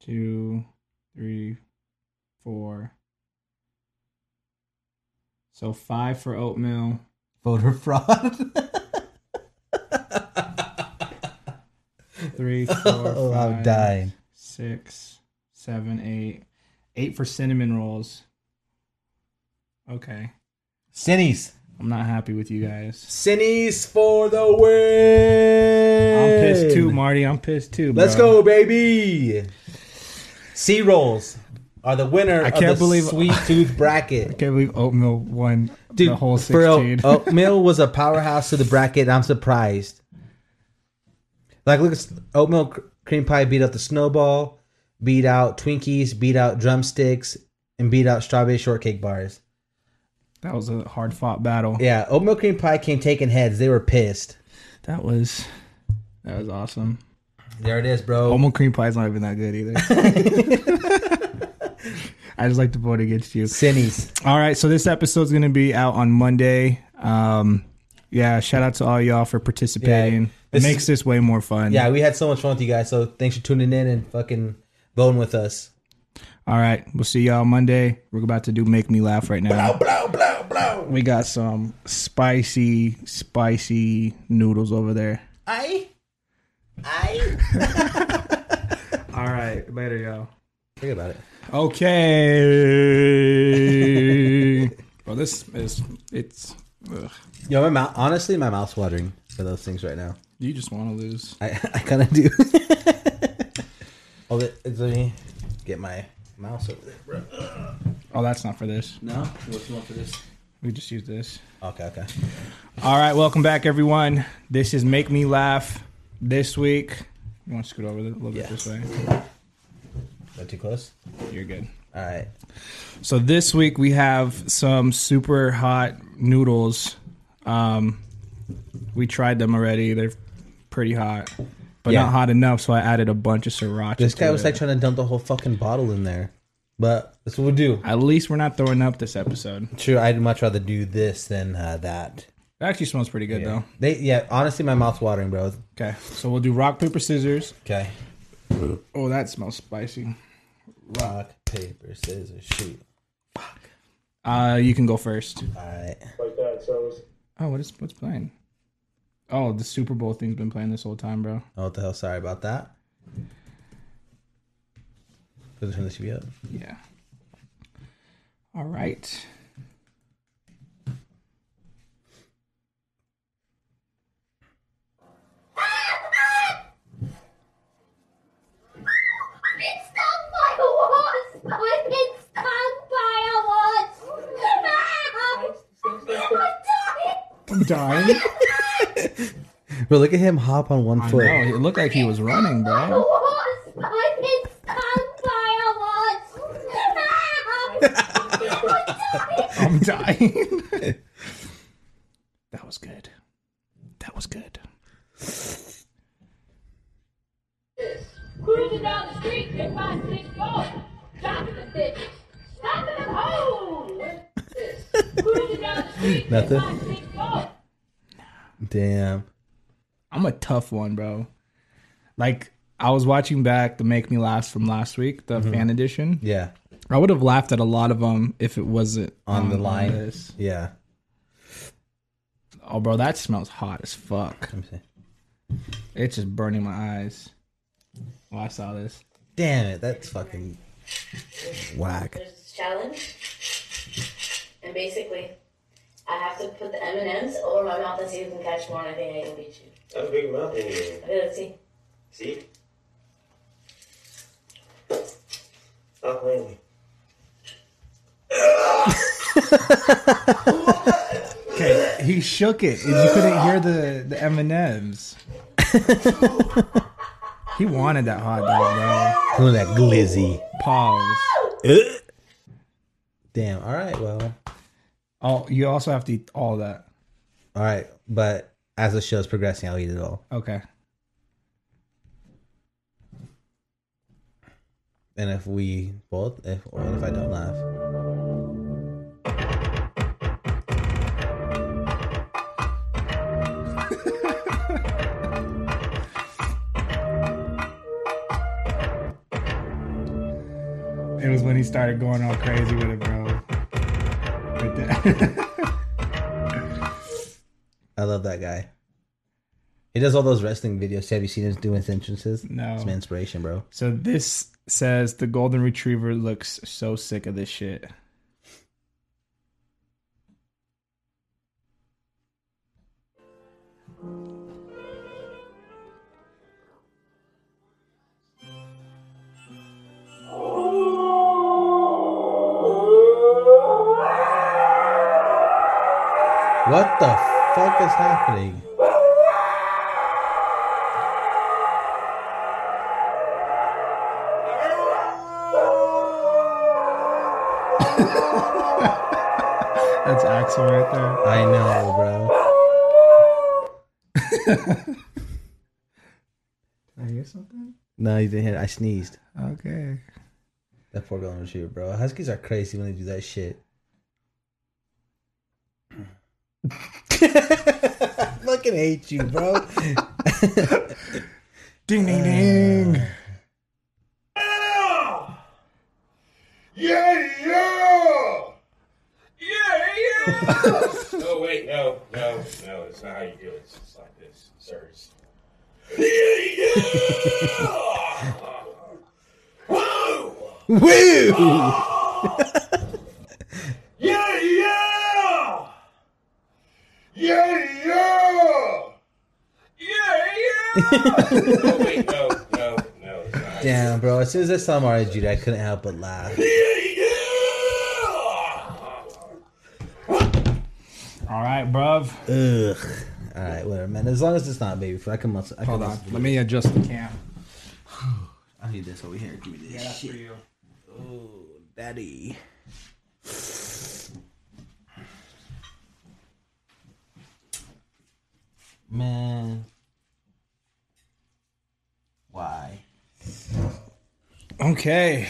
[SPEAKER 1] two, three, four. So five for oatmeal.
[SPEAKER 2] Voter fraud.
[SPEAKER 1] Three, four,
[SPEAKER 2] oh, I'm
[SPEAKER 1] five,
[SPEAKER 2] dying.
[SPEAKER 1] six, seven, eight. Eight for cinnamon rolls. Okay.
[SPEAKER 2] Cinnies.
[SPEAKER 1] I'm not happy with you guys.
[SPEAKER 2] Cinnies for the win.
[SPEAKER 1] I'm pissed too, Marty. I'm pissed too.
[SPEAKER 2] Let's
[SPEAKER 1] bro.
[SPEAKER 2] go, baby. Sea rolls are the winner
[SPEAKER 1] I can't
[SPEAKER 2] of the
[SPEAKER 1] believe-
[SPEAKER 2] sweet tooth bracket.
[SPEAKER 1] Can't believe oatmeal won the whole
[SPEAKER 2] for real, oh.
[SPEAKER 1] 16.
[SPEAKER 2] oatmeal was a powerhouse to the bracket. I'm surprised. Like, look, it's- oatmeal cr- cream pie beat out the snowball, beat out Twinkies, beat out drumsticks, and beat out strawberry shortcake bars.
[SPEAKER 1] That was a hard fought battle.
[SPEAKER 2] Yeah, oatmeal cream pie came taking heads. They were pissed.
[SPEAKER 1] That was that was awesome.
[SPEAKER 2] There it is, bro.
[SPEAKER 1] Oatmeal cream pie is not even that good either. I just like to vote against you.
[SPEAKER 2] Cinnies.
[SPEAKER 1] All right, so this episode's gonna be out on Monday. Um, yeah, shout out to all y'all for participating.
[SPEAKER 2] Yeah, this
[SPEAKER 1] it makes
[SPEAKER 2] is-
[SPEAKER 1] this way more fun.
[SPEAKER 2] Yeah, we had so much fun with you guys. So thanks for tuning in and fucking voting with us.
[SPEAKER 1] All right, we'll see y'all Monday. We're about to do make me laugh right now.
[SPEAKER 2] Blow, blow, blow.
[SPEAKER 1] We got some spicy, spicy noodles over there.
[SPEAKER 2] I, I.
[SPEAKER 1] All right, later, y'all.
[SPEAKER 2] Think about it.
[SPEAKER 1] Okay. well, this is it's. Ugh.
[SPEAKER 2] Yo, my mouth. Honestly, my mouth's watering for those things right now.
[SPEAKER 1] You just want to lose.
[SPEAKER 2] I, I kind of do. Hold it. Let me get my mouse over there, bro.
[SPEAKER 1] Oh, that's not for this.
[SPEAKER 2] No, what's more for this?
[SPEAKER 1] We just use this.
[SPEAKER 2] Okay, okay.
[SPEAKER 1] All right, welcome back, everyone. This is Make Me Laugh this week. You want to scoot over a little
[SPEAKER 2] Yeah.
[SPEAKER 1] bit this way?
[SPEAKER 2] Not too close.
[SPEAKER 1] You're good.
[SPEAKER 2] All right.
[SPEAKER 1] So this week we have some super hot noodles. Um, we tried them already. They're pretty hot, but
[SPEAKER 2] Yeah.
[SPEAKER 1] not hot enough. So I added a bunch of sriracha.
[SPEAKER 2] This guy
[SPEAKER 1] to
[SPEAKER 2] was
[SPEAKER 1] it.
[SPEAKER 2] like trying to dump the whole fucking bottle in there, but that's what we do.
[SPEAKER 1] At least we're not throwing up this episode.
[SPEAKER 2] True, I'd much rather do this than uh, that.
[SPEAKER 1] It actually smells pretty good though.
[SPEAKER 2] They, yeah. Honestly, my mouth's watering, bro.
[SPEAKER 1] Okay, so we'll do rock paper scissors.
[SPEAKER 2] Okay.
[SPEAKER 1] Oh, that smells spicy.
[SPEAKER 2] Rock, paper, scissors, shoot.
[SPEAKER 1] Uh, you can go first.
[SPEAKER 2] All right.
[SPEAKER 4] like that. So it was
[SPEAKER 1] Oh, what is what's playing? Oh, the Super Bowl thing's been playing this whole time, bro.
[SPEAKER 2] Oh, what the hell? Sorry about that. Does it turn this TV up?
[SPEAKER 1] Yeah. All right.
[SPEAKER 5] It's stung by a wasp! I've been stung by a wasp! I'm dying!
[SPEAKER 1] I'm dying.
[SPEAKER 2] Bro, look at him hop on one
[SPEAKER 1] I know.
[SPEAKER 2] foot.
[SPEAKER 1] It looked like he was running,
[SPEAKER 5] By a
[SPEAKER 1] bro.
[SPEAKER 5] wasp! I've been stung by a wasp!
[SPEAKER 1] I'm dying. that was good. That was good.
[SPEAKER 5] Cruising down the street, hit by six boys. Stop in the ditch. Stop in the hole! Cruising down the street, hit
[SPEAKER 2] Nothing.
[SPEAKER 5] by six boys.
[SPEAKER 2] Damn.
[SPEAKER 1] I'm a tough one, bro. Like I was watching back the Make Me Laugh from last week,
[SPEAKER 2] Mm-hmm.
[SPEAKER 1] the fan edition.
[SPEAKER 2] Yeah.
[SPEAKER 1] I would have laughed at a lot of them if it wasn't
[SPEAKER 2] On the line.
[SPEAKER 1] this.
[SPEAKER 2] Yeah.
[SPEAKER 1] Oh, bro, that smells hot as fuck.
[SPEAKER 2] Let me see.
[SPEAKER 1] It's just burning my eyes. When I saw this.
[SPEAKER 2] Damn it, that's fucking whack.
[SPEAKER 4] There's this challenge, and basically, I have to put the M and M's over my mouth and see who can catch more. And I think I can beat you.
[SPEAKER 6] That's a big mouth in here.
[SPEAKER 4] Okay, let's see.
[SPEAKER 6] See? Stop playing me.
[SPEAKER 1] Okay, he shook it. and You couldn't hear the the M and M's. He wanted that hot dog,
[SPEAKER 2] Look at that glizzy.
[SPEAKER 1] bro. Pause.
[SPEAKER 2] Ugh. Damn. All right. Well.
[SPEAKER 1] Oh, you also have to eat all that.
[SPEAKER 2] All right. But as the show's progressing, I'll eat it all,
[SPEAKER 1] Okay.
[SPEAKER 2] and if we both, if or if I don't laugh,
[SPEAKER 1] It was when he started going all crazy with it, bro. Right there.
[SPEAKER 2] I love that guy. He does all those wrestling videos. Have you seen him doing his entrances?
[SPEAKER 1] No.
[SPEAKER 2] It's my inspiration, bro.
[SPEAKER 1] so this says the golden retriever looks so sick of this shit.
[SPEAKER 2] What the fuck is happening?
[SPEAKER 1] That's Axel right there.
[SPEAKER 2] I know, bro.
[SPEAKER 1] I hear something.
[SPEAKER 2] No, you didn't hear. It. I sneezed.
[SPEAKER 1] Okay.
[SPEAKER 2] That poor golden retriever, bro. Huskies are crazy when they do that shit. I fucking hate you, bro.
[SPEAKER 1] Ding ding ding.
[SPEAKER 6] Yeah, yeah! Yeah, yeah! no, wait, no, no, no, it's not how you do it. It's just like this. Sirs. Yeah, yeah! Woo!
[SPEAKER 2] Woo!
[SPEAKER 6] Yeah, yeah! Yeah, yeah! Yeah, yeah! no, wait, no, no, no, it's not.
[SPEAKER 2] Damn, bro. As soon as I saw Mario Judy, I couldn't help but laugh.
[SPEAKER 1] All right, bruv.
[SPEAKER 2] Ugh. All right, whatever, man. As long as it's not baby food, I can muscle. I can
[SPEAKER 1] Hold on.
[SPEAKER 2] muscle-
[SPEAKER 1] Let me adjust the cam.
[SPEAKER 2] I need this over here. Give me this shit.
[SPEAKER 1] you.
[SPEAKER 2] Oh, daddy. Man. Why?
[SPEAKER 1] Okay.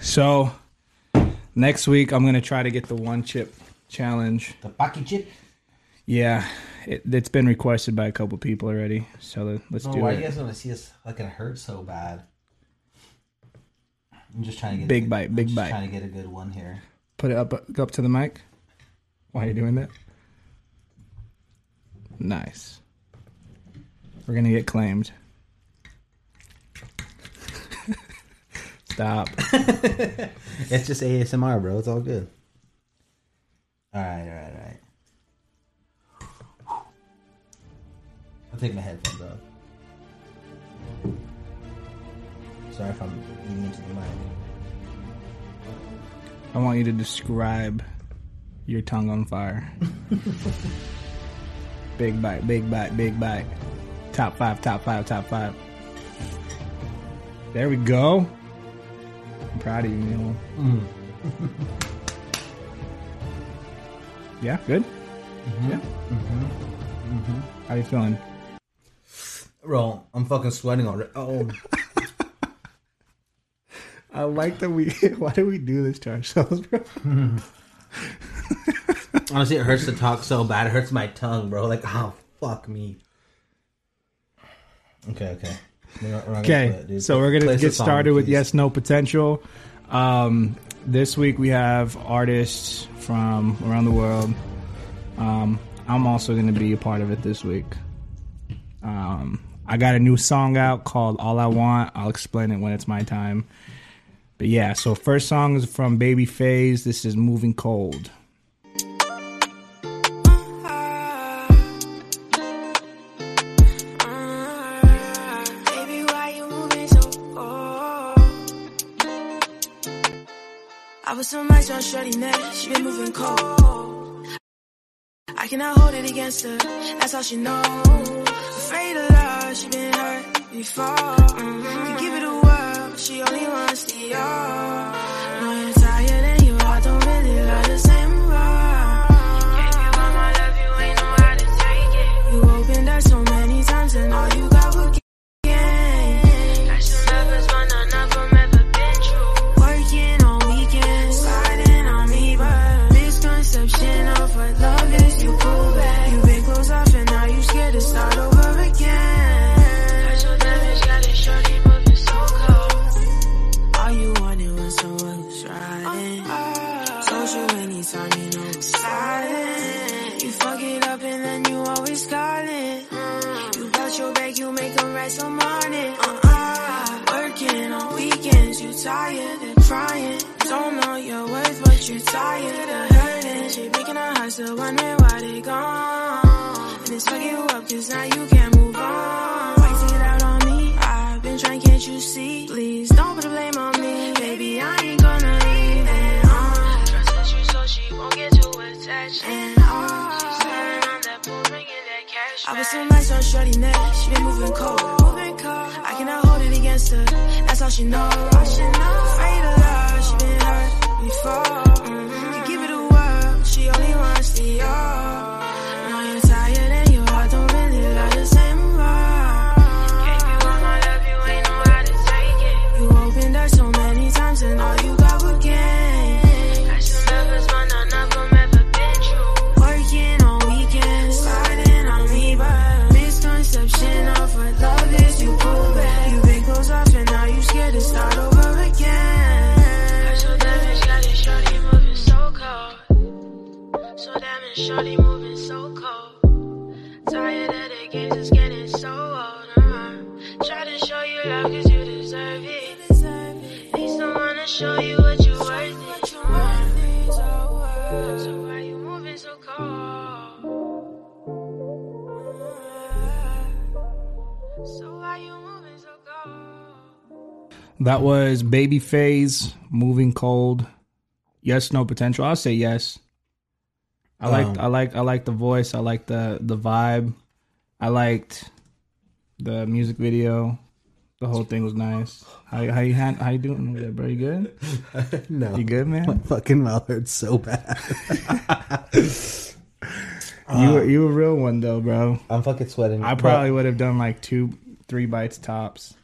[SPEAKER 1] So next week I'm gonna try to get the one chip challenge.
[SPEAKER 2] The Baki chip?
[SPEAKER 1] Yeah, it, it's been requested by a couple people already. So let's
[SPEAKER 2] So
[SPEAKER 1] do
[SPEAKER 2] why
[SPEAKER 1] it.
[SPEAKER 2] you guys want to see us fucking hurt so bad? I'm just trying to get
[SPEAKER 1] Big bite,
[SPEAKER 2] I'm
[SPEAKER 1] big
[SPEAKER 2] just
[SPEAKER 1] bite.
[SPEAKER 2] Trying to get a good one here.
[SPEAKER 1] Put it up up to the mic. Why are you doing that? Nice. We're gonna get claimed. Stop.
[SPEAKER 2] It's just ASMR, bro. It's all good. All right, all right, all right. I'll take my headphones off. Sorry if I'm leaning into the mic.
[SPEAKER 1] I want you to describe your tongue on fire. big bite, big bite, big bite. Top five, top five, top five. There we go. I'm proud of you, Neil. yeah, good. Yeah. Mm-hmm. How you feeling?
[SPEAKER 2] Bro, I'm fucking sweating already. Oh,
[SPEAKER 1] I like that we. Why do we do this to ourselves, bro?
[SPEAKER 2] honestly, it hurts to talk so bad. It hurts my tongue, bro. Like, oh, fuck me. Okay, okay. We're not- we're not gonna play it,
[SPEAKER 1] Okay,
[SPEAKER 2] dude.
[SPEAKER 1] so we're
[SPEAKER 2] Play
[SPEAKER 1] gonna
[SPEAKER 2] us a
[SPEAKER 1] get
[SPEAKER 2] song,
[SPEAKER 1] started with
[SPEAKER 2] please.
[SPEAKER 1] yes, no potential. Um, this week we have artists from around the world. Um, I'm also gonna be a part of it this week. Um, I got a new song out called All I Want. I'll explain it when it's my time. But yeah, so first song is from Baby Phase. This is Moving Cold.
[SPEAKER 7] Baby, why you moving so cold? I was so much on shorty neck, she been moving cold. I cannot hold it against her, that's all she knows. Afraid of love, she been hurt before. You give it a whirl, but she only wants the all. No, you're tired and you all don't really love the same vibe. Gave you all my love, you ain't know how to take it. You opened up so many times and all you got was. Working on weekends, sliding on me, but misconception of what love is. You pull back, you been close off, and now you scared to start over again. Special damage got it, shorty, moving so cold. All you wanted was someone who's riding. Told you anytime you know I'm silent. You fuck it up and then you always calling. You bought your bag, you make 'em right so morning. Uh-uh. Working on weekends, you tired and crying. Don't know your worth, but you tired of hurting. She picking her heart, still wondering why they gone. And it's fucking you up, cause now you can't move on. Wiped it out on me, I've been trying, can't you see? Please don't put the blame on me, baby, I ain't gonna leave. And uh, trusted you so she won't get too attached. And uh, she's staring on that pool, bringing that cash I was so nice on shorty neck, she been moving cold. Moving cold. I cannot hold it against her, that's all she knows. She knows. Afraid of love, she been hurt before. mm You give it a whirl, she only wants the all. Now you're tired and your heart don't really love the same vibe. Gave you all my love, you ain't know how to take it. You opened up so many times and all you got was games. Got your lovers, but none of 'em ever been true. Working on weekends, sliding on me, but misconception of what love is. You pull back, you been close off, and now you scared to start over again. Got your damage, got it, shorty moving so cold. So damage, shorty moving so cold. Tired of the games, it's getting so old. Uh-huh. Try to show you love, cause you deserve it. Need someone to show you what you worth. It. Uh-huh. So why you moving so cold? So why you moving so cold?
[SPEAKER 1] That was Baby Phase, Moving Cold. Yes, no potential. I'll say yes. I like
[SPEAKER 2] Um,
[SPEAKER 1] I like I like the voice. I like the the vibe. I liked the music video. The whole thing was nice. How how you han- how you doing over there, bro? You good?
[SPEAKER 2] no,
[SPEAKER 1] You good, man?
[SPEAKER 2] fucking mouth hurts so bad.
[SPEAKER 1] You
[SPEAKER 2] Uh,
[SPEAKER 1] were, you a real one though, bro.
[SPEAKER 2] I'm fucking sweating.
[SPEAKER 1] I probably would have done like two, three bites tops.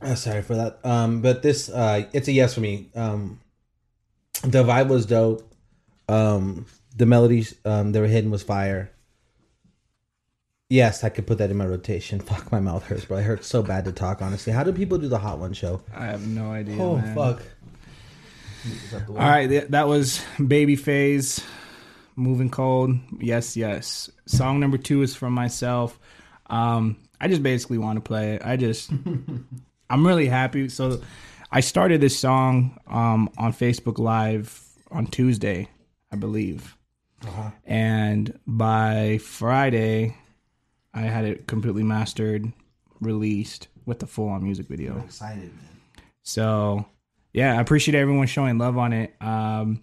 [SPEAKER 2] Uh, sorry for that. Um, but this, uh, it's a yes for me. Um, the vibe was dope. Um, the melodies um, they were hitting was fire. Yes, I could put that in my rotation. Fuck, my mouth hurts, bro. It hurts so bad to talk. Honestly, how do people do the Hot One show?
[SPEAKER 1] I have no idea.
[SPEAKER 2] oh
[SPEAKER 1] man.
[SPEAKER 2] fuck.
[SPEAKER 1] All right, th- that was Baby Phase, Moving Cold. Yes, yes. Song number two is from myself. Um, I just basically want to play it. I just, I'm really happy. So, I started this song um, on Facebook Live on Tuesday, I believe, and by Friday, I had it completely mastered, released with the full-on music video.
[SPEAKER 2] Excited. Man.
[SPEAKER 1] So yeah, I appreciate everyone showing love on it. Um,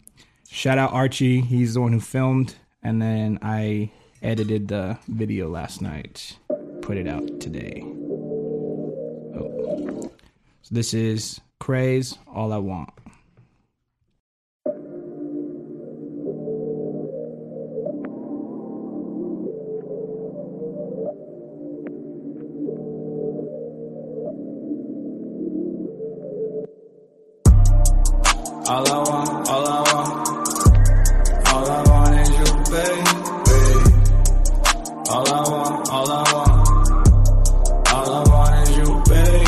[SPEAKER 1] shout out Archie, he's the one who filmed, and then I edited the video last night, put it out today. Oh. So this is Craze, All I Want.
[SPEAKER 8] All I want, all I want, all I want is you, baby. All I want, all I want, all I want is you, baby.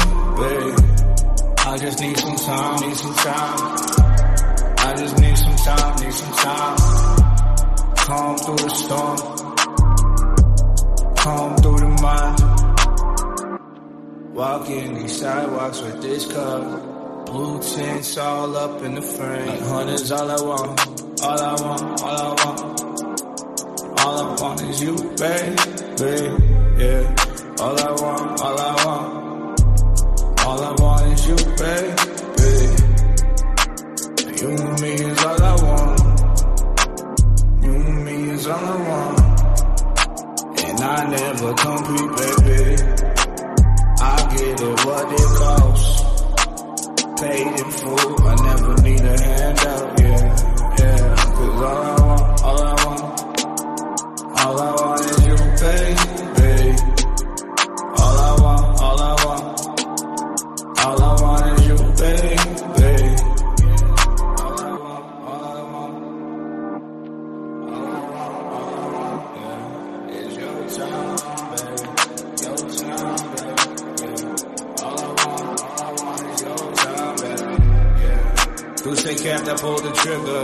[SPEAKER 8] I just need some time, need some time. I just need some time, need some time. Calm through the storm. home through the mud. Walking these sidewalks with this cup. Blue tints all up in the frame. Like hunters, all I want, all I want, all I want. All I want is you, babe, babe, yeah. All I want, all I want. All I want is you, babe, babe. You and me is all I want. You and me is all I want. And I never compete, baby. I get it what it costs. Paid in full, I never need a handout, yeah, yeah. Cause all I want, all I want, all I want is you, baby. All I want, all I want, all I want is you, baby. All I want, all I want. It's your time, baby. Your time, baby. Yeah. All I want, all I want is your time, baby. Yeah. Goose cap that pulled the trigger.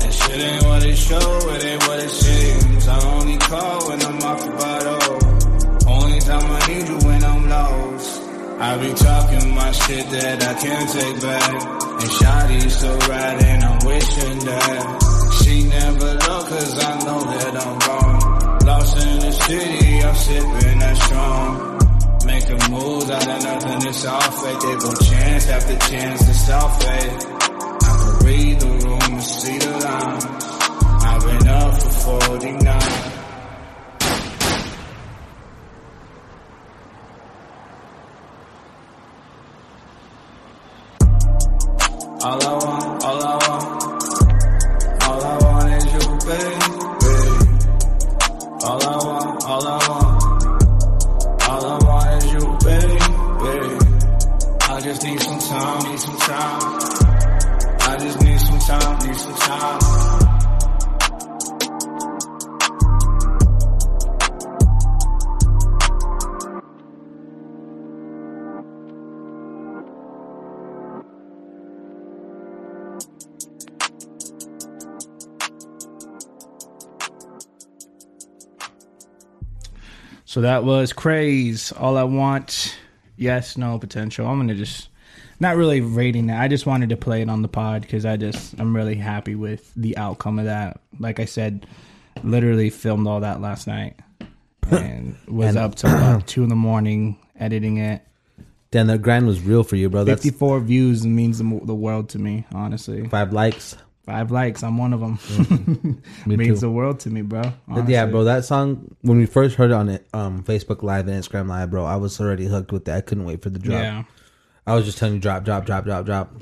[SPEAKER 8] That shit ain't what it show, it ain't what it seems. I only call when I'm off the bottle. Only time I need you when I'm lost. I be talking my shit that I can't take back. And Shotty's so right and I'm wishing that she never look cause I know that I'm wrong. Lost in the city, I'm sipping that strong. Making moves out of nothing, it's all fake. They go chance after chance, it's all fake. I can read the room and see the lines. I've been up for 49. All I want, all I want, all I want is you, baby. All I want, all I want, all I want is you, baby. I just need some time, need some time. I just need some time, need some time.
[SPEAKER 1] So that was craze. All I want, yes, no potential. I'm gonna just not really rating that. I just wanted to play it on the pod because I just I'm really happy with the outcome of that. Like I said, literally filmed all that last night and was up till about two in the morning editing it.
[SPEAKER 2] Damn, that grind was real for you, bro. That's
[SPEAKER 1] 54 views means the, mo- the world to me, honestly.
[SPEAKER 2] five likes.
[SPEAKER 1] Five likes, I'm one of them.
[SPEAKER 2] Me
[SPEAKER 1] means
[SPEAKER 2] too.
[SPEAKER 1] the world to me, bro.
[SPEAKER 2] Yeah,
[SPEAKER 1] honestly.
[SPEAKER 2] bro, that song when we first heard it on it, um, Facebook Live and Instagram Live, bro, I was already hooked with that. I couldn't wait for the drop.
[SPEAKER 1] Yeah,
[SPEAKER 2] I was just telling you, drop, drop, drop, drop, drop.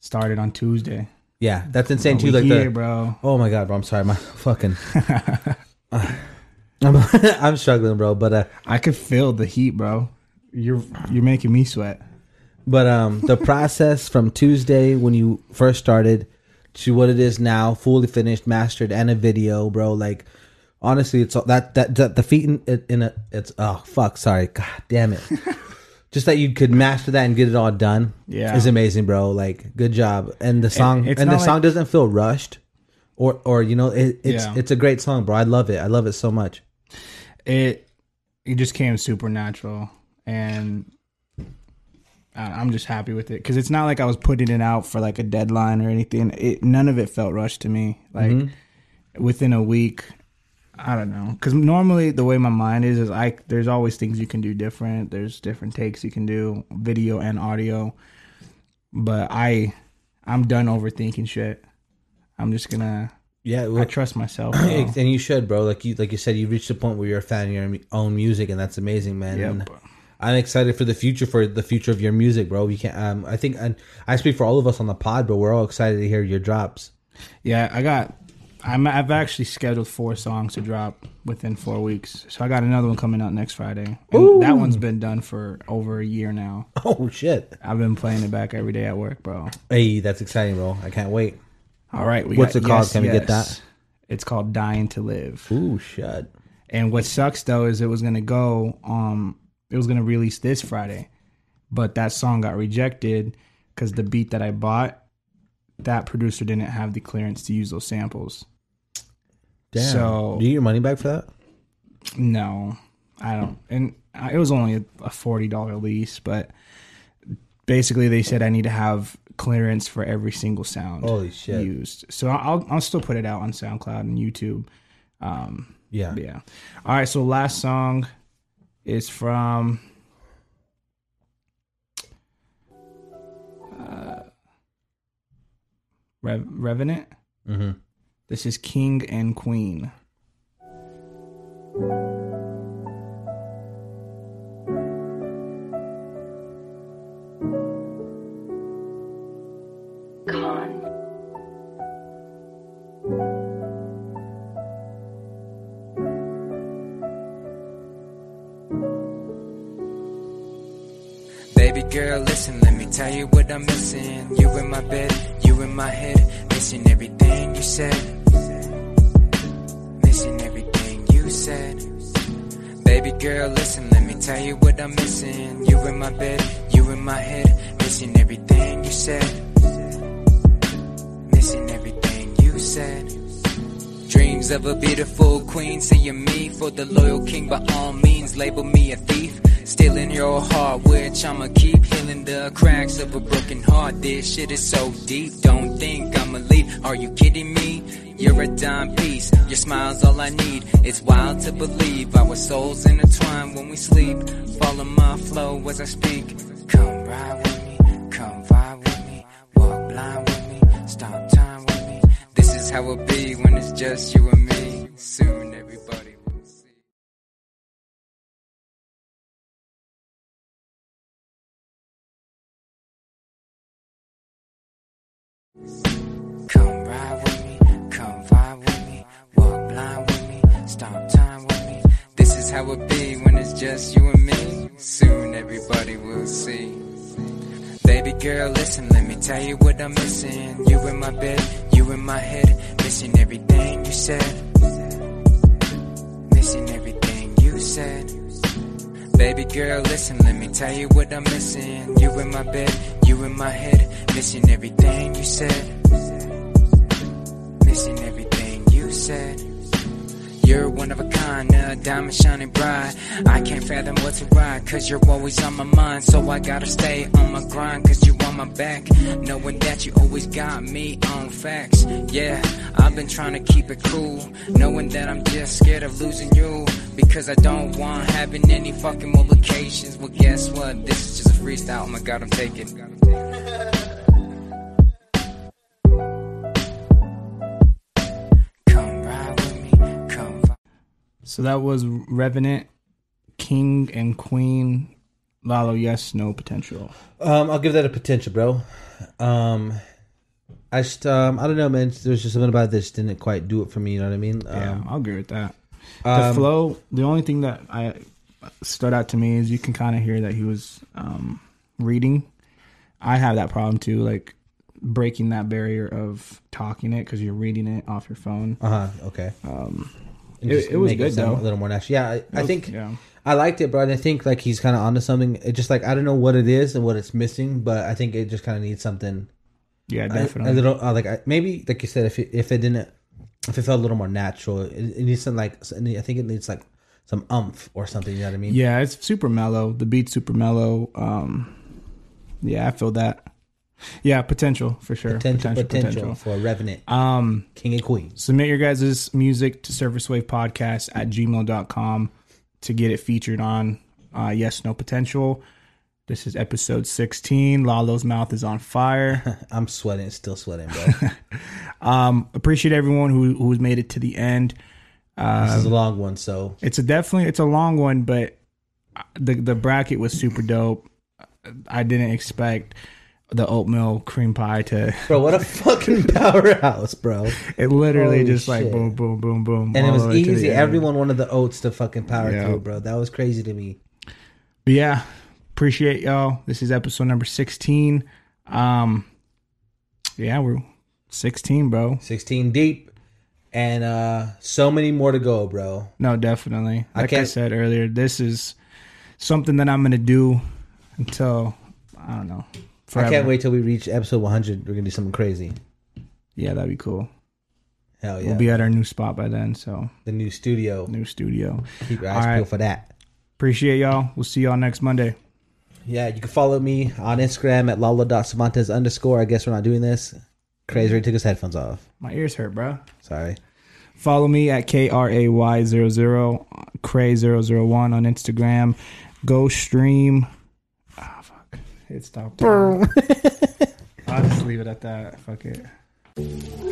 [SPEAKER 1] started on Tuesday.
[SPEAKER 2] Yeah, that's insane too.
[SPEAKER 1] We
[SPEAKER 2] Like
[SPEAKER 1] here,
[SPEAKER 2] the
[SPEAKER 1] bro.
[SPEAKER 2] oh my god, bro, I'm sorry, my fucking. I'm, I'm struggling, bro, but uh,
[SPEAKER 1] I could feel the heat, bro. You're you're making me sweat.
[SPEAKER 2] But um, the process from Tuesday when you first started to what it is now, fully finished, mastered, and a video, bro. Like honestly, it's all- that that, that the feat in, in a it's oh fuck, sorry, god damn it. Just that you could master that and get it all done,
[SPEAKER 1] Yeah.
[SPEAKER 2] is amazing, bro. Like good job, and the song and,
[SPEAKER 1] it's
[SPEAKER 2] the
[SPEAKER 1] not
[SPEAKER 2] song
[SPEAKER 1] like-
[SPEAKER 2] doesn't feel rushed, or or you know it, it's
[SPEAKER 1] Yeah.
[SPEAKER 2] it's a great song, bro. I love it. I love it so much.
[SPEAKER 1] It it just came supernatural, and I- I'm just happy with it because it's not like I was putting it out for like a deadline or anything. It none of it felt rushed to me. Like within a week, I don't know. Because normally the way my mind is is I there's always things you can do different. There's different takes you can do, video and audio. But I I'm done overthinking shit. I'm just gonna
[SPEAKER 2] Yeah,
[SPEAKER 1] I trust myself.
[SPEAKER 2] Yeah,
[SPEAKER 1] though.
[SPEAKER 2] and you should, bro. Like you, like you said, you reached a point where you're a fan of your mu- own music, and that's amazing, man.
[SPEAKER 1] Yep.
[SPEAKER 2] And I'm excited for the future for the future of your music, bro. We can't. Um, I think, and I speak for all of us on the pod, but we're all excited to hear your drops.
[SPEAKER 1] Yeah, I got. I'm, I've actually scheduled four songs to drop within four weeks, so I got another one coming out next Friday. And That one's been done for over a year now.
[SPEAKER 2] Oh shit!
[SPEAKER 1] I've been playing it back every day at work, bro.
[SPEAKER 2] Hey, that's exciting, bro. I can't wait.
[SPEAKER 1] All right, we
[SPEAKER 2] What's
[SPEAKER 1] got
[SPEAKER 2] it called? Can we get that?
[SPEAKER 1] It's called "Dying to Live."
[SPEAKER 2] Ooh, shit.
[SPEAKER 1] And what sucks though is it was gonna go. Um, it was gonna release this Friday, but that song got rejected because the beat that I bought, that producer didn't have the clearance to use those samples.
[SPEAKER 2] Damn.
[SPEAKER 1] So-
[SPEAKER 2] do you get your money back for that?
[SPEAKER 1] No, I don't. And I- it was only a, a forty dollar lease, but basically they said I need to have clearance for every single sound
[SPEAKER 2] Holy shit.
[SPEAKER 1] used. So I'll I'll still put it out on SoundCloud and YouTube.
[SPEAKER 2] Yeah.
[SPEAKER 1] Yeah. All right. So last song is from. uh, Rev- Revenant.
[SPEAKER 2] Mm-hmm.
[SPEAKER 1] This is King and Queen.
[SPEAKER 9] Baby girl, listen, let me tell you what I'm missing. You in my bed, you in my head, missing everything you said. Missing everything you said. Baby girl, listen, let me tell you what I'm missing. You in my bed, you in my head, missing everything you said. Missing everything you said. Dreams of a beautiful queen, seeing me for the loyal king by all means. Label me a thief, stealing your heart, which I'ma keep healing the cracks of a broken heart. This shit is so deep, don't think I'ma leave. Are you kidding me? You're a dime piece, your smile's all I need. It's wild to believe our souls intertwine when we sleep. Follow my flow as I speak. Come ride with me, come vibe with me, walk blind with me, stop time with me. This is how it be when it's just you and me. Soon everybody will see. Come ride with me, come vibe with me, walk blind with me, stop time with me. This is how it be when it's just you and me. Soon everybody will see. Baby girl, listen, let me tell you what I'm missing. You in my bed, you in my head, missing everything you said. Missing everything you said. Baby girl, listen, let me tell you what I'm missing. You in my bed, you in my head, missing everything you said. Missing everything you said. You're one of a kind, a diamond shining bright. I can't fathom what to ride, cause you're always on my mind. So I gotta stay on my grind, cause you on my back. Knowing that you always got me on facts. Yeah, I've been trying to keep it cool. Knowing that I'm just scared of losing you. Because I don't want having any fucking multiplications. Well, guess what? This is just a freestyle. Oh my god, I'm taking. Come ride with me, come.
[SPEAKER 1] So that was Revenant, King and Queen. Lalo, yes, no potential.
[SPEAKER 2] Um, I'll give that a potential, bro. Um, I just, um, I don't know, man. There's just something about this didn't quite do it for me. You know what I mean?
[SPEAKER 1] Yeah,
[SPEAKER 2] Um,
[SPEAKER 1] I'll agree with that. the
[SPEAKER 2] um,
[SPEAKER 1] flow. The only thing that I stood out to me is you can kind of hear that he was um, reading. I have that problem too, like breaking that barrier of talking it because you're reading it off your phone.
[SPEAKER 2] Uh huh. Okay. Um,
[SPEAKER 1] it- it was good,
[SPEAKER 2] sound
[SPEAKER 1] though.
[SPEAKER 2] A little more natural. Yeah, I, I think
[SPEAKER 1] yeah.
[SPEAKER 2] I liked it, bro. And I think like he's kind of onto something. It just like I don't know what it is and what it's missing, but I think it just kind of needs something
[SPEAKER 1] Yeah,
[SPEAKER 2] a,
[SPEAKER 1] definitely.
[SPEAKER 2] a little uh, like I, maybe like you said if it, if it didn't if it felt a little more natural, it, it needs some like s- I think it needs like some umph or something. You know what I mean?
[SPEAKER 1] yeah, it's super mellow. The beat's super mellow. Um, yeah, I feel that. Yeah, potential for sure.
[SPEAKER 2] Potential, potential, for a revenant
[SPEAKER 1] Um,
[SPEAKER 2] king and queen.
[SPEAKER 1] submit your guys' music to surfacewavepodcast at gmail.com to get it featured on uh, yes no potential this is episode 16 lalo's mouth is on fire
[SPEAKER 2] I'm sweating, still sweating, bro.
[SPEAKER 1] appreciate everyone who who's made it to the end
[SPEAKER 2] this is a long one, so
[SPEAKER 1] it's a definitely it's a long one but uh, the the bracket was super dope i didn't expect the oatmeal cream pie to
[SPEAKER 2] bro, what a fucking powerhouse, bro.
[SPEAKER 1] it literally
[SPEAKER 2] Holy
[SPEAKER 1] just like
[SPEAKER 2] shit.
[SPEAKER 1] boom boom boom boom
[SPEAKER 2] And it
[SPEAKER 1] all
[SPEAKER 2] was
[SPEAKER 1] the way to the
[SPEAKER 2] easy.
[SPEAKER 1] end.
[SPEAKER 2] Everyone wanted the oats to fucking power
[SPEAKER 1] Yeah.
[SPEAKER 2] through, bro. That was crazy to me.
[SPEAKER 1] But yeah, appreciate y'all. This is episode number 16. Um yeah, we're 16, bro.
[SPEAKER 2] 16 deep. And uh so many more to go, bro.
[SPEAKER 1] No, definitely. Like I,
[SPEAKER 2] can't-
[SPEAKER 1] said earlier, this is something that I'm going to do until I don't know.
[SPEAKER 2] I
[SPEAKER 1] forever.
[SPEAKER 2] can't wait till we reach episode 100. We're going to do something crazy.
[SPEAKER 1] Yeah, that'd be cool.
[SPEAKER 2] Hell yeah.
[SPEAKER 1] We'll be at our new spot by then. So
[SPEAKER 2] the new studio.
[SPEAKER 1] new studio.
[SPEAKER 2] Keep your
[SPEAKER 1] All
[SPEAKER 2] eyes
[SPEAKER 1] right.
[SPEAKER 2] peeled for that.
[SPEAKER 1] Appreciate y'all. We'll see y'all next Monday.
[SPEAKER 2] Yeah, you can follow me on Instagram at lala.savantes underscore. I guess we're not doing this. Crazy Ray took his headphones off.
[SPEAKER 1] My ears hurt, bro.
[SPEAKER 2] Sorry.
[SPEAKER 1] Follow me at KRAY00, Cray001 on Instagram. Go stream. Ah, fuck. It stopped. I'll just leave it at that. Fuck it.